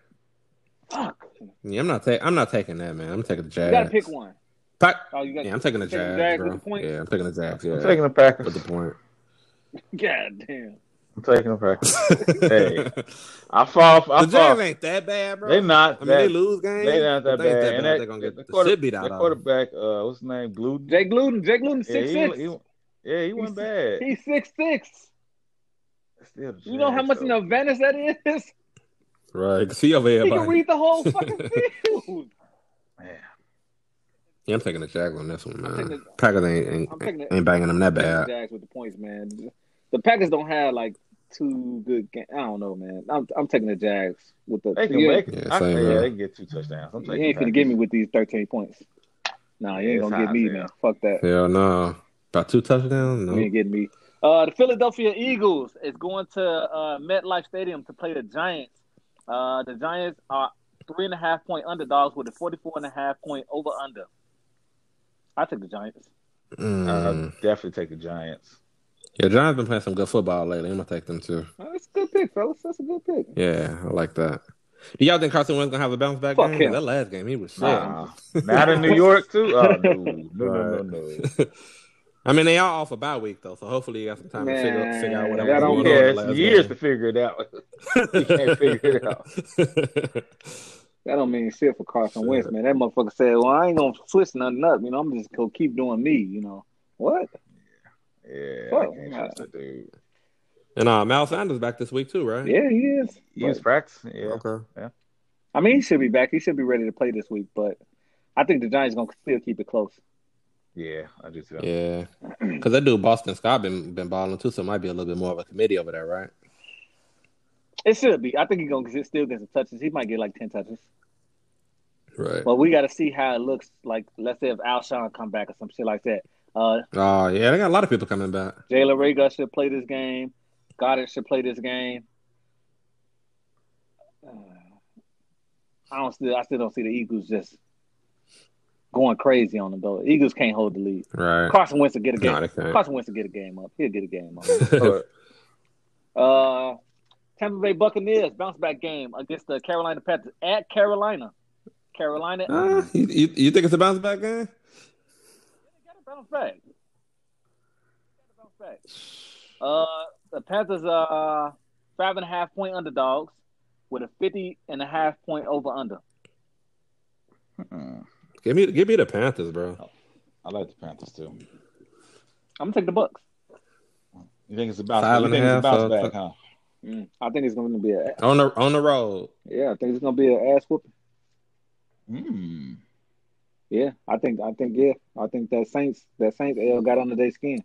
[SPEAKER 2] Fuck.
[SPEAKER 3] Yeah, I'm not taking. I'm not taking that, man. I'm taking the
[SPEAKER 2] You
[SPEAKER 3] Jags.
[SPEAKER 2] got to pick one.
[SPEAKER 3] Pa-
[SPEAKER 2] Oh, you got
[SPEAKER 3] yeah, I'm taking the
[SPEAKER 2] Taking the
[SPEAKER 3] Jags,
[SPEAKER 2] Jags
[SPEAKER 3] bro.
[SPEAKER 2] with the points?
[SPEAKER 3] Yeah, I'm taking the Jags. Yeah,
[SPEAKER 1] I'm taking the Packers.
[SPEAKER 3] with the point.
[SPEAKER 2] God damn.
[SPEAKER 1] I'm taking the Packers. Hey, I fall. I
[SPEAKER 3] the Jags
[SPEAKER 1] fall.
[SPEAKER 3] ain't that bad, bro.
[SPEAKER 1] They not.
[SPEAKER 3] I mean,
[SPEAKER 1] that,
[SPEAKER 3] they lose games.
[SPEAKER 1] They not that
[SPEAKER 3] but they ain't
[SPEAKER 1] bad.
[SPEAKER 3] that
[SPEAKER 1] And
[SPEAKER 3] bad.
[SPEAKER 1] that,
[SPEAKER 3] They're gonna get
[SPEAKER 1] the,
[SPEAKER 3] the,
[SPEAKER 1] quarter-
[SPEAKER 3] shit beat out
[SPEAKER 1] the
[SPEAKER 3] of them.
[SPEAKER 1] quarterback. Uh, what's his name? Gluten.
[SPEAKER 2] Jake Gluten, Jake Gluten,
[SPEAKER 1] yeah,
[SPEAKER 2] six
[SPEAKER 1] he,
[SPEAKER 2] six.
[SPEAKER 1] he- yeah, he wasn't bad.
[SPEAKER 2] He's six six.
[SPEAKER 1] Still the
[SPEAKER 2] You know how
[SPEAKER 1] Jags,
[SPEAKER 2] much
[SPEAKER 1] though.
[SPEAKER 2] in an advantage that is.
[SPEAKER 3] Right. See over here,
[SPEAKER 2] He can
[SPEAKER 3] buddy.
[SPEAKER 2] read the whole fucking field.
[SPEAKER 1] Man,
[SPEAKER 3] Yeah, I'm taking the Jags on this one,
[SPEAKER 2] taking
[SPEAKER 3] man.
[SPEAKER 2] the-
[SPEAKER 3] Packers ain't ain't,
[SPEAKER 2] I'm taking the-
[SPEAKER 3] ain't banging them that
[SPEAKER 2] Taking the
[SPEAKER 3] bad.
[SPEAKER 2] Jags with the points, man. The Packers don't have like two good. Ga- I don't know, man. I'm I'm taking the Jags with the.
[SPEAKER 1] They can
[SPEAKER 2] you
[SPEAKER 1] make
[SPEAKER 2] ain't,
[SPEAKER 1] it.
[SPEAKER 3] Yeah,
[SPEAKER 1] I,
[SPEAKER 3] same
[SPEAKER 1] yeah,
[SPEAKER 3] here.
[SPEAKER 1] they can get two touchdowns. I'm
[SPEAKER 2] you
[SPEAKER 1] taking
[SPEAKER 2] ain't
[SPEAKER 1] the
[SPEAKER 2] finna get me with these 13 points. Nah, you ain't
[SPEAKER 1] It's
[SPEAKER 2] gonna get
[SPEAKER 1] hot,
[SPEAKER 2] me,
[SPEAKER 1] yeah.
[SPEAKER 2] man. Fuck that.
[SPEAKER 3] Hell no. About two touchdowns. No.
[SPEAKER 2] You ain't getting me. Uh, the Philadelphia Eagles is going to uh, MetLife Stadium to play the Giants. Uh, the Giants are three and a half point underdogs with a 44 and a half point over under. I took the Giants.
[SPEAKER 3] Mm.
[SPEAKER 1] Uh, definitely take the Giants.
[SPEAKER 3] yeah, John's been playing some good football lately. I'm gonna take them too.
[SPEAKER 2] Uh, That's a good pick, fellas. That's a good pick.
[SPEAKER 3] Yeah, I like that. Do y'all think Carson Wentz gonna have a bounce back
[SPEAKER 2] Fuck
[SPEAKER 3] game?
[SPEAKER 2] him.
[SPEAKER 3] That last game, he was shit.
[SPEAKER 1] Nah, not in New York too. Oh no, no, no, no, no.
[SPEAKER 3] I mean, they are off a bye week though, so hopefully you got some time to figure,
[SPEAKER 2] Man,
[SPEAKER 3] figure out
[SPEAKER 2] I
[SPEAKER 3] whatever.
[SPEAKER 1] That
[SPEAKER 2] don't
[SPEAKER 1] don't
[SPEAKER 2] know
[SPEAKER 1] care. It's years to figure it out. You can't figure it out.
[SPEAKER 2] That don't mean shit for Carson
[SPEAKER 3] Shit.
[SPEAKER 2] Wentz, man. That motherfucker said, "Well, I ain't gonna switch nothing up. You know, I'm just gonna keep doing me. You know what?
[SPEAKER 1] Yeah,
[SPEAKER 2] Fuck,
[SPEAKER 1] I can't
[SPEAKER 2] nah.
[SPEAKER 1] trust that dude.
[SPEAKER 3] and uh, Mal Sanders back this week too, right?
[SPEAKER 2] Yeah, he is.
[SPEAKER 1] He was
[SPEAKER 2] But-
[SPEAKER 1] practicing. Yeah,
[SPEAKER 3] Okay.
[SPEAKER 2] I mean, he should be back. He should be ready to play this week. But I think the Giants gonna still keep it close.
[SPEAKER 1] yeah. I just feel.
[SPEAKER 3] Yeah. Because that dude Boston Scott been been balling too, so it might be a little bit more of a committee over there, right?
[SPEAKER 2] It should be. I think he's gonna get, still get some touches. He might get like ten touches.
[SPEAKER 3] Right.
[SPEAKER 2] But we got to see how it looks. Like, let's say if Alshon come back or some shit like that. Uh,
[SPEAKER 3] Oh yeah, they got a lot of people coming back.
[SPEAKER 2] Jalen Rager should play this game. Goddard should play this game. Uh, I don't still. I still don't see the Eagles just going crazy on them though. Eagles can't hold the lead.
[SPEAKER 3] Right.
[SPEAKER 2] Carson Wentz will get a game.
[SPEAKER 3] No, they can't.
[SPEAKER 2] Carson Wentz will get a game up. He'll get a game up.
[SPEAKER 1] But
[SPEAKER 2] Uh, Tampa Bay Buccaneers bounce back game against the Carolina Panthers at Carolina. Carolina
[SPEAKER 3] Uh, you, you, you think it's a bounce back game?
[SPEAKER 2] gotta bounce back. Gotta bounce back. Uh, the Panthers are uh, five and a half point underdogs with a 50 and a half point over under.
[SPEAKER 1] mm,
[SPEAKER 3] Give me give me the Panthers, bro.
[SPEAKER 1] I like the Panthers too.
[SPEAKER 2] I'm gonna take the Bucks.
[SPEAKER 1] You think it's about?
[SPEAKER 3] Five
[SPEAKER 1] You
[SPEAKER 3] and a
[SPEAKER 1] think it's
[SPEAKER 3] half,
[SPEAKER 1] about
[SPEAKER 3] uh,
[SPEAKER 1] back? Huh?
[SPEAKER 2] Mm, I think it's gonna be a
[SPEAKER 3] On the on the road.
[SPEAKER 2] yeah. I think it's gonna be an ass whooping.
[SPEAKER 1] Mm.
[SPEAKER 2] Yeah, I think I think yeah. I think that Saints that Saints L got under their skin.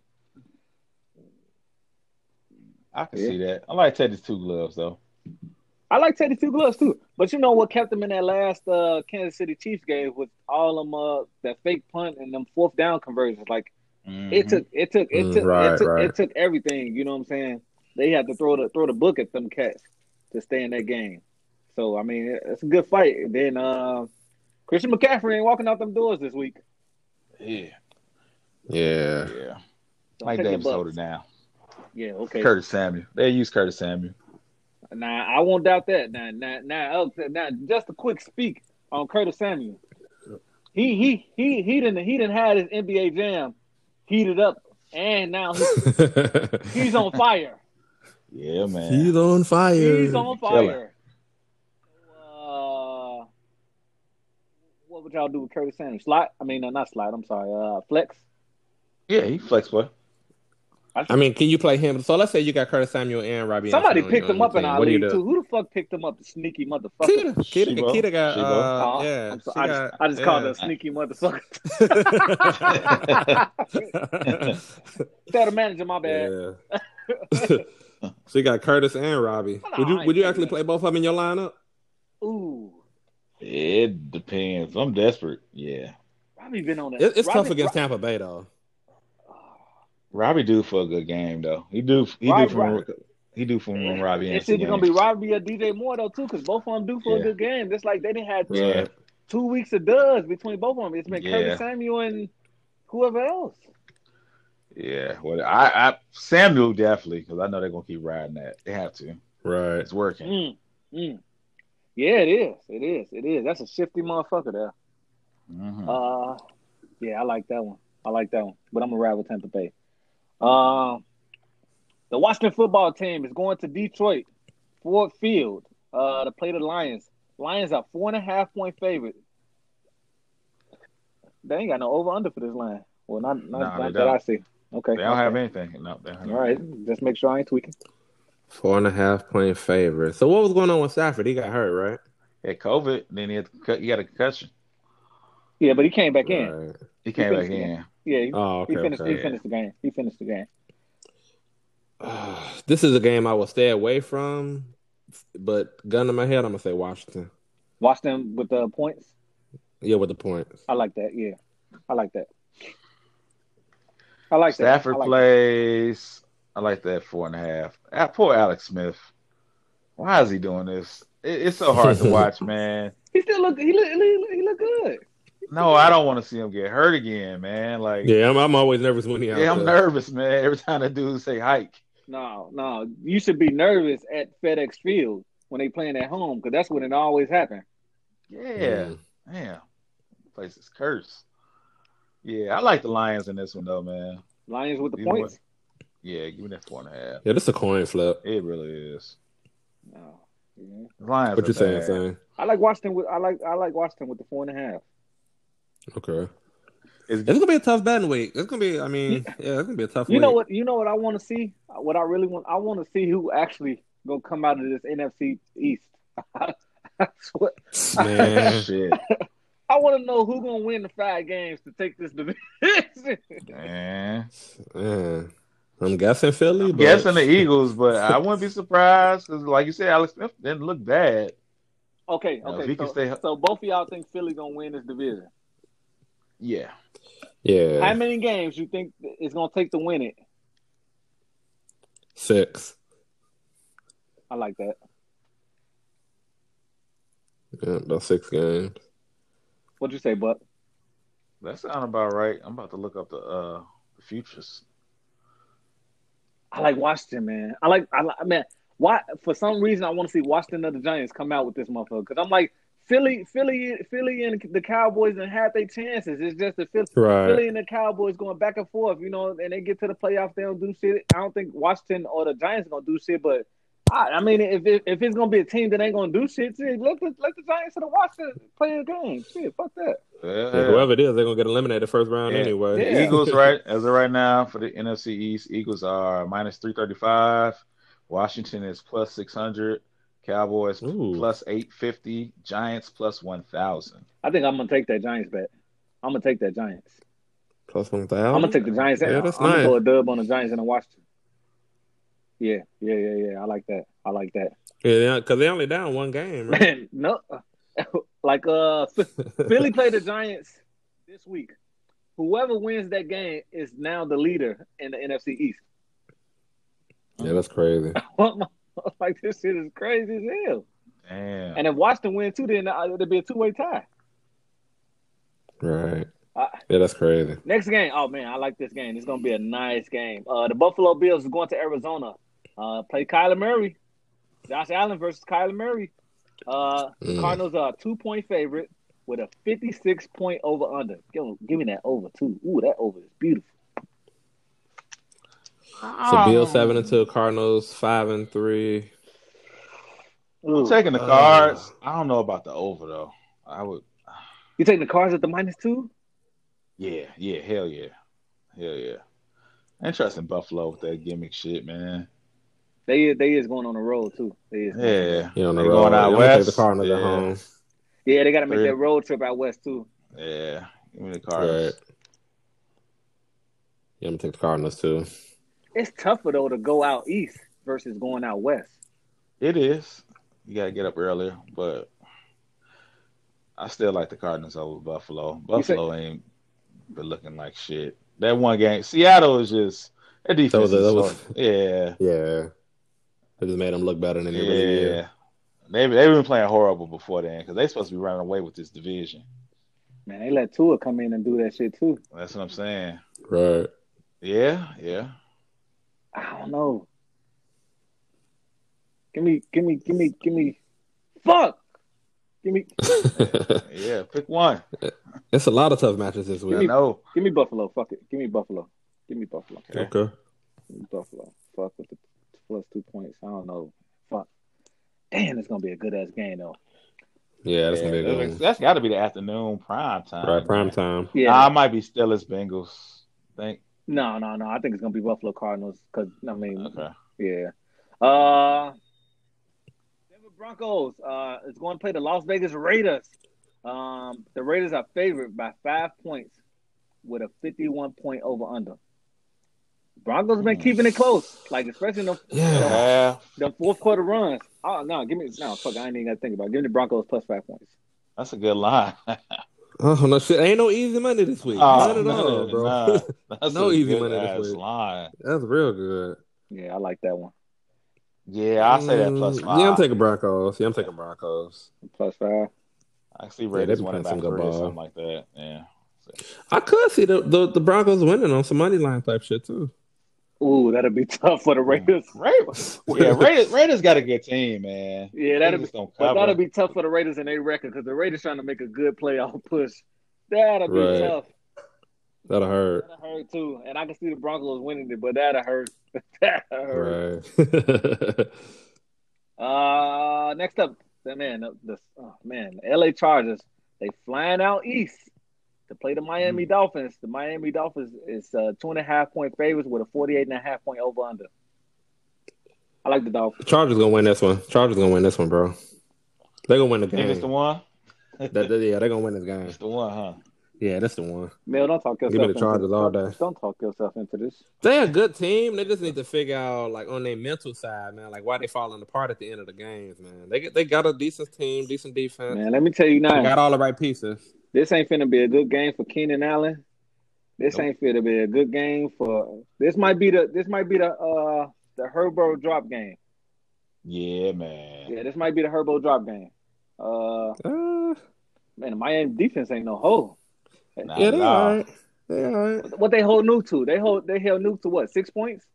[SPEAKER 1] I can
[SPEAKER 2] Yeah.
[SPEAKER 1] see that. I like Teddy's two gloves though.
[SPEAKER 2] I like Teddy Two Gloves too, but you know what kept them in that last uh, Kansas City Chiefs game was all them uh, that fake punt and them fourth down conversions. Like It
[SPEAKER 1] Mm-hmm.
[SPEAKER 2] took it took it
[SPEAKER 3] Mm,
[SPEAKER 2] took,
[SPEAKER 4] right,
[SPEAKER 2] it, took
[SPEAKER 4] right.
[SPEAKER 2] it took everything. You know what I'm saying? They had to throw the throw the book at them cats to stay in that game. So I mean, it- it's a good fight. And then uh, Christian McCaffrey ain't walking out them doors this week.
[SPEAKER 1] Mm-hmm, Yeah,
[SPEAKER 4] Yeah.
[SPEAKER 1] yeah.
[SPEAKER 2] So
[SPEAKER 1] Mike
[SPEAKER 2] take the
[SPEAKER 1] Davis
[SPEAKER 2] Bucks.
[SPEAKER 1] older now.
[SPEAKER 2] Yeah, okay.
[SPEAKER 1] Curtis Samuel. They use Curtis Samuel.
[SPEAKER 2] Nah, I won't doubt that. Now, now, now, uh, now, just a quick speak on Curtis Samuel. He he he he didn't he didn't had his NBA jam heated up, and now he's, he's on fire.
[SPEAKER 1] Yeah, man.
[SPEAKER 3] He's on fire.
[SPEAKER 2] He's on
[SPEAKER 1] Killer.
[SPEAKER 2] fire. Uh, what would y'all do with Curtis Samuel? Slot? I mean, no, not slot. I'm sorry. Uh, flex.
[SPEAKER 1] yeah, he flexible.
[SPEAKER 3] I mean, can you play him? So let's say you got Curtis Samuel and Robbie.
[SPEAKER 2] Somebody
[SPEAKER 3] Anderson on
[SPEAKER 2] picked
[SPEAKER 3] your-
[SPEAKER 2] him up
[SPEAKER 3] on
[SPEAKER 2] in
[SPEAKER 3] your
[SPEAKER 2] our
[SPEAKER 3] team. What do you
[SPEAKER 2] league
[SPEAKER 3] do?
[SPEAKER 2] too. Who the fuck picked him up? The sneaky motherfucker.
[SPEAKER 3] Kita, Kita,
[SPEAKER 1] Shibo.
[SPEAKER 3] Kita got,
[SPEAKER 1] Shibo.
[SPEAKER 3] uh,
[SPEAKER 2] Oh,
[SPEAKER 3] yeah,
[SPEAKER 2] I'm
[SPEAKER 3] she
[SPEAKER 2] so- I,
[SPEAKER 3] got-
[SPEAKER 2] just, I just called her a
[SPEAKER 3] yeah.
[SPEAKER 2] sneaky motherfucker. Instead of manager, my bad.
[SPEAKER 3] yeah. so you got Curtis and Robbie.
[SPEAKER 2] Hold on,
[SPEAKER 3] Would
[SPEAKER 2] I
[SPEAKER 3] you would you
[SPEAKER 2] ain't
[SPEAKER 3] actually
[SPEAKER 2] taking
[SPEAKER 3] play both of them in your lineup?
[SPEAKER 2] Ooh,
[SPEAKER 1] It depends. I'm desperate. Yeah.
[SPEAKER 2] Robbie been on that.
[SPEAKER 3] It, it's tough
[SPEAKER 2] Robbie-
[SPEAKER 3] against Tampa Bay though.
[SPEAKER 1] Robbie do for a good game though. He do he
[SPEAKER 2] Right,
[SPEAKER 1] do from he do from when Robbie
[SPEAKER 2] It's
[SPEAKER 1] Anderson.
[SPEAKER 2] either gonna be Robbie or DJ Moore though too, because both of them do for
[SPEAKER 1] Yeah.
[SPEAKER 2] a good game. Just like they didn't have two,
[SPEAKER 1] Yeah.
[SPEAKER 2] two weeks of duds between both of them. It's been
[SPEAKER 1] Yeah.
[SPEAKER 2] Curtis Samuel and whoever else.
[SPEAKER 1] Yeah. Well, I, I Samuel definitely because I know they're gonna keep riding that. They have to.
[SPEAKER 4] Right.
[SPEAKER 1] It's working.
[SPEAKER 2] Mm, mm. Yeah, it is. It is. It is. That's a shifty motherfucker there.
[SPEAKER 1] Mhm.
[SPEAKER 2] Uh, yeah, I like that one. I like that one. But I'm gonna ride with Tampa Bay. Um, the Washington football team is going to Detroit, Ford Field, uh, to play the Lions. Lions are four and a half point favorite. They ain't got no over under for this line. Well, not not,
[SPEAKER 1] Nah, they
[SPEAKER 2] not that
[SPEAKER 1] don't.
[SPEAKER 2] I see. Okay,
[SPEAKER 1] they don't have
[SPEAKER 2] okay.
[SPEAKER 1] anything. No, they don't have
[SPEAKER 2] All right, just make sure I ain't tweaking.
[SPEAKER 3] Four and a half point favorite. So what was going on with Stafford? He got hurt, right?
[SPEAKER 1] Had COVID, then he had cut, he got a concussion.
[SPEAKER 2] Yeah, but he came back in.
[SPEAKER 3] Right.
[SPEAKER 1] He came back
[SPEAKER 2] finished the
[SPEAKER 1] in.
[SPEAKER 2] Yeah, he,
[SPEAKER 3] Oh,
[SPEAKER 2] he
[SPEAKER 3] okay.
[SPEAKER 2] finished.
[SPEAKER 3] okay.
[SPEAKER 2] He finished the game. He finished the game.
[SPEAKER 3] Ah, this is a game I will stay away from, but gun to my head, I'm gonna say Washington.
[SPEAKER 2] Watch them with the points.
[SPEAKER 3] Yeah, with the points.
[SPEAKER 2] I like that. Yeah, I like that. I like that.
[SPEAKER 1] Stafford
[SPEAKER 2] I like
[SPEAKER 1] plays. I like that four and a half. Ah, poor Alex Smith. Why is he doing this? It, it's so hard to watch, man.
[SPEAKER 2] that. He still look. He look. He look, he look good.
[SPEAKER 1] No, I don't want to see him get hurt again, man. Like, yeah,
[SPEAKER 3] Yeah, I'm, I'm always nervous when he out
[SPEAKER 1] I'm
[SPEAKER 3] there.
[SPEAKER 1] nervous, man. Every time the dudes say hike,
[SPEAKER 2] No, no. You should be nervous at FedEx Field when they playing at home because that's when it always happens.
[SPEAKER 3] Mm.
[SPEAKER 1] yeah, man, the place is cursed. Yeah, I like the Lions in this one though, man.
[SPEAKER 2] Lions with the
[SPEAKER 1] You know
[SPEAKER 2] points.
[SPEAKER 1] Yeah, give me that four and a half.
[SPEAKER 3] Yeah, this is a coin flip.
[SPEAKER 1] It really is.
[SPEAKER 2] No. Yeah.
[SPEAKER 1] The Lions.
[SPEAKER 3] What
[SPEAKER 1] are
[SPEAKER 3] you saying,
[SPEAKER 1] bad.
[SPEAKER 3] saying?
[SPEAKER 2] I like Washington with. I like. I like Washington with the four and a half.
[SPEAKER 3] Okay.
[SPEAKER 1] It's-
[SPEAKER 3] It's gonna be a tough betting week. It's gonna be. I mean, yeah, it's gonna be a tough.
[SPEAKER 2] You
[SPEAKER 3] week.
[SPEAKER 2] know what? You know what I want to see. What I really want. I want to see who actually gonna come out of this NFC East. That's what
[SPEAKER 3] man?
[SPEAKER 1] Shit,
[SPEAKER 2] I want to know who gonna win the five games to take this division.
[SPEAKER 1] man.
[SPEAKER 3] man. I'm guessing Philly.
[SPEAKER 1] I'm
[SPEAKER 3] but
[SPEAKER 1] guessing the Eagles, but I wouldn't be surprised because, like you said, Alex Smith didn't look bad.
[SPEAKER 2] Okay,
[SPEAKER 1] Now, if
[SPEAKER 2] okay.
[SPEAKER 1] he can
[SPEAKER 2] so,
[SPEAKER 1] stay-
[SPEAKER 2] so both of y'all think Philly gonna win this division.
[SPEAKER 1] Yeah,
[SPEAKER 2] How
[SPEAKER 3] Yeah,
[SPEAKER 2] many games you think it's gonna take to win it?
[SPEAKER 3] six.
[SPEAKER 2] I like that.
[SPEAKER 3] Yeah, about six games.
[SPEAKER 2] What'd you say, Buck?
[SPEAKER 1] that sounds about right. I'm about to look up the uh the futures.
[SPEAKER 2] I like Washington, man. I like, I like, man. Why? For some reason, I want to see Washington and the Giants come out with this motherfucker because I'm like Philly, Philly, Philly, and the Cowboys and had their chances. It's just the Philly,
[SPEAKER 3] Right.
[SPEAKER 2] Philly and the Cowboys going back and forth, you know, and they get to the playoffs, they don't do shit. I don't think Washington or the Giants gonna do shit, but I, I mean, if it, if it's gonna be a team that ain't gonna do shit, shit, let the let the Giants and the Washington play a game. Shit, fuck that.
[SPEAKER 3] Yeah,
[SPEAKER 1] Yeah.
[SPEAKER 3] whoever it is, they're gonna get eliminated first round
[SPEAKER 1] Yeah.
[SPEAKER 3] anyway.
[SPEAKER 1] The Eagles, right as of right now, for the NFC East, Eagles are minus three thirty five. Washington is plus six hundred. Cowboys
[SPEAKER 3] Ooh.
[SPEAKER 1] plus eight fifty. Giants plus one thousand.
[SPEAKER 2] I think I'm gonna take that Giants bet. I'm gonna take that Giants.
[SPEAKER 3] Plus one thousand.
[SPEAKER 2] I'm gonna take the Giants.
[SPEAKER 3] Oh, Yeah,
[SPEAKER 2] I'm
[SPEAKER 3] that's
[SPEAKER 2] gonna
[SPEAKER 3] nice.
[SPEAKER 2] go a dub on the Giants and the Washington. Yeah, yeah, yeah, yeah. I like that. I like that.
[SPEAKER 3] Yeah, because they only down one game. Right?
[SPEAKER 2] no, like uh, Philly played the Giants this week. whoever wins that game is now the leader in the NFC East.
[SPEAKER 3] Yeah, that's crazy.
[SPEAKER 2] like this shit is crazy as hell.
[SPEAKER 1] Damn.
[SPEAKER 2] And if Washington win too, then uh, it'll be a two way tie.
[SPEAKER 3] Right.
[SPEAKER 2] Uh,
[SPEAKER 3] Yeah, that's crazy.
[SPEAKER 2] next game. Oh man, I like this game. It's gonna be a nice game. Uh, the Buffalo Bills is going to Arizona. Uh, play Kyler Murray. Josh Allen versus Kyler Murray. Uh,
[SPEAKER 3] Mm.
[SPEAKER 2] Cardinals are a two point favorite with a fifty six point over under. Give, give me that over too. Ooh, that over is beautiful.
[SPEAKER 5] So
[SPEAKER 3] um,
[SPEAKER 1] Oh.
[SPEAKER 5] Bills seven and two, Cardinals five and three.
[SPEAKER 1] I'm
[SPEAKER 2] Ooh.
[SPEAKER 1] taking the
[SPEAKER 5] Uh,
[SPEAKER 1] cards. I don't know about the over though. I would.
[SPEAKER 2] You taking the cards at the minus two?
[SPEAKER 1] Yeah, yeah, hell yeah, hell yeah. I ain't trusting Buffalo with that gimmick shit, man.
[SPEAKER 2] They is- they is going on the road too. They is.
[SPEAKER 1] Yeah,
[SPEAKER 3] You on the
[SPEAKER 1] They
[SPEAKER 3] road.
[SPEAKER 1] going out
[SPEAKER 3] I'm gonna take the
[SPEAKER 1] west.
[SPEAKER 3] Cardinals
[SPEAKER 1] Yeah.
[SPEAKER 3] at home.
[SPEAKER 2] Yeah, they got to make
[SPEAKER 1] Three.
[SPEAKER 2] that road trip out west too.
[SPEAKER 1] yeah. Give me the
[SPEAKER 3] Right.
[SPEAKER 1] cards.
[SPEAKER 3] Yeah, I'm gonna take the Cardinals too.
[SPEAKER 2] It's tougher though to go out east versus going out west.
[SPEAKER 1] It is. You gotta get up earlier, but I still like the Cardinals over Buffalo.
[SPEAKER 2] You say-
[SPEAKER 1] Buffalo ain't been looking like shit. That one game, Seattle is just that defense.
[SPEAKER 3] That was-
[SPEAKER 1] is so-
[SPEAKER 3] that
[SPEAKER 1] yeah,
[SPEAKER 3] Yeah. It just made them look better than they really
[SPEAKER 1] yeah.
[SPEAKER 3] did.
[SPEAKER 1] They they've been playing horrible before then because they supposed to be running away with this division.
[SPEAKER 2] Man, they let Tua come in and do that shit too.
[SPEAKER 1] That's what I'm saying.
[SPEAKER 3] Right.
[SPEAKER 1] Yeah, yeah.
[SPEAKER 2] I don't know. Give me, give me, give me, give me. Fuck. Give me,
[SPEAKER 1] Yeah, pick one.
[SPEAKER 3] it's a lot of tough matches this
[SPEAKER 1] I
[SPEAKER 3] week.
[SPEAKER 1] know.
[SPEAKER 2] give me Buffalo. Fuck it. Give me Buffalo. Give me Buffalo.
[SPEAKER 1] Okay.
[SPEAKER 2] Give me Buffalo. Fuck with the plus two points. I don't know. Fuck. Damn, it's gonna be a good ass game though.
[SPEAKER 3] Yeah, that's gonna be a
[SPEAKER 1] Yeah,
[SPEAKER 3] good
[SPEAKER 1] that's
[SPEAKER 3] one.
[SPEAKER 1] that's got to be the afternoon prime time.
[SPEAKER 3] Right, prime time.
[SPEAKER 2] Yeah.
[SPEAKER 1] Nah, I might be Steelers Bengals. Think
[SPEAKER 2] no, no, no. I think it's gonna be Buffalo Cardinals because I mean,
[SPEAKER 1] okay.
[SPEAKER 2] yeah. Uh, Denver Broncos uh is going to play the Las Vegas Raiders. Um, the Raiders are favored by five points with a fifty-one point over under. Broncos been
[SPEAKER 1] Hmm.
[SPEAKER 2] keeping it close, like especially the
[SPEAKER 3] Yeah.
[SPEAKER 1] Yeah,
[SPEAKER 2] the fourth quarter runs. Oh no, give me no fuck. I ain't even got to think about. it. Give me the Broncos plus five points.
[SPEAKER 1] that's a good line.
[SPEAKER 3] Oh no shit. Ain't no easy money this
[SPEAKER 1] Oh,
[SPEAKER 3] week. None at all, bro.
[SPEAKER 1] nah. That's
[SPEAKER 3] No
[SPEAKER 1] a
[SPEAKER 3] easy
[SPEAKER 1] good
[SPEAKER 3] money this
[SPEAKER 1] ass
[SPEAKER 3] week.
[SPEAKER 1] Line.
[SPEAKER 3] that's real good.
[SPEAKER 2] Yeah, I like that one.
[SPEAKER 1] Yeah, I say that plus
[SPEAKER 3] Mm,
[SPEAKER 1] five.
[SPEAKER 3] Yeah, I'm taking Broncos. Yeah, I'm taking Broncos.
[SPEAKER 2] Plus five.
[SPEAKER 1] I see
[SPEAKER 3] they
[SPEAKER 1] Ravens
[SPEAKER 3] been
[SPEAKER 1] winning by
[SPEAKER 3] playing
[SPEAKER 1] three
[SPEAKER 3] some good
[SPEAKER 1] or
[SPEAKER 3] ball.
[SPEAKER 1] something like that. Yeah,
[SPEAKER 3] I could see the, the the Broncos winning on some money line type shit too.
[SPEAKER 2] Ooh, that'll be tough for the Raiders.
[SPEAKER 1] Raiders. yeah, Raiders, Raiders got a good team, man.
[SPEAKER 2] Yeah,
[SPEAKER 1] They
[SPEAKER 2] that'll be
[SPEAKER 1] just don't
[SPEAKER 2] But
[SPEAKER 1] cover.
[SPEAKER 2] that'll be tough for the Raiders and their record because the Raiders trying to make a good playoff push. That'll be
[SPEAKER 3] Right.
[SPEAKER 2] tough.
[SPEAKER 3] That'll hurt.
[SPEAKER 2] That'll hurt too. And I can see the Broncos winning it, but that'll hurt. that'll hurt.
[SPEAKER 3] Right.
[SPEAKER 2] Uh, next up, the man, the, the oh, man, the LA Chargers. They flying out east to play the
[SPEAKER 3] Hmm.
[SPEAKER 2] Miami Dolphins. The Miami Dolphins is uh, two and a half point favorites with a forty eight and a half point over under. I like the Dolphins.
[SPEAKER 3] Chargers gonna win this one. Chargers gonna win this one, bro. They're gonna win the
[SPEAKER 1] Think
[SPEAKER 3] game.
[SPEAKER 1] it's the one.
[SPEAKER 3] That- that- yeah, they're gonna win this game.
[SPEAKER 1] It's the one, huh?
[SPEAKER 3] Yeah, that's the one.
[SPEAKER 2] Mel, don't talk yourself.
[SPEAKER 3] Give me the
[SPEAKER 2] into-
[SPEAKER 3] Chargers all day.
[SPEAKER 2] Don't talk yourself into this.
[SPEAKER 3] They're a good team. They just need to figure out like on their mental side, man, like why they falling apart at the end of the games, man. They they got a decent team, decent defense.
[SPEAKER 2] Man, let me tell you now.
[SPEAKER 3] They got all the right pieces.
[SPEAKER 2] This ain't finna be a good game for Keenan Allen. This
[SPEAKER 1] Nope.
[SPEAKER 2] ain't finna be a good game for. This might be the. This might be the. Uh, the Herbo drop game.
[SPEAKER 1] Yeah, man.
[SPEAKER 2] Yeah, this might be the Herbo drop game. Uh,
[SPEAKER 3] Uh,
[SPEAKER 2] man, the Miami defense ain't no hoe.
[SPEAKER 1] Nah,
[SPEAKER 3] yeah, they
[SPEAKER 1] nah.
[SPEAKER 3] all right. They all right.
[SPEAKER 2] What they hold Nuke to? They hold. They held Nuke to what? Six points.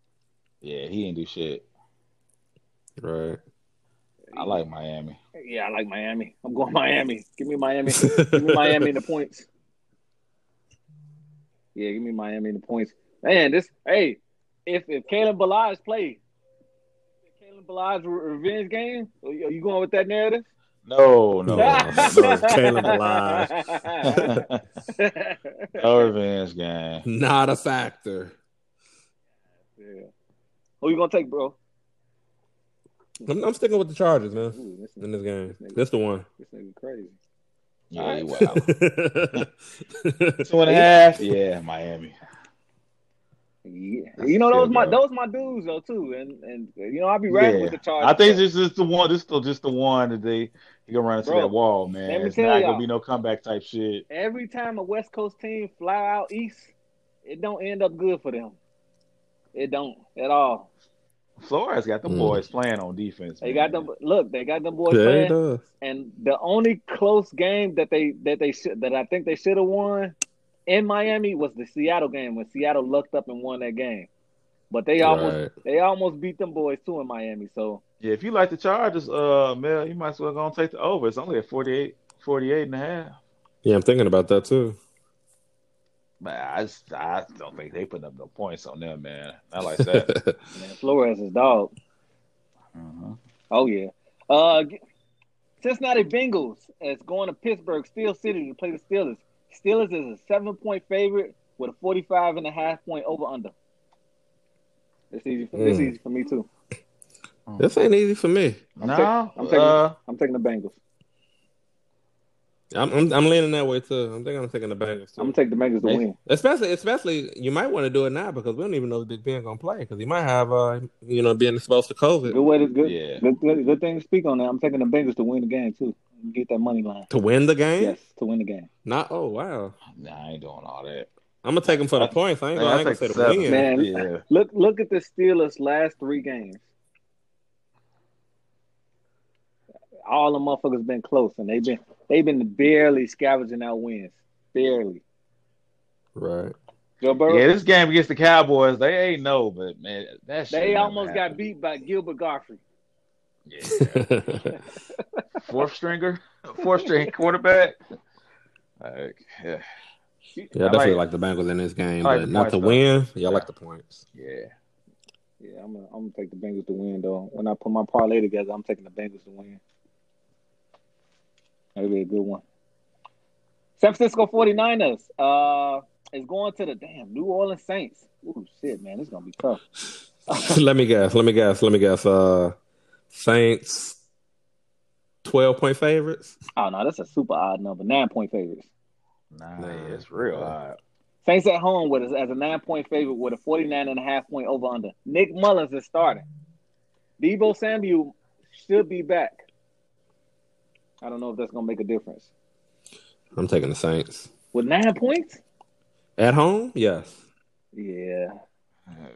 [SPEAKER 1] Yeah, he didn't do shit.
[SPEAKER 3] Right.
[SPEAKER 1] I like Miami.
[SPEAKER 2] Yeah, I like Miami. I'm going Miami. Give me Miami. give me Miami in the points. Yeah, give me Miami in the points. Man, this hey, if if Kalen Balaj play, Kalen Balaj re- revenge game. Are you are you going with that narrative?
[SPEAKER 1] No, no,
[SPEAKER 3] No,
[SPEAKER 1] Oh, no,
[SPEAKER 3] it's Kalen Balaj.
[SPEAKER 1] no revenge game.
[SPEAKER 3] Not a factor.
[SPEAKER 2] yeah. Who you gonna take, bro?
[SPEAKER 3] I'm, I'm sticking with the Chargers, man.
[SPEAKER 2] Ooh, this,
[SPEAKER 3] In this game, that's the one.
[SPEAKER 2] this nigga crazy.
[SPEAKER 1] Yeah, you
[SPEAKER 3] All
[SPEAKER 1] wild.
[SPEAKER 3] right.
[SPEAKER 1] Two and a half. Yeah, Miami.
[SPEAKER 2] Yeah.
[SPEAKER 1] That's
[SPEAKER 2] You know
[SPEAKER 1] still
[SPEAKER 2] those my
[SPEAKER 1] good.
[SPEAKER 2] those my dudes though too, and and you know I'll be riding
[SPEAKER 1] Yeah.
[SPEAKER 2] with the Chargers.
[SPEAKER 1] I think this is the one. This is just the one that they you gonna run into
[SPEAKER 2] Bro,
[SPEAKER 1] that wall, man.
[SPEAKER 2] let me
[SPEAKER 1] It's
[SPEAKER 2] tell
[SPEAKER 1] not
[SPEAKER 2] y'all.
[SPEAKER 1] gonna be no comeback type shit.
[SPEAKER 2] every time a West Coast team fly out east, it don't end up good for them. It don't at all.
[SPEAKER 1] Flores got the
[SPEAKER 3] Mm.
[SPEAKER 1] boys playing on defense.
[SPEAKER 2] They
[SPEAKER 1] man.
[SPEAKER 2] got them. Look, they got them boys
[SPEAKER 3] Yeah, it
[SPEAKER 2] playing,
[SPEAKER 3] does.
[SPEAKER 2] and the only close game that they that they should that I think they should have won in Miami was the Seattle game when Seattle lucked up and won that game. But they almost
[SPEAKER 3] Right.
[SPEAKER 2] they almost beat them boys too in Miami. So
[SPEAKER 1] Yeah, if you like the Chargers, uh, Mel, you might as well go and take the over. It's only at 48, 48 and a half.
[SPEAKER 3] Yeah, I'm thinking about that too.
[SPEAKER 1] But I, just, I don't think they putting up no points on them, man. Not like that.
[SPEAKER 2] man, Flores is dog.
[SPEAKER 1] uh-huh.
[SPEAKER 2] Oh yeah. Uh, g- Cincinnati Bengals is going to Pittsburgh Steel City to play the Steelers. Steelers is a seven point favorite with a 45 and a half point over under. It's easy. For, It's
[SPEAKER 3] Mm.
[SPEAKER 2] easy for me too.
[SPEAKER 3] This ain't easy for me.
[SPEAKER 1] No,
[SPEAKER 2] taking- I'm taking-
[SPEAKER 1] uh,
[SPEAKER 2] I'm taking the Bengals.
[SPEAKER 3] I'm, I'm I'm leaning that way too. I'm thinking I'm taking the Bengals too.
[SPEAKER 2] I'm gonna take the Bengals to
[SPEAKER 1] Hey.
[SPEAKER 2] win.
[SPEAKER 3] especially especially you might want to do it now because we don't even know if Big Ben gonna play because he might have uh you know being exposed to COVID
[SPEAKER 2] Good way to good.
[SPEAKER 1] Yeah.
[SPEAKER 2] Good, good, good thing to speak on that. I'm taking the Bengals to win the game too. Get that money line.
[SPEAKER 3] to win the game.
[SPEAKER 2] Yes, to win the game.
[SPEAKER 3] Not oh wow.
[SPEAKER 1] nah, I ain't doing all that.
[SPEAKER 3] I'm gonna take him for the
[SPEAKER 1] I-
[SPEAKER 3] points. I ain't
[SPEAKER 1] Uh, I
[SPEAKER 3] gonna, I ain't gonna
[SPEAKER 1] think
[SPEAKER 3] say the
[SPEAKER 1] seven.
[SPEAKER 3] win.
[SPEAKER 2] Man.
[SPEAKER 1] Yeah,
[SPEAKER 2] Look, look at the Steelers' last three games. All the motherfuckers been close, and they've been they've been barely scavenging out wins, barely.
[SPEAKER 3] Right.
[SPEAKER 2] Joe Burrow,
[SPEAKER 1] yeah. This game against the Cowboys, they ain't no, but man, that shit
[SPEAKER 2] they
[SPEAKER 1] never
[SPEAKER 2] almost got
[SPEAKER 1] happened.
[SPEAKER 2] beat by Gilbert Godfrey.
[SPEAKER 1] Yeah. Fourth stringer, fourth string quarterback. Like, yeah, I
[SPEAKER 3] yeah, I definitely
[SPEAKER 1] like-
[SPEAKER 3] like, the Bengals in this game,
[SPEAKER 1] I like
[SPEAKER 3] but
[SPEAKER 1] the
[SPEAKER 3] not
[SPEAKER 1] points,
[SPEAKER 3] to
[SPEAKER 1] though.
[SPEAKER 3] win. Yeah,
[SPEAKER 1] Yeah.
[SPEAKER 3] I like the points.
[SPEAKER 1] yeah.
[SPEAKER 2] Yeah, I'm gonna, I'm gonna take the Bengals to win though. When I put my parlay together, I'm taking the Bengals to win. That'll be a good one. San Francisco 49ers uh, is going to the damn New Orleans Saints. Ooh, shit, man, this is gonna be tough.
[SPEAKER 3] let me guess. Let me guess. Let me guess. Uh, Saints, twelve point favorites.
[SPEAKER 2] Oh no, that's a super odd number. Nine point favorites.
[SPEAKER 1] Nah,
[SPEAKER 3] Nah.
[SPEAKER 1] yeah, it's real hard.
[SPEAKER 2] Saints at home with us as a nine point favorite with a 49 and a half point over under. Nick Mullins is starting. Debo Samuel should be back. I don't know if that's gonna make a difference.
[SPEAKER 3] I'm taking the Saints
[SPEAKER 2] With nine points?
[SPEAKER 3] at home. Yes,
[SPEAKER 2] Yeah.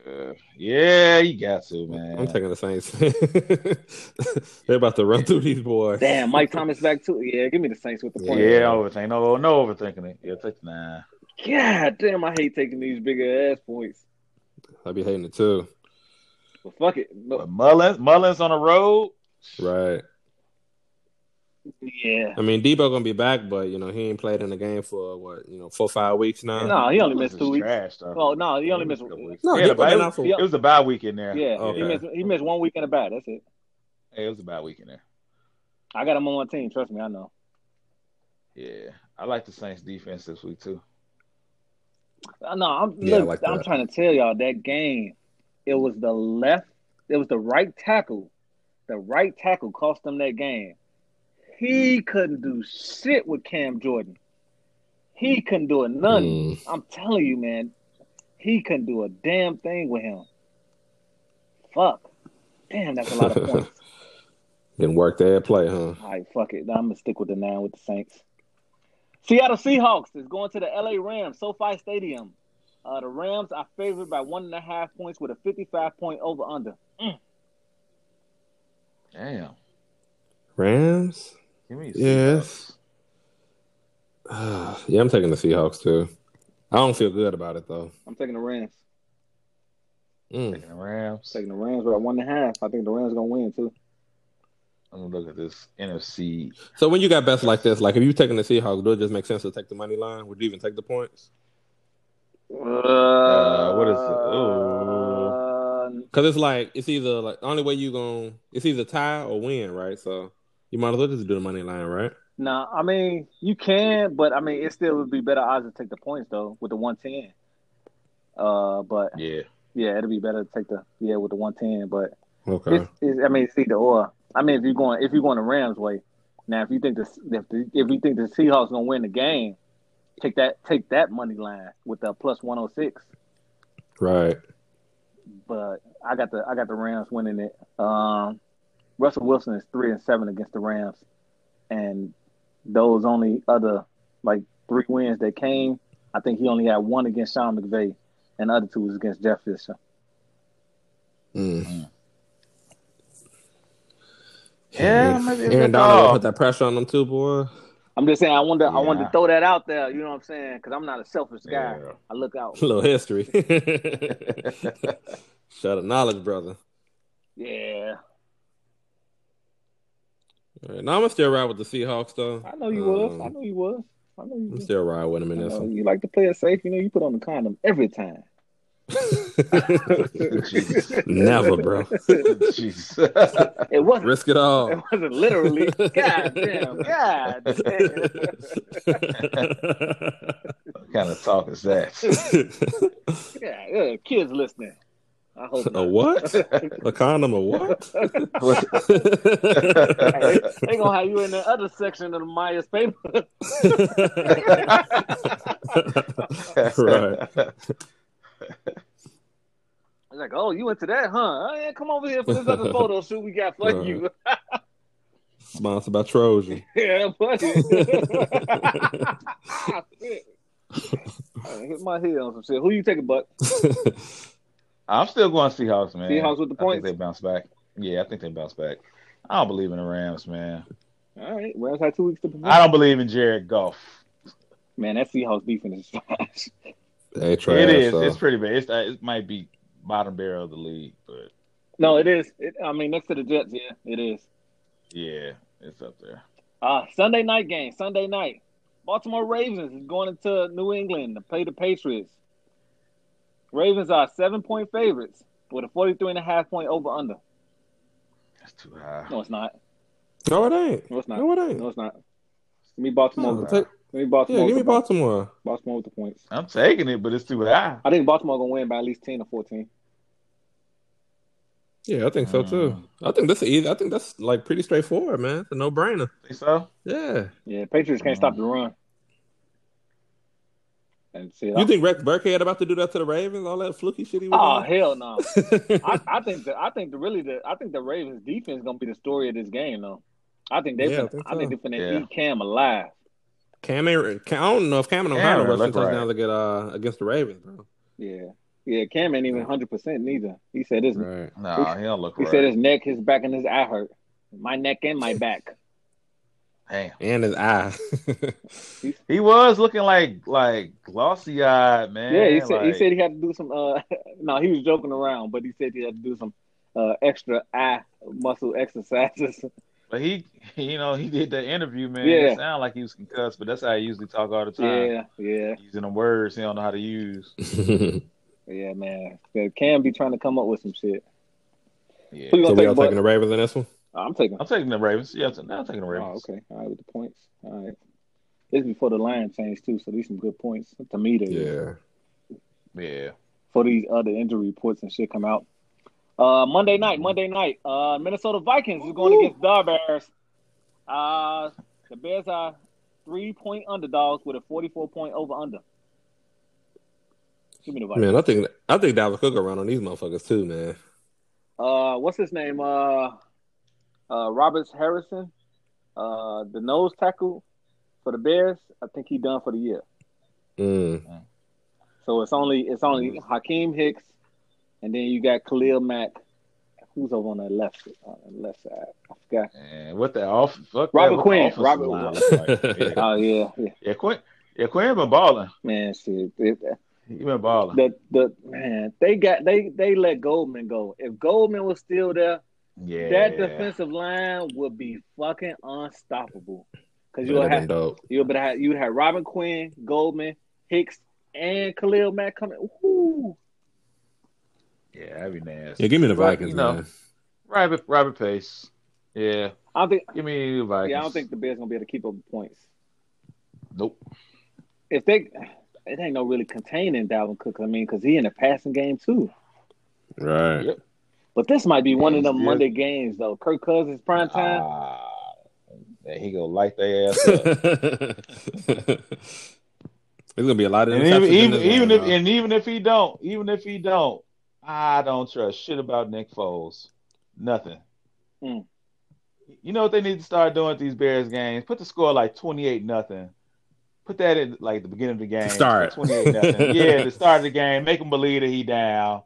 [SPEAKER 1] Uh, yeah, you got to, man.
[SPEAKER 3] I'm taking the Saints. They're about to run through these boys.
[SPEAKER 2] Damn, Mike Thomas back too. Yeah, give me the Saints with the point.
[SPEAKER 1] Yeah, overthink. No, no overthinking it. Yeah, take the nine.
[SPEAKER 2] God damn, I hate taking these big ass points.
[SPEAKER 3] I'd be hating it too.
[SPEAKER 2] But fuck it. No-
[SPEAKER 1] But Mullins, Mullins on the road.
[SPEAKER 3] Right.
[SPEAKER 2] Yeah.
[SPEAKER 3] I mean, Debo gonna be back, but you know he ain't played in the game for what you know four five weeks now.
[SPEAKER 2] No, he only
[SPEAKER 1] Mullins
[SPEAKER 2] missed two
[SPEAKER 1] is
[SPEAKER 2] weeks.
[SPEAKER 1] trash, though.
[SPEAKER 2] Oh no, he only
[SPEAKER 1] Yeah,
[SPEAKER 2] missed.
[SPEAKER 1] a couple weeks.
[SPEAKER 3] Uh-huh. No,
[SPEAKER 1] Yeah,
[SPEAKER 3] he
[SPEAKER 1] the bye-
[SPEAKER 3] played
[SPEAKER 1] it,
[SPEAKER 3] out for-
[SPEAKER 1] was, it was a bye week in
[SPEAKER 2] Yeah,
[SPEAKER 1] there.
[SPEAKER 2] he
[SPEAKER 3] Okay.
[SPEAKER 2] missed. He missed one week in the back. That's it.
[SPEAKER 1] Yeah, it was a bye week in there.
[SPEAKER 2] I got him on my team. Trust me, I know.
[SPEAKER 1] Yeah, I like the Saints defense this week too.
[SPEAKER 2] Uh, No, I'm
[SPEAKER 3] Yeah, I
[SPEAKER 2] look,
[SPEAKER 3] like
[SPEAKER 2] I'm
[SPEAKER 3] that.
[SPEAKER 2] trying to tell y'all that game, it was the left, it was the right tackle. The right tackle cost them that game. He couldn't do shit with Cam Jordan. He couldn't do it none.
[SPEAKER 3] Mm.
[SPEAKER 2] I'm telling you, man, he couldn't do a damn thing with him. Fuck. Damn, that's a lot of points.
[SPEAKER 3] Didn't work there at play, huh?
[SPEAKER 2] All right, fuck it. I'm gonna stick with the nine with the Saints. Seattle Seahawks is going to the LA Rams, SoFi Stadium. Uh, the Rams are favored by one and a half points with a 55 point over under.
[SPEAKER 1] Damn,
[SPEAKER 3] Rams.
[SPEAKER 1] give me
[SPEAKER 3] Yes. Ah, yeah, I'm taking the Seahawks too. I don't feel good about it though.
[SPEAKER 2] I'm taking the Rams.
[SPEAKER 1] Seahawks.
[SPEAKER 3] Mm.
[SPEAKER 1] Taking the Rams.
[SPEAKER 2] Taking the Rams by one and a half. I think the Rams gonna win too.
[SPEAKER 1] I'm gonna look at this NFC.
[SPEAKER 3] So when you got bets like this, like if you taking the Seahawks, do it just make sense to take the money line? Would you even take the points?
[SPEAKER 1] Uh, what is it? Ooh.
[SPEAKER 3] Because it's like it's either like the only way you going it's either tie or win, right? So you might as well just do the money line, right?
[SPEAKER 2] Nah, I mean you can, but I mean it still would be better odds to take the points though with the 110. Uh, but
[SPEAKER 1] Yeah,
[SPEAKER 2] yeah, it'd be better to take the yeah with the 110, but.
[SPEAKER 3] Okay.
[SPEAKER 2] It's, it's, I mean, it's either or. I mean, if you're going, if you're going the Rams way, now if you think the if, the, if you think the Seahawks gonna win the game, take that take that money line with the plus one hundred oh six.
[SPEAKER 3] Right.
[SPEAKER 2] but I got the I got the Rams winning it. Um, Russell Wilson is three and seven against the Rams, and those only other like three wins that came, I think he only had one against Sean McVay, and the other two was against Jeff Fisher.
[SPEAKER 3] Mm.
[SPEAKER 1] Yeah, maybe it's
[SPEAKER 3] Aaron
[SPEAKER 1] a
[SPEAKER 3] Donald gonna
[SPEAKER 1] call.
[SPEAKER 3] put that pressure on them too, boy.
[SPEAKER 2] I'm just saying I wanted I wanted
[SPEAKER 1] Yeah.
[SPEAKER 2] to throw that out there. You know what I'm saying? Because I'm not a selfish guy.
[SPEAKER 1] Yeah.
[SPEAKER 2] I look out.
[SPEAKER 3] little history. Shut up, knowledge, brother.
[SPEAKER 2] Yeah,
[SPEAKER 3] All right, No, I'm still ride with the Seahawks though.
[SPEAKER 2] I know you was.
[SPEAKER 3] Um,
[SPEAKER 2] I know you was. I know you
[SPEAKER 3] am
[SPEAKER 2] was.
[SPEAKER 3] still ride with them in
[SPEAKER 2] I
[SPEAKER 3] this
[SPEAKER 2] know
[SPEAKER 3] one.
[SPEAKER 2] you like to play it safe. You know you put on the condom every time.
[SPEAKER 1] Jesus.
[SPEAKER 3] Never, bro.
[SPEAKER 1] Jeez.
[SPEAKER 2] It wasn't.
[SPEAKER 3] Risk it
[SPEAKER 2] It
[SPEAKER 3] all.
[SPEAKER 2] wasn't literally. God damn. God damn.
[SPEAKER 1] what kind of talk is that?
[SPEAKER 2] Yeah, yeah, kids listening. I
[SPEAKER 1] Oh,
[SPEAKER 2] hope
[SPEAKER 3] a
[SPEAKER 2] not.
[SPEAKER 3] what? A condom? A what?
[SPEAKER 1] What-
[SPEAKER 3] Oh.
[SPEAKER 2] Hey, they- they gonna have you in the other section of the Myers paper.
[SPEAKER 3] right.
[SPEAKER 2] It's like, oh, you into that, huh? Oh, yeah, come over here for this other photo shoot we got for
[SPEAKER 3] Right.
[SPEAKER 2] you.
[SPEAKER 3] Sponsored by Trojan.
[SPEAKER 2] yeah, buddy. Ah, shit. I hit my head on some shit. Who you taking, Buck?
[SPEAKER 1] I'm still going Seahawks, man.
[SPEAKER 2] Seahawks with the
[SPEAKER 1] I
[SPEAKER 2] points.
[SPEAKER 1] think they bounce back. Yeah, I think they bounce back. I don't believe in the Rams, man.
[SPEAKER 2] All right, Rams had two weeks to prepare.
[SPEAKER 1] I don't believe in Jared Goff.
[SPEAKER 2] Man, that Seahawks defense is fast.
[SPEAKER 3] Hey, trash,
[SPEAKER 1] it is.
[SPEAKER 3] though.
[SPEAKER 1] It's pretty bad. It's, uh, it might be bottom barrel of the league, but
[SPEAKER 2] no, it is. It, I mean, next to the Jets, yeah, it is.
[SPEAKER 1] yeah, it's up there.
[SPEAKER 2] Uh, Sunday night game. Sunday night. Baltimore Ravens is going into New England to play the Patriots. Ravens are seven point favorites with a 43 and a half point over under.
[SPEAKER 1] That's too high.
[SPEAKER 2] No, it's not.
[SPEAKER 3] no, it ain't.
[SPEAKER 2] No, it's not.
[SPEAKER 3] No, it ain't.
[SPEAKER 2] No, it's not. Give me Baltimore.
[SPEAKER 3] No, take-
[SPEAKER 2] Give me Baltimore.
[SPEAKER 3] yeah,
[SPEAKER 2] with
[SPEAKER 3] give me
[SPEAKER 2] the-
[SPEAKER 3] Baltimore.
[SPEAKER 2] Baltimore with the points.
[SPEAKER 1] I'm taking it, but it's too high.
[SPEAKER 2] I think Baltimore going to win by at least 10 or 14.
[SPEAKER 3] Yeah, I think so too.
[SPEAKER 1] Mm.
[SPEAKER 3] I think that's easy. I think that's like pretty straightforward, man. It's a no brainer.
[SPEAKER 1] Think so?
[SPEAKER 3] Yeah.
[SPEAKER 2] Yeah, Patriots can't stop the
[SPEAKER 3] Mm-hmm.
[SPEAKER 2] run. And see,
[SPEAKER 3] You think Rex Burkhead about to do that to the Ravens? All that fluky shit he
[SPEAKER 2] Oh
[SPEAKER 3] was uh,
[SPEAKER 2] hell no!
[SPEAKER 3] doing?
[SPEAKER 2] I, I think the, I think the really the I think the Ravens defense gonna be the story of this game though. I think they fin-
[SPEAKER 3] Yeah, I think
[SPEAKER 2] I think, they finna
[SPEAKER 1] Yeah.
[SPEAKER 2] eat Cam alive.
[SPEAKER 3] Cam ain't. Cam, I don't know if Cameron O'Hara
[SPEAKER 1] Cameron
[SPEAKER 3] rushed
[SPEAKER 1] looked
[SPEAKER 3] touchdowns against, uh, against the Ravens, bro.
[SPEAKER 2] Yeah, yeah. Cam ain't even hundred percent neither. He said his
[SPEAKER 3] Right.
[SPEAKER 1] No, he don't look
[SPEAKER 2] he
[SPEAKER 1] right.
[SPEAKER 2] said his neck, his back, and his eye hurt. My neck and my back.
[SPEAKER 1] Damn.
[SPEAKER 3] And his eye.
[SPEAKER 1] He was looking like like glossy eyed, man.
[SPEAKER 2] yeah, he said he
[SPEAKER 1] like-
[SPEAKER 2] said he had to do some. Uh, no, he was joking around, but he said he had to do some uh extra eye muscle exercises.
[SPEAKER 1] But he, you know, he did that interview, man.
[SPEAKER 2] Yeah.
[SPEAKER 1] It sounded like he was concussed, but that's how he usually talk all the time.
[SPEAKER 2] yeah, yeah,
[SPEAKER 1] Using the words he don't know how to use.
[SPEAKER 3] so
[SPEAKER 2] yeah, man. Yeah, Cam be trying to come up with some shit.
[SPEAKER 1] Yeah.
[SPEAKER 2] Who you gonna
[SPEAKER 3] we all
[SPEAKER 2] take? Buck?
[SPEAKER 3] taking the Ravens in this one?
[SPEAKER 2] I'm taking.
[SPEAKER 1] I'm taking the Ravens. Yeah, I'm I'm taking the
[SPEAKER 2] Oh,
[SPEAKER 1] Ravens.
[SPEAKER 2] okay. All right, with the points. All right. This is before the line changed too, so these some good points to me. There,
[SPEAKER 3] Yeah.
[SPEAKER 1] Yeah.
[SPEAKER 2] For these other injury reports and shit come out. Uh, Monday night, Monday night. Uh, Minnesota Vikings is going against the Bears. Uh, the Bears are three point underdogs with a forty four point over under. Give me the Vikings.
[SPEAKER 3] Man, I think I think Dalvin Cook around on these motherfuckers too, man.
[SPEAKER 2] Uh, what's his name? Uh, uh, Roberts Harrison, uh, the nose tackle for the Bears. I think he done for the year.
[SPEAKER 3] Mm.
[SPEAKER 2] So it's only it's only Hakeem Hicks, and then you got Khalil Mack, who's over on the left on the left side. I forgot.
[SPEAKER 1] And what the off fuck that, what
[SPEAKER 2] Robert
[SPEAKER 1] the
[SPEAKER 2] Quinn.
[SPEAKER 1] offensive
[SPEAKER 2] Robert-
[SPEAKER 1] line look like. yeah.
[SPEAKER 2] Oh yeah, yeah,
[SPEAKER 1] yeah, Quinn. Yeah, Quinn been balling.
[SPEAKER 2] man, shit. It,
[SPEAKER 1] He been balling.
[SPEAKER 2] the the man, they got they they let Goldman go. If Goldman was still there,
[SPEAKER 1] yeah.
[SPEAKER 2] that defensive line would be fucking unstoppable. Because
[SPEAKER 3] That'd
[SPEAKER 2] you'll
[SPEAKER 3] have
[SPEAKER 2] have
[SPEAKER 3] been dope.
[SPEAKER 2] you'll but have you'd have Robin Quinn, Goldman, Hicks, and Khalil Mack coming. Ooh,
[SPEAKER 1] Yeah, that'd be
[SPEAKER 3] Yeah,
[SPEAKER 1] nasty.
[SPEAKER 3] give me the
[SPEAKER 1] But,
[SPEAKER 3] Vikings,
[SPEAKER 1] you know,
[SPEAKER 3] man.
[SPEAKER 1] Robert Robert Pace. Yeah.
[SPEAKER 2] I don't think.
[SPEAKER 1] Give me the Vikings.
[SPEAKER 2] Yeah, I don't think the Bears gonna be able to keep up with points.
[SPEAKER 1] Nope.
[SPEAKER 2] if they it ain't no really containing Dalvin Cook. I mean, because he in the passing game too.
[SPEAKER 3] Right.
[SPEAKER 1] Yep.
[SPEAKER 2] But this might be one of them
[SPEAKER 1] Yeah.
[SPEAKER 2] Monday games though. Kirk Cousins prime time.
[SPEAKER 1] Ah, he gonna light their ass up.
[SPEAKER 3] That's It's gonna be a lot of
[SPEAKER 1] And even
[SPEAKER 3] interceptions.
[SPEAKER 1] even, even
[SPEAKER 3] in this
[SPEAKER 1] if
[SPEAKER 3] one,
[SPEAKER 1] and even if he don't, even if he don't, I don't trust shit about Nick Foles. Nothing.
[SPEAKER 2] Mm.
[SPEAKER 1] You know what they need to start doing at these Bears games? Put the score like twenty eight nothing. Put that in like the beginning of the game.
[SPEAKER 3] start.
[SPEAKER 1] twenty eight nothing. yeah, the start of the game. Make him believe that he down.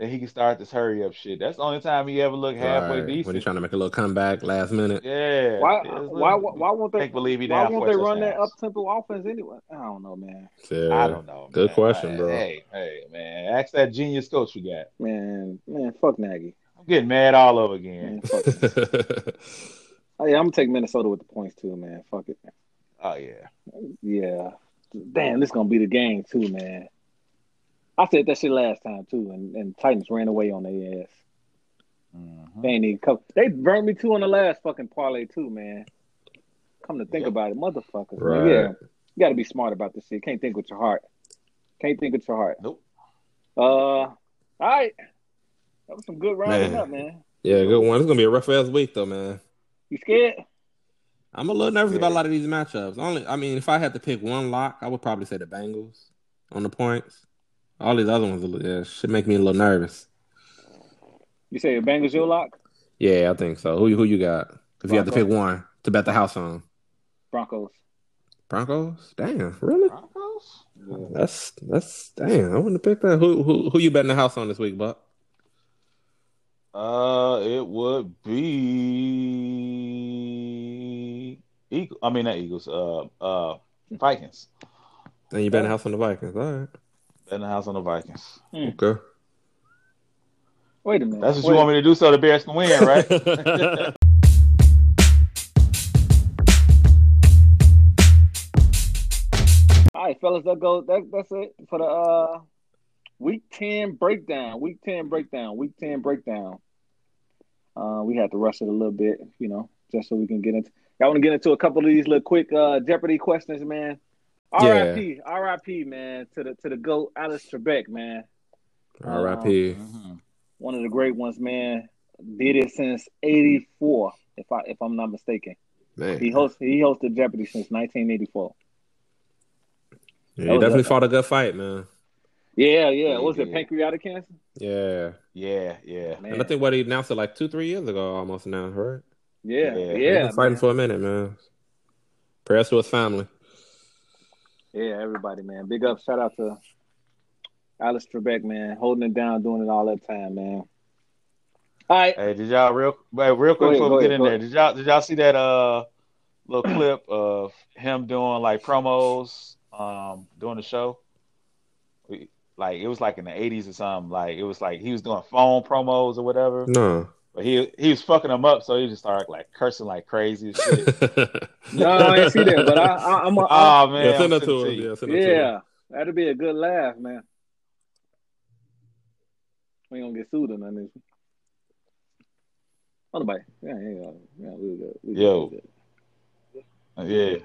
[SPEAKER 1] That he can start this hurry up shit. That's the only time he ever looked halfway
[SPEAKER 3] Right. When
[SPEAKER 1] decent.
[SPEAKER 3] he's trying to make a little comeback last minute.
[SPEAKER 1] yeah.
[SPEAKER 2] Why,
[SPEAKER 1] Yeah, it's
[SPEAKER 2] why,
[SPEAKER 1] little-
[SPEAKER 2] why won't they?
[SPEAKER 1] make believe he
[SPEAKER 2] Why
[SPEAKER 1] down
[SPEAKER 2] won't
[SPEAKER 1] for
[SPEAKER 2] they run that
[SPEAKER 1] touchdowns.
[SPEAKER 2] up tempo offense anyway? I don't know, man.
[SPEAKER 3] Yeah.
[SPEAKER 1] I don't know.
[SPEAKER 3] Good
[SPEAKER 1] man.
[SPEAKER 3] question,
[SPEAKER 1] Hey,
[SPEAKER 3] bro.
[SPEAKER 1] Hey, hey, man, ask that genius coach you got.
[SPEAKER 2] Man, man, fuck Nagy.
[SPEAKER 1] I'm getting mad all over
[SPEAKER 2] Man,
[SPEAKER 1] again.
[SPEAKER 2] fuck it. Oh, yeah, I'm gonna take Minnesota with the points too, man. Fuck it.
[SPEAKER 1] Oh yeah,
[SPEAKER 2] Yeah. Damn, this gonna be the game too, man. I said that shit last time too, and, and Titans ran away on their ass.
[SPEAKER 1] Mhm.
[SPEAKER 2] They ain't even come. They burned me too on the last fucking parlay too, man. Come to think
[SPEAKER 1] Yep.
[SPEAKER 2] about it, motherfuckers. man,
[SPEAKER 3] Right.
[SPEAKER 2] Yeah, you got to be smart about this shit. Can't think with your heart. Can't think with your heart.
[SPEAKER 1] Nope.
[SPEAKER 2] Uh, all right. That was some good rounding
[SPEAKER 3] Man.
[SPEAKER 2] up, man.
[SPEAKER 3] yeah, good one. It's gonna be a rough ass week though, man.
[SPEAKER 2] You scared?
[SPEAKER 3] I'm a little nervous
[SPEAKER 1] Yeah.
[SPEAKER 3] about a lot of these matchups. Only, I mean, if I had to pick one lock, I would probably say the Bengals on the points. All these other ones, yeah, should make me a little nervous.
[SPEAKER 2] You say the Bengals your lock?
[SPEAKER 3] Yeah, I think so. Who, who you got? If you had to pick
[SPEAKER 2] Broncos.
[SPEAKER 3] one to bet the house on
[SPEAKER 2] Broncos.
[SPEAKER 3] Broncos, damn, really?
[SPEAKER 1] Broncos.
[SPEAKER 3] That's that's damn. I wouldn't pick that. Who who who you betting the house on this week, Buck?
[SPEAKER 1] Uh, it would be Eagle. I mean, not Eagles. Uh, uh, Vikings.
[SPEAKER 3] And you betting the house on the Vikings. All right,
[SPEAKER 1] In the house on the Vikings.
[SPEAKER 3] okay.
[SPEAKER 2] Wait a minute.
[SPEAKER 1] That's what you want me to do, so the Bears can win, right?
[SPEAKER 2] All right, fellas, that goes. That, that's it for the uh, week ten breakdown. Week ten breakdown. Week ten breakdown. Uh, we had to rush it a little bit, you know, just so we can get into. Y'all want to get into a couple of these little quick uh, Jeopardy questions, man.
[SPEAKER 3] Yeah.
[SPEAKER 2] R.I.P. R.I.P. Man to the to the goat Alice Trebek, man.
[SPEAKER 3] R.I.P.
[SPEAKER 1] Mhm.
[SPEAKER 2] One of the great ones, man. Did it since '84, if I if I'm not mistaken.
[SPEAKER 3] Man,
[SPEAKER 2] He host he hosted Jeopardy since 1984. That
[SPEAKER 3] Yeah, he
[SPEAKER 2] was
[SPEAKER 3] definitely
[SPEAKER 2] a-
[SPEAKER 3] fought a good fight, man.
[SPEAKER 2] Yeah, yeah. What was
[SPEAKER 1] He
[SPEAKER 2] it
[SPEAKER 1] did.
[SPEAKER 2] pancreatic cancer?
[SPEAKER 3] Yeah,
[SPEAKER 1] Yeah, yeah.
[SPEAKER 2] Man.
[SPEAKER 3] and I think what he announced it like two, three years ago, almost now, right?
[SPEAKER 2] Yeah,
[SPEAKER 1] Yeah.
[SPEAKER 2] yeah,
[SPEAKER 3] He's been
[SPEAKER 2] yeah,
[SPEAKER 3] fighting for a minute, man. Prayers to his family.
[SPEAKER 2] Everybody, man, big up, shout out to Alice Trebek, man, holding it down, doing it all that time, man. All right,
[SPEAKER 1] Hey, did y'all real wait, real
[SPEAKER 2] Go
[SPEAKER 1] quick
[SPEAKER 2] ahead,
[SPEAKER 1] before
[SPEAKER 2] go
[SPEAKER 1] we get
[SPEAKER 2] ahead,
[SPEAKER 1] in
[SPEAKER 2] go
[SPEAKER 1] there?
[SPEAKER 2] ahead.
[SPEAKER 1] Did y'all did y'all see that uh little clip of him doing like promos um doing the show? We- Like it was like in the eighties or something. Like it was like he was doing phone promos or whatever.
[SPEAKER 3] No.
[SPEAKER 1] But he he was fucking them up, so he just started like cursing like crazy and shit.
[SPEAKER 2] no, I ain't see that, but I, I I'm a, I,
[SPEAKER 1] oh man,
[SPEAKER 3] yeah,
[SPEAKER 1] I'm
[SPEAKER 3] send
[SPEAKER 1] sending
[SPEAKER 3] it to him.
[SPEAKER 1] you.
[SPEAKER 3] Yeah, send it to him.
[SPEAKER 2] yeah, that'd be a good laugh, man. We ain't gonna get sued or nothing. Is we? Oh, nobody. Yeah, yeah, yeah. yeah we good. We good,
[SPEAKER 1] Yo.
[SPEAKER 2] we good.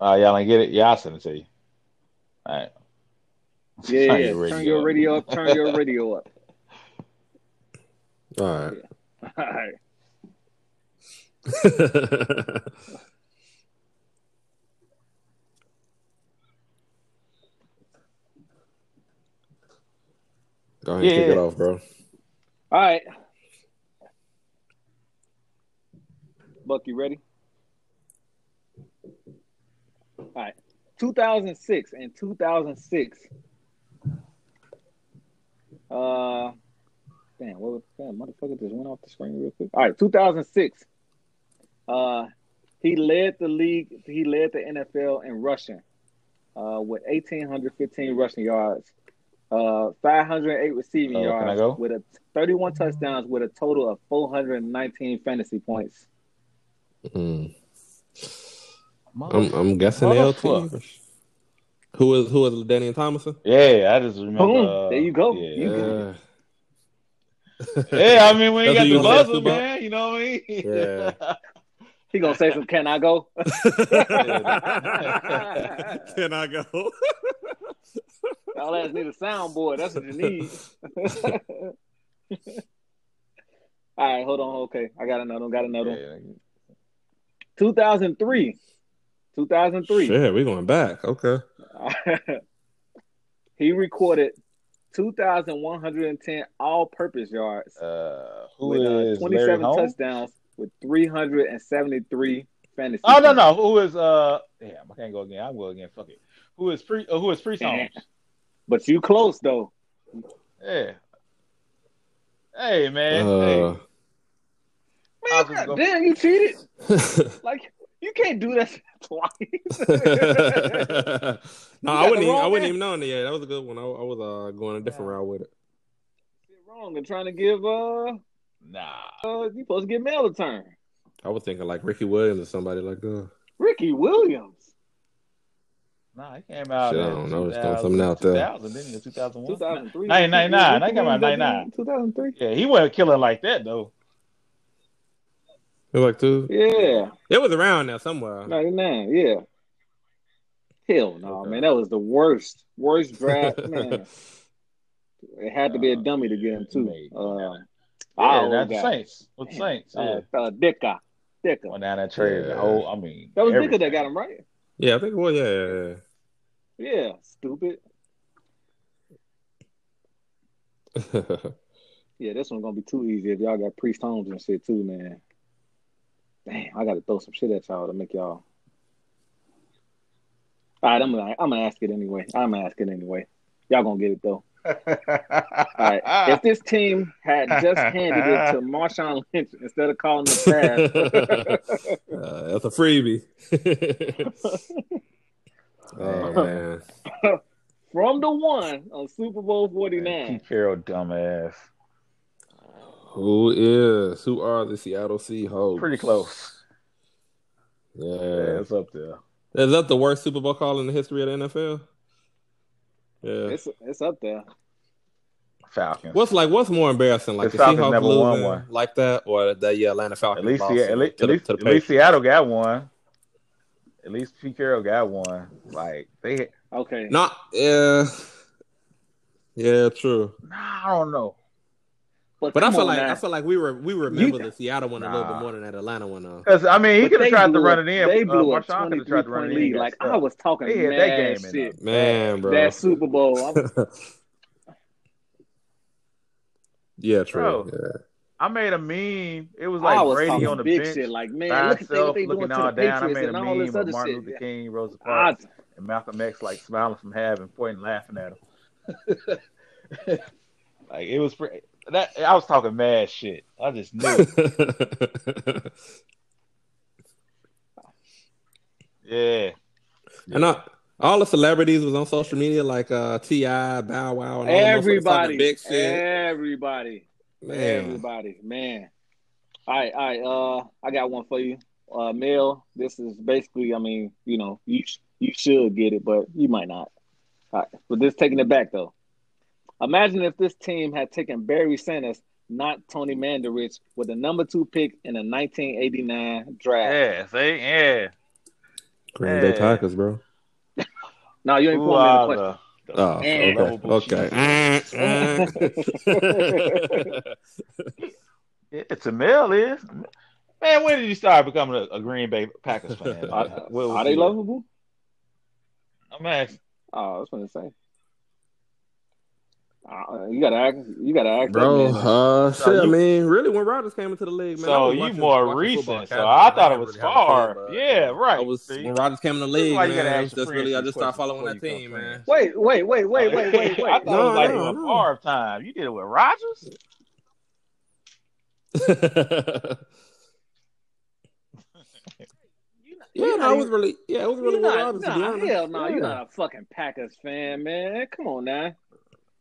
[SPEAKER 1] Yeah. Uh, y'all ain't get it? Yeah, I'll send it to you. All right.
[SPEAKER 2] Yeah,
[SPEAKER 1] Turn
[SPEAKER 2] yeah.
[SPEAKER 1] your radio
[SPEAKER 2] Turn your
[SPEAKER 1] up.
[SPEAKER 2] radio up. Turn your radio up.
[SPEAKER 3] All right.
[SPEAKER 2] All right.
[SPEAKER 3] Go ahead and kick
[SPEAKER 1] Yeah.
[SPEAKER 3] it off,
[SPEAKER 2] All
[SPEAKER 3] bro.
[SPEAKER 2] right. Buck, you ready? All right. 2006 and 2006. Uh, damn, what was damn, motherfucker just went off the screen real quick. All right, 2006. Uh, he led the league, he led the NFL in rushing uh, with 1,815 rushing yards, uh, 508 receiving
[SPEAKER 1] Oh, can I go?
[SPEAKER 2] yards, with a 31 touchdowns, with a total of 419 fantasy points.
[SPEAKER 3] Mm. I'm, I'm guessing LT.
[SPEAKER 1] Motherfucker.
[SPEAKER 3] Who is who is Danny and Thomason?
[SPEAKER 1] Yeah, I just remember.
[SPEAKER 2] Boom.
[SPEAKER 1] uh,
[SPEAKER 2] There you go.
[SPEAKER 1] Yeah.
[SPEAKER 2] You-
[SPEAKER 3] Yeah.
[SPEAKER 1] Yeah, I mean, we ain't
[SPEAKER 3] That's
[SPEAKER 1] got
[SPEAKER 3] what you
[SPEAKER 1] the
[SPEAKER 3] was asking
[SPEAKER 1] buzzer,
[SPEAKER 3] about?
[SPEAKER 1] man. You know what I mean?
[SPEAKER 3] Yeah.
[SPEAKER 2] He gonna say some. Can I go?
[SPEAKER 3] Can I go?
[SPEAKER 2] Y'all ass need a soundboard. That's what you need. All right, hold on. Okay, I got another one. Got another one.
[SPEAKER 1] Yeah.
[SPEAKER 2] 2003. 2003.
[SPEAKER 3] Shit, we going back. Okay.
[SPEAKER 2] he recorded 2,110 all-purpose yards
[SPEAKER 1] Uh, who
[SPEAKER 2] with uh,
[SPEAKER 1] is
[SPEAKER 2] 27
[SPEAKER 1] Larry Holmes?
[SPEAKER 2] touchdowns with 373 fantasy.
[SPEAKER 1] Oh no no! Who is uh? Damn, I can't go again. I'm going again. Fuck it. Who is free? Uh, who is free songs?
[SPEAKER 2] But you close though.
[SPEAKER 1] Yeah. Hey man.
[SPEAKER 3] Uh,
[SPEAKER 1] I
[SPEAKER 2] Man,
[SPEAKER 1] was just
[SPEAKER 2] God,
[SPEAKER 1] gonna-
[SPEAKER 2] damn, you cheated. Like you can't do that twice.
[SPEAKER 3] no,
[SPEAKER 2] got
[SPEAKER 3] I
[SPEAKER 2] the
[SPEAKER 3] wouldn't. Even,
[SPEAKER 2] wrong
[SPEAKER 3] I wouldn't
[SPEAKER 2] man.
[SPEAKER 3] even know it. Yeah, that was a good one. I, I was uh, going a different route with it.
[SPEAKER 2] wrong and trying to give uh,
[SPEAKER 1] Hey, nah.
[SPEAKER 2] uh you supposed to get mail a turn.
[SPEAKER 3] I was thinking like Ricky Williams or somebody like uh, that.
[SPEAKER 2] Ricky Williams,
[SPEAKER 1] Nah, he came out.
[SPEAKER 3] Shit, I
[SPEAKER 1] in
[SPEAKER 3] don't know. It's
[SPEAKER 1] 2000,
[SPEAKER 3] throwing something out there.
[SPEAKER 1] 2000, didn't he? 2001.
[SPEAKER 2] 2003.
[SPEAKER 1] 1999. That came out in 99.
[SPEAKER 2] 2003.
[SPEAKER 1] Yeah, he wasn't killing like that though.
[SPEAKER 3] It was like two.
[SPEAKER 2] Yeah,
[SPEAKER 3] It was around there somewhere.
[SPEAKER 2] 99. Yeah. Hell no,
[SPEAKER 1] Okay.
[SPEAKER 2] man. That was the worst, worst draft. man, it had to be a
[SPEAKER 1] Uh,
[SPEAKER 2] dummy to get him too.
[SPEAKER 1] maybe.
[SPEAKER 2] Uh,
[SPEAKER 1] Yeah,
[SPEAKER 2] oh,
[SPEAKER 1] that's the
[SPEAKER 2] God.
[SPEAKER 1] Saints. With the Saints. Yeah.
[SPEAKER 2] Uh, uh, Dicker, Dicker.
[SPEAKER 1] Went down that trade. The
[SPEAKER 3] Yeah.
[SPEAKER 1] whole. I mean,
[SPEAKER 2] That was Dicker
[SPEAKER 1] everything.
[SPEAKER 2] that got him right.
[SPEAKER 3] yeah, I think it was. Yeah, yeah, yeah.
[SPEAKER 2] Yeah, stupid. Yeah, this one's gonna be too easy if y'all got priest homes and shit too, man. Damn, I gotta throw some shit at y'all to make y'all. All right, I'm gonna I'm gonna ask it anyway. I'm gonna ask it anyway. Y'all gonna get it though. All right.
[SPEAKER 1] Ah.
[SPEAKER 2] if this team had just handed it to Marshawn Lynch instead of calling the
[SPEAKER 3] Uh, that's a freebie. oh man.
[SPEAKER 2] pass from the one on Super Bowl forty
[SPEAKER 1] Man,
[SPEAKER 2] nine,
[SPEAKER 1] Pete Carroll, dumbass.
[SPEAKER 3] Who is? Who are the Seattle Seahawks?
[SPEAKER 1] Pretty close. Yeah,
[SPEAKER 3] Yeah.
[SPEAKER 1] it's up there.
[SPEAKER 3] Is that the worst Super Bowl call in the history of the NFL? Yeah.
[SPEAKER 2] it's it's up there.
[SPEAKER 1] Falcons.
[SPEAKER 3] What's like? What's more embarrassing, like
[SPEAKER 1] The
[SPEAKER 3] the,
[SPEAKER 1] Falcons
[SPEAKER 3] Seahawks
[SPEAKER 1] never
[SPEAKER 3] losing
[SPEAKER 1] won one.
[SPEAKER 3] like that, or the yeah, Atlanta Falcons
[SPEAKER 1] At least,
[SPEAKER 3] lost
[SPEAKER 1] yeah, at least,
[SPEAKER 3] to
[SPEAKER 1] at
[SPEAKER 3] the,
[SPEAKER 1] least,
[SPEAKER 3] to the
[SPEAKER 1] at least
[SPEAKER 3] Patriots?
[SPEAKER 1] Seattle got one. At least Pete Carroll got one. Like they,
[SPEAKER 2] Okay.
[SPEAKER 3] Not yeah, yeah, true.
[SPEAKER 1] nah, I don't know.
[SPEAKER 3] But I
[SPEAKER 2] come
[SPEAKER 3] feel
[SPEAKER 2] on
[SPEAKER 3] like
[SPEAKER 2] now.
[SPEAKER 3] I feel like we were we remember
[SPEAKER 1] You-
[SPEAKER 3] the Seattle one a little
[SPEAKER 1] Nah.
[SPEAKER 3] bit more than that Atlanta one. Though.
[SPEAKER 1] Because I mean, he
[SPEAKER 2] But
[SPEAKER 1] could have
[SPEAKER 2] they
[SPEAKER 1] tried to
[SPEAKER 2] blew
[SPEAKER 1] run
[SPEAKER 2] a-
[SPEAKER 1] it in.
[SPEAKER 2] They
[SPEAKER 1] uh,
[SPEAKER 2] blew a
[SPEAKER 1] Marshawn could have tried to run
[SPEAKER 2] 23-point
[SPEAKER 1] it in.
[SPEAKER 2] lead.
[SPEAKER 1] got
[SPEAKER 2] Like
[SPEAKER 1] stuffed.
[SPEAKER 2] I was talking
[SPEAKER 1] They had that
[SPEAKER 2] mad
[SPEAKER 1] game in
[SPEAKER 2] shit.
[SPEAKER 3] Man, bro.
[SPEAKER 2] That Super Bowl. I'm-
[SPEAKER 3] yeah, true.
[SPEAKER 1] Bro. I made a meme. It was
[SPEAKER 2] I
[SPEAKER 1] like
[SPEAKER 2] was
[SPEAKER 1] Brady
[SPEAKER 2] talking
[SPEAKER 1] on the
[SPEAKER 2] big
[SPEAKER 1] bench
[SPEAKER 2] shit. Like
[SPEAKER 1] by
[SPEAKER 2] man, look at they, what
[SPEAKER 1] himself,
[SPEAKER 2] they doing to
[SPEAKER 1] looking
[SPEAKER 2] the
[SPEAKER 1] all down. I
[SPEAKER 2] Patriots
[SPEAKER 1] made a
[SPEAKER 2] and all
[SPEAKER 1] meme
[SPEAKER 2] this
[SPEAKER 1] of
[SPEAKER 2] other
[SPEAKER 1] Martin
[SPEAKER 2] shit.
[SPEAKER 1] Luther King, Rosa
[SPEAKER 2] I,
[SPEAKER 1] Parks, and Malcolm X, like smiling from having point and laughing at him. like it was pretty. That I was talking mad shit. I just knew. it.
[SPEAKER 3] Yeah.
[SPEAKER 1] yeah.
[SPEAKER 3] And I, all the celebrities was on social media, like uh, Ti, Bow Wow, and all them motherfuckers
[SPEAKER 2] everybody,
[SPEAKER 3] talking big shit.
[SPEAKER 2] everybody,
[SPEAKER 3] Man,
[SPEAKER 2] everybody, man. All right, all right. Uh, I got one for you, uh, Mel. This is basically, I mean, you know, you sh- you should get it, but you might not. All right, but this taking it back though. Imagine if this team had taken Barry Sanders, not Tony Mandarich, with the number two pick in the 1989 draft.
[SPEAKER 1] Yeah. See. Yeah.
[SPEAKER 3] Green Bay
[SPEAKER 1] Yeah.
[SPEAKER 3] Packers, bro.
[SPEAKER 2] No, you ain't
[SPEAKER 1] Who
[SPEAKER 2] pulling me the
[SPEAKER 1] are
[SPEAKER 2] question.
[SPEAKER 1] the, the-
[SPEAKER 2] Eh.
[SPEAKER 3] Oh, okay, okay.
[SPEAKER 1] Yeah, It's a male is. Man, when did you start becoming a, a Green Bay Packers fan?
[SPEAKER 3] Are-
[SPEAKER 1] What was
[SPEAKER 2] uh, Are they
[SPEAKER 1] it?
[SPEAKER 2] lovable?
[SPEAKER 1] I'm asking.
[SPEAKER 2] Oh, that's what I'm saying. Uh, you gotta act. You gotta act.
[SPEAKER 3] Bro,
[SPEAKER 2] that man.
[SPEAKER 1] So
[SPEAKER 3] uh, shit, I
[SPEAKER 1] you-
[SPEAKER 3] mean, really, when Rodgers came into the league, man, I
[SPEAKER 1] so
[SPEAKER 3] was
[SPEAKER 1] you
[SPEAKER 3] watching-
[SPEAKER 1] more
[SPEAKER 3] watching Football
[SPEAKER 1] recent. So
[SPEAKER 3] Academy.
[SPEAKER 1] I thought it
[SPEAKER 3] never
[SPEAKER 1] was
[SPEAKER 3] really had a
[SPEAKER 1] far.
[SPEAKER 3] kid, but-
[SPEAKER 1] yeah, right.
[SPEAKER 3] I was
[SPEAKER 1] See?
[SPEAKER 3] when Rodgers came in the
[SPEAKER 1] is
[SPEAKER 3] league,
[SPEAKER 1] why you
[SPEAKER 3] man.
[SPEAKER 1] gotta ask
[SPEAKER 3] I was
[SPEAKER 1] your
[SPEAKER 3] just really, I
[SPEAKER 1] friends
[SPEAKER 3] just started
[SPEAKER 1] these
[SPEAKER 3] following that
[SPEAKER 1] questions before you
[SPEAKER 3] team,
[SPEAKER 1] come
[SPEAKER 3] man.
[SPEAKER 1] friends.
[SPEAKER 2] Wait, wait, wait, wait, wait, wait,
[SPEAKER 1] I
[SPEAKER 2] wait.
[SPEAKER 1] thought
[SPEAKER 3] No,
[SPEAKER 1] it was like
[SPEAKER 3] no,
[SPEAKER 1] a
[SPEAKER 3] no.
[SPEAKER 1] bar of time. You did it with Rogers.
[SPEAKER 3] yeah, no, it was really, yeah, it was really
[SPEAKER 2] you
[SPEAKER 3] Will
[SPEAKER 2] not,
[SPEAKER 3] Rodgers. to be
[SPEAKER 2] nah,
[SPEAKER 3] honest.
[SPEAKER 2] hell no,
[SPEAKER 3] Yeah.
[SPEAKER 2] you're not a fucking Packers fan, man. Come on now.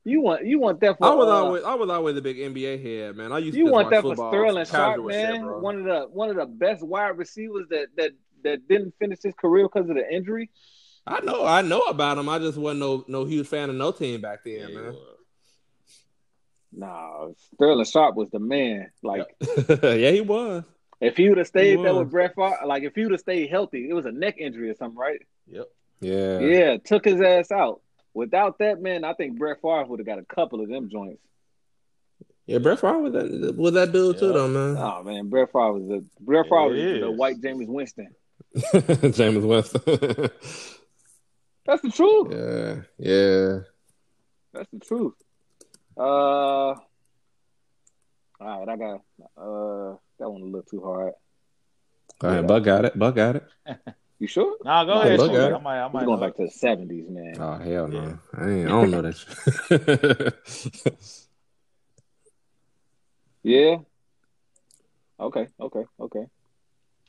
[SPEAKER 2] You want you want that for
[SPEAKER 3] I was
[SPEAKER 2] uh,
[SPEAKER 3] always I was always a big NBA head, man. I used
[SPEAKER 2] you
[SPEAKER 3] to just
[SPEAKER 2] want
[SPEAKER 3] watch
[SPEAKER 2] that for
[SPEAKER 3] football,
[SPEAKER 2] Sterling Sharp,
[SPEAKER 3] casual
[SPEAKER 2] man.
[SPEAKER 3] shit, bro.
[SPEAKER 2] one of the one of the best wide receivers that that that didn't finish his career because of the injury.
[SPEAKER 3] I know, I know about him. I just wasn't no no huge fan of no team back then, man.
[SPEAKER 2] Nah, Sterling Sharp was the man. Like
[SPEAKER 3] yeah, he was.
[SPEAKER 2] if he would have stayed there
[SPEAKER 3] was.
[SPEAKER 2] with Brett Favre, like if he would have stayed healthy, it was a neck injury or something, right?
[SPEAKER 3] Yeah,
[SPEAKER 2] Yeah, took his ass out. Without that man, I think Brett Favre would have got a couple of them joints.
[SPEAKER 3] yeah. Brett Favre was that was that dude too,
[SPEAKER 1] Yeah.
[SPEAKER 3] though, man.
[SPEAKER 2] Oh man, Brett Favre was the Brett Favre was
[SPEAKER 1] It
[SPEAKER 2] the
[SPEAKER 1] is.
[SPEAKER 2] white James Winston.
[SPEAKER 3] James Winston.
[SPEAKER 2] That's the truth.
[SPEAKER 3] yeah, yeah.
[SPEAKER 2] That's the truth. Uh, all right, I got uh that one a little too hard.
[SPEAKER 3] All right, Buck got it. Buck got it.
[SPEAKER 2] You sure?
[SPEAKER 1] Nah, go
[SPEAKER 2] Yeah,
[SPEAKER 1] ahead.
[SPEAKER 3] look
[SPEAKER 1] Shoot.
[SPEAKER 3] at it.
[SPEAKER 1] I might, I
[SPEAKER 2] We're
[SPEAKER 1] might look.
[SPEAKER 2] going back to the seventies, man.
[SPEAKER 3] Oh hell no! I, ain't, I don't know that. shit.
[SPEAKER 2] Yeah. Okay. Okay. Okay. All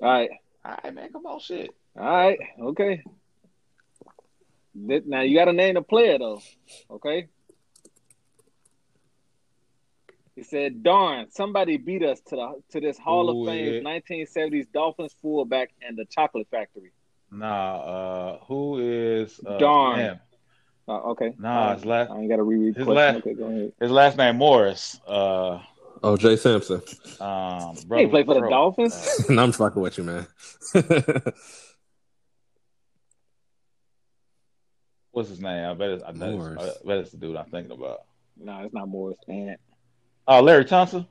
[SPEAKER 2] right.
[SPEAKER 1] All right, man, come on, shit.
[SPEAKER 2] All right. Okay. Th- Now you got to name the player though. Okay. He said, "Darn, somebody beat us to the to this Hall of
[SPEAKER 3] Ooh,
[SPEAKER 2] Fame
[SPEAKER 3] yeah.
[SPEAKER 2] 1970s Dolphins fullback and the Chocolate Factory."
[SPEAKER 1] Nah, uh, who is uh,
[SPEAKER 2] Darn.
[SPEAKER 1] damn,
[SPEAKER 2] Uh, okay.
[SPEAKER 1] Nah,
[SPEAKER 2] All
[SPEAKER 1] his last
[SPEAKER 2] I ain't got to reread the
[SPEAKER 1] His
[SPEAKER 2] question.
[SPEAKER 1] last-
[SPEAKER 2] Okay, go ahead.
[SPEAKER 1] his last name Morris. Uh,
[SPEAKER 3] oh, Jay Simpson.
[SPEAKER 1] um, Uh,
[SPEAKER 2] He ain't play for the
[SPEAKER 1] bro,
[SPEAKER 2] Dolphins.
[SPEAKER 3] no, I'm fucking with you, man.
[SPEAKER 1] What's his name? I bet it's I bet it's,
[SPEAKER 3] Morris.
[SPEAKER 1] I bet it's the dude I'm thinking about.
[SPEAKER 2] No, it's not Morris. And
[SPEAKER 1] Oh, Larry Thompson.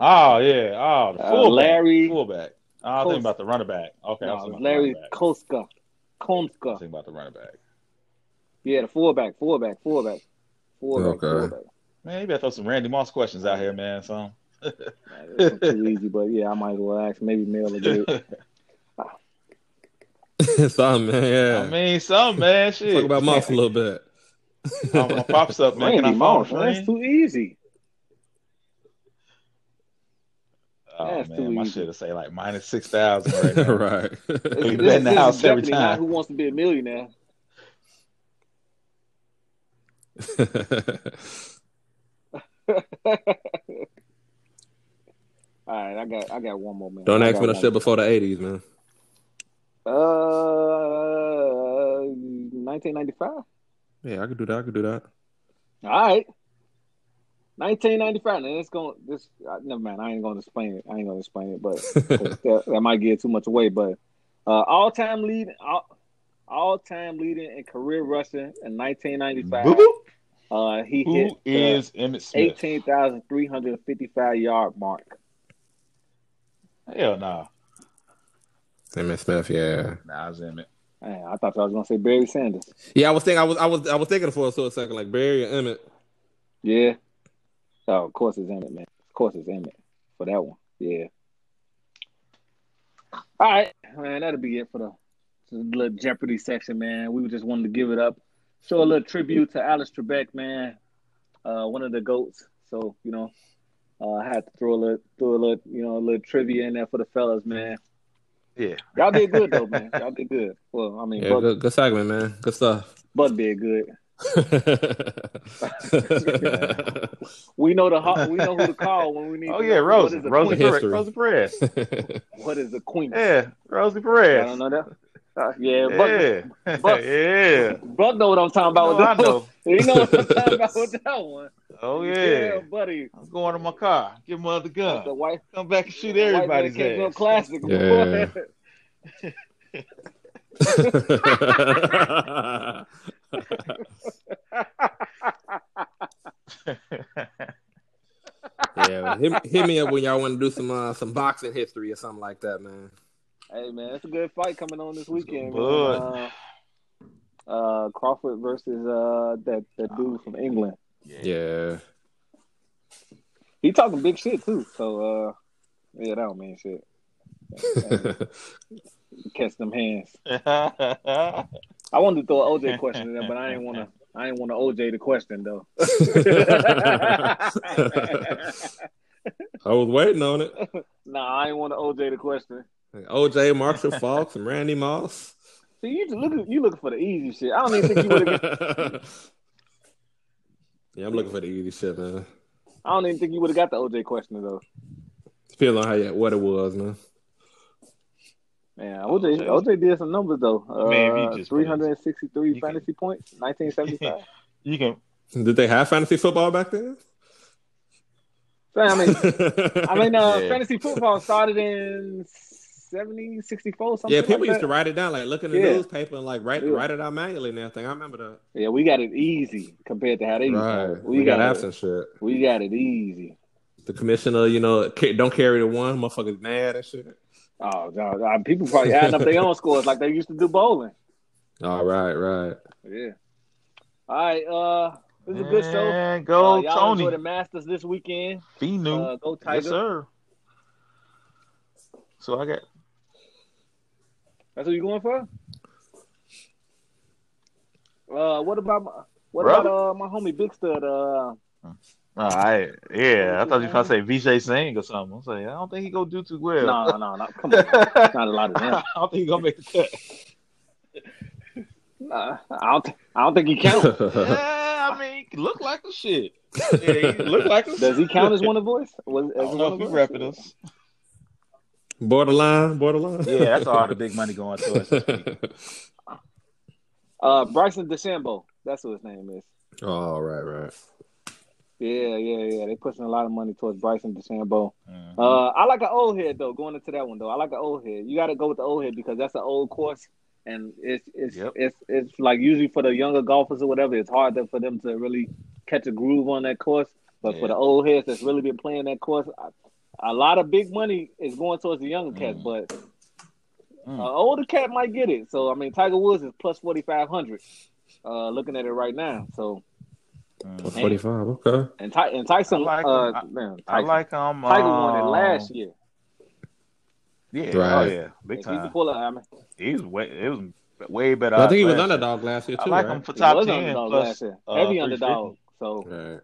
[SPEAKER 1] Oh yeah. Oh, the
[SPEAKER 2] Uh,
[SPEAKER 1] fullback.
[SPEAKER 2] Larry-
[SPEAKER 1] Fullback. Oh, I was
[SPEAKER 2] Cos-
[SPEAKER 1] thinking about the running back. Okay, I was
[SPEAKER 2] no,
[SPEAKER 1] thinking
[SPEAKER 2] it's
[SPEAKER 1] about the running
[SPEAKER 2] Larry
[SPEAKER 1] back.
[SPEAKER 2] Koska.
[SPEAKER 1] I was
[SPEAKER 2] Komska.
[SPEAKER 1] thinking about the running back.
[SPEAKER 2] Yeah, the fullback, fullback, fullback, fullback,
[SPEAKER 3] Okay.
[SPEAKER 2] fullback.
[SPEAKER 1] Man, you better throw some Randy Moss questions out here, man. So
[SPEAKER 2] Nah, this one's too easy, but yeah, I might as well ask. Maybe Mel will get it.
[SPEAKER 3] Sorry, man. Yeah.
[SPEAKER 1] I mean, some man, shit.
[SPEAKER 3] Talk about Moss a little bit.
[SPEAKER 1] I'm gonna pops up, man. Can I
[SPEAKER 2] Randy
[SPEAKER 1] phone a
[SPEAKER 2] Moss, man, that's
[SPEAKER 1] friend?
[SPEAKER 2] too easy.
[SPEAKER 1] Oh
[SPEAKER 2] That's
[SPEAKER 1] man,
[SPEAKER 2] too
[SPEAKER 1] my
[SPEAKER 2] easy.
[SPEAKER 1] shit will say like minus six thousand right now.
[SPEAKER 3] right.
[SPEAKER 1] We've
[SPEAKER 2] This,
[SPEAKER 1] been in the
[SPEAKER 2] this
[SPEAKER 1] house
[SPEAKER 2] is
[SPEAKER 1] every
[SPEAKER 2] definitely not
[SPEAKER 1] time.
[SPEAKER 2] Who wants to be a millionaire? All right, I got, I got one more man.
[SPEAKER 3] Don't
[SPEAKER 2] I
[SPEAKER 3] ask
[SPEAKER 2] got
[SPEAKER 3] me no
[SPEAKER 2] one.
[SPEAKER 3] shit before the 80s, man.
[SPEAKER 2] Uh, 1995. All
[SPEAKER 3] Yeah, I could do that. I could do that.
[SPEAKER 2] right. 1995. Now, it's going. This uh, never mind. I ain't going to explain it. I ain't going to explain it, but 'cause that, that might give too much away. But uh, all time leading, all, all time leading in career rushing in 1995.
[SPEAKER 1] Boo boo.
[SPEAKER 2] Uh, he hit uh,
[SPEAKER 1] Who
[SPEAKER 2] the
[SPEAKER 1] is Emmett Smith?
[SPEAKER 2] 18,355 yard mark.
[SPEAKER 1] Hell no.
[SPEAKER 3] Emmett Smith, yeah.
[SPEAKER 1] Nah, it's Emmett.
[SPEAKER 2] Man, I thought y'all was gonna say Barry Sanders.
[SPEAKER 3] Yeah, I was thinking I was I was I was thinking for a sort of second, like Barry or Emmett.
[SPEAKER 2] Yeah. Oh, of course it's Emmett, man. Of course it's Emmett for that one. Yeah. All right, man. That'll be it for the, for the little Jeopardy section, man. We just wanted to give it up, show a little tribute to Alice Trebek, man. Uh, one of the goats. So you know, uh, I had to throw a little, throw a little, you know, a little trivia in there for the fellas, man.
[SPEAKER 1] Yeah.
[SPEAKER 2] Y'all did good though, man. Y'all did good. Well, I mean,
[SPEAKER 3] Yeah,
[SPEAKER 2] Bud,
[SPEAKER 3] good, good segment, man. Good stuff.
[SPEAKER 2] Bud did good. We know the ho- we know who to call when we need.
[SPEAKER 1] Oh
[SPEAKER 2] to
[SPEAKER 1] yeah,
[SPEAKER 2] know
[SPEAKER 1] Rosie.
[SPEAKER 2] What is a
[SPEAKER 1] Rosie
[SPEAKER 2] queen?
[SPEAKER 1] Perez.
[SPEAKER 3] History.
[SPEAKER 1] Rosie Perez.
[SPEAKER 2] What is a queen?
[SPEAKER 1] Yeah, Rosie
[SPEAKER 2] I
[SPEAKER 1] Perez.
[SPEAKER 2] don't know that. Uh, yeah,
[SPEAKER 1] Yeah,
[SPEAKER 2] but-
[SPEAKER 1] yeah.
[SPEAKER 2] Buck know what I'm talking about.
[SPEAKER 1] You know I
[SPEAKER 2] with that
[SPEAKER 1] know.
[SPEAKER 2] One. He know what I'm talking about with that one.
[SPEAKER 1] Oh yeah.
[SPEAKER 2] buddy.
[SPEAKER 1] I'm going to my car. Get my other
[SPEAKER 2] The
[SPEAKER 1] gun.
[SPEAKER 2] white
[SPEAKER 1] Come back and shoot
[SPEAKER 2] white man
[SPEAKER 1] everybody's
[SPEAKER 2] came to a
[SPEAKER 1] ass.
[SPEAKER 2] classic.
[SPEAKER 3] Yeah.
[SPEAKER 2] boy.
[SPEAKER 3] yeah, hit, hit me up when y'all want to do some uh, some boxing history or something like that, man.
[SPEAKER 2] Hey man, it's a good fight coming on this weekend. man.
[SPEAKER 1] Bud.
[SPEAKER 2] Uh, uh, Crawford versus uh that that dude from England.
[SPEAKER 3] Yeah,
[SPEAKER 2] He talking big shit too. So uh, yeah, that don't mean shit. Catch them hands. I wanted to throw an OJ question in there, but I didn't want to. I didn't want to OJ the question though.
[SPEAKER 3] I was waiting on it.
[SPEAKER 2] nah, I didn't want to OJ the question.
[SPEAKER 3] OJ, Marshall Fox, and Randy Moss.
[SPEAKER 2] See, you just looking. You looking for the easy shit. I don't even think you would have.
[SPEAKER 3] yeah, I'm looking for the easy shit, man.
[SPEAKER 2] I don't even think you would have got the OJ question though.
[SPEAKER 3] Depends on how you, what it was, man.
[SPEAKER 2] Man, OJ,
[SPEAKER 3] Oh,
[SPEAKER 2] OJ did some numbers though. Uh,
[SPEAKER 1] Man, if you just
[SPEAKER 2] three hundred and sixty-three
[SPEAKER 1] you can-
[SPEAKER 2] fantasy points, nineteen seventy-five.
[SPEAKER 1] you can.
[SPEAKER 3] Did they have fantasy football back then?
[SPEAKER 2] I mean, I mean, uh,
[SPEAKER 1] Yeah.
[SPEAKER 2] fantasy football started in 70, 64, something.
[SPEAKER 3] yeah, people
[SPEAKER 2] like
[SPEAKER 3] used to
[SPEAKER 2] that.
[SPEAKER 3] write it down, like look in the
[SPEAKER 2] Yeah.
[SPEAKER 3] newspaper and like write
[SPEAKER 2] Yeah.
[SPEAKER 3] write it out manually and everything. I remember that.
[SPEAKER 2] Yeah, we got it easy compared to how they used to have it.
[SPEAKER 3] We, got,
[SPEAKER 2] it.
[SPEAKER 3] absent shit.
[SPEAKER 2] We got it easy.
[SPEAKER 3] The commissioner, you know, ca- don't carry the one, motherfuckers mad and shit.
[SPEAKER 2] Oh, no, no, people probably adding up their own scores like they used to do bowling.
[SPEAKER 3] Oh,
[SPEAKER 4] All right, right.
[SPEAKER 2] Yeah. All right. Uh, this is a good show.
[SPEAKER 1] And go
[SPEAKER 2] uh, y'all enjoy the
[SPEAKER 1] Tony.
[SPEAKER 2] Masters this weekend.
[SPEAKER 1] Finu.
[SPEAKER 2] Uh, go
[SPEAKER 1] yes,
[SPEAKER 2] Tiger.
[SPEAKER 1] sir. So I got
[SPEAKER 2] That's what you going for? Uh, what about my, what
[SPEAKER 1] Brother.
[SPEAKER 2] about uh my homie Big Stud? Uh,
[SPEAKER 1] All right. Yeah, I thought you were going to say Vijay Singh or something. I'm saying, I don't think he going to do too well.
[SPEAKER 2] no, no, no, no. Come on, man. it's not a lot of them.
[SPEAKER 1] I don't think he's going to make the cut.
[SPEAKER 2] Nah, I don't, th- I don't think he counts.
[SPEAKER 1] yeah, I mean, he look like the shit. Yeah, he look like the
[SPEAKER 2] Does he count as one of voice? Was,
[SPEAKER 1] I
[SPEAKER 2] as
[SPEAKER 1] don't
[SPEAKER 2] one
[SPEAKER 1] know
[SPEAKER 2] of
[SPEAKER 1] if he's
[SPEAKER 2] voice?
[SPEAKER 1] repping us.
[SPEAKER 4] borderline, borderline.
[SPEAKER 1] Yeah, that's all the big money going to us.
[SPEAKER 2] Uh, Bryson DeChambeau. That's what his name is.
[SPEAKER 4] all Oh, right, right.
[SPEAKER 2] Yeah, yeah, yeah. They're pushing a lot of money towards Bryson DeChambeau.
[SPEAKER 1] Mhm.
[SPEAKER 2] Uh, I like an old head though. Going into that one though, I like an old head. You got to go with the old head because that's an old course, and it's it's
[SPEAKER 1] Yep.
[SPEAKER 2] it's it's like usually for the younger golfers or whatever, it's hard to, for them to really catch a groove on that course. But
[SPEAKER 1] Yeah.
[SPEAKER 2] for the old heads that's really been playing that course, I, a lot of big money is going towards the younger cats,
[SPEAKER 1] Mm.
[SPEAKER 2] but.
[SPEAKER 1] Mm.
[SPEAKER 2] An older cat might get it. So I mean, Tiger Woods is plus forty five hundred. Uh, looking at it right now. So
[SPEAKER 1] Mhm.
[SPEAKER 4] Forty five. Okay.
[SPEAKER 2] and, Ty- and Tyson,
[SPEAKER 1] I like
[SPEAKER 2] uh,
[SPEAKER 1] him. I-
[SPEAKER 2] man,
[SPEAKER 1] I
[SPEAKER 2] Tyson-
[SPEAKER 1] like him.
[SPEAKER 2] Tiger won it
[SPEAKER 1] um,
[SPEAKER 2] last year.
[SPEAKER 1] Yeah, oh
[SPEAKER 4] Right.
[SPEAKER 1] yeah, big
[SPEAKER 2] If he
[SPEAKER 1] time.
[SPEAKER 2] could pull it, I mean,
[SPEAKER 1] He was way, it was way better.
[SPEAKER 4] I think he was
[SPEAKER 1] odds last
[SPEAKER 4] underdog last year
[SPEAKER 1] year.
[SPEAKER 4] too.
[SPEAKER 1] I like
[SPEAKER 4] right?
[SPEAKER 1] him for
[SPEAKER 2] He
[SPEAKER 1] top
[SPEAKER 2] was
[SPEAKER 1] ten
[SPEAKER 2] underdog
[SPEAKER 1] plus
[SPEAKER 2] last year.
[SPEAKER 1] uh,
[SPEAKER 2] Heavy
[SPEAKER 1] 350.
[SPEAKER 2] underdog. So
[SPEAKER 4] Right.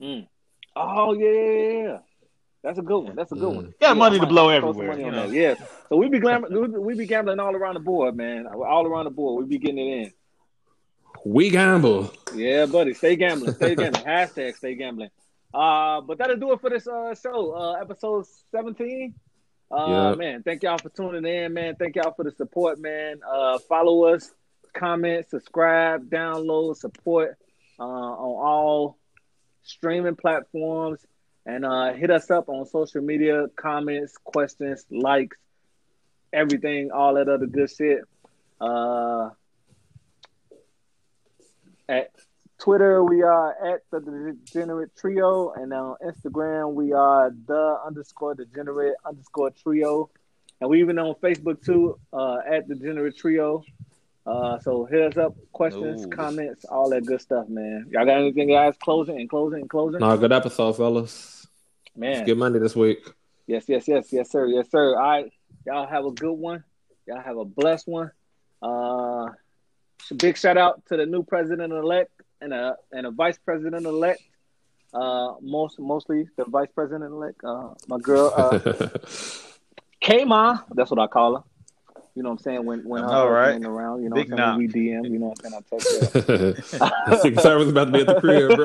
[SPEAKER 1] Mhm.
[SPEAKER 2] oh yeah, yeah, yeah, yeah. That's a good one. That's a good
[SPEAKER 4] Mm.
[SPEAKER 2] one.
[SPEAKER 1] Got money
[SPEAKER 2] I
[SPEAKER 1] to
[SPEAKER 2] might
[SPEAKER 1] blow
[SPEAKER 2] throw some
[SPEAKER 1] everywhere,
[SPEAKER 2] money
[SPEAKER 1] you
[SPEAKER 2] on
[SPEAKER 1] know.
[SPEAKER 2] that. Yeah. So we be glam- we be gambling all around the board, man. All around the board. We be getting it
[SPEAKER 4] We gamble.
[SPEAKER 2] in. Yeah, buddy. Stay gambling. Stay gambling. Hashtag stay gambling. Uh, but that'll do it for this uh show. Uh episode seventeen. Uh
[SPEAKER 4] Yep.
[SPEAKER 2] man, thank y'all for tuning in, man. Thank y'all for the support, man. Uh follow us, comment, subscribe, download, support uh on all streaming platforms. and uh, hit us up on social media, comments, questions, likes, everything, all that other good shit. Uh, at Twitter, we are at the Degenerate Trio, and on Instagram, we are the underscore Degenerate underscore Trio, and we even on Facebook too uh, at the Degenerate Trio. Uh, so hit us up, questions,
[SPEAKER 1] Ooh.
[SPEAKER 2] comments, all that good stuff, man. Y'all got anything, guys? Closing and closing and closing,
[SPEAKER 4] No, good episode, fellas.
[SPEAKER 2] man.
[SPEAKER 4] It's good Monday this week.
[SPEAKER 2] Yes, yes, yes, yes, sir, yes, sir. All right, y'all have a good one. Y'all have a blessed one. Uh, big shout out to the new president elect and a and a vice president elect. Uh, most mostly the vice president elect. Uh, my girl uh, Kma, that's what I call her. You know what I'm saying? When when
[SPEAKER 1] I
[SPEAKER 2] her
[SPEAKER 1] know, right?
[SPEAKER 2] husband ain't around, you know
[SPEAKER 1] Big
[SPEAKER 2] what I'm
[SPEAKER 1] knock.
[SPEAKER 2] saying? When we DM, you know what I'm saying? I text her.
[SPEAKER 4] Secret Service about to be at the crib,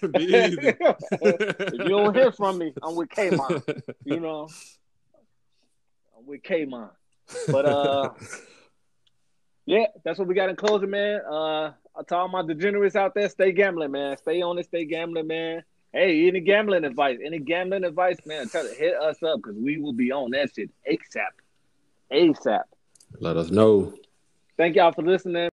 [SPEAKER 4] bro. be easy.
[SPEAKER 2] if you don't hear from me, I'm with Kma. you know, I'm with Kmon. But uh, yeah, that's what we got in closing, man. Uh, to all my degenerates out there, stay gambling, man. Stay on it, stay gambling, man. Hey, any gambling advice? Any gambling advice, man? Try to hit us up because we will be on that shit ASAP, ASAP.
[SPEAKER 4] Let us know.
[SPEAKER 2] Thank y'all for listening.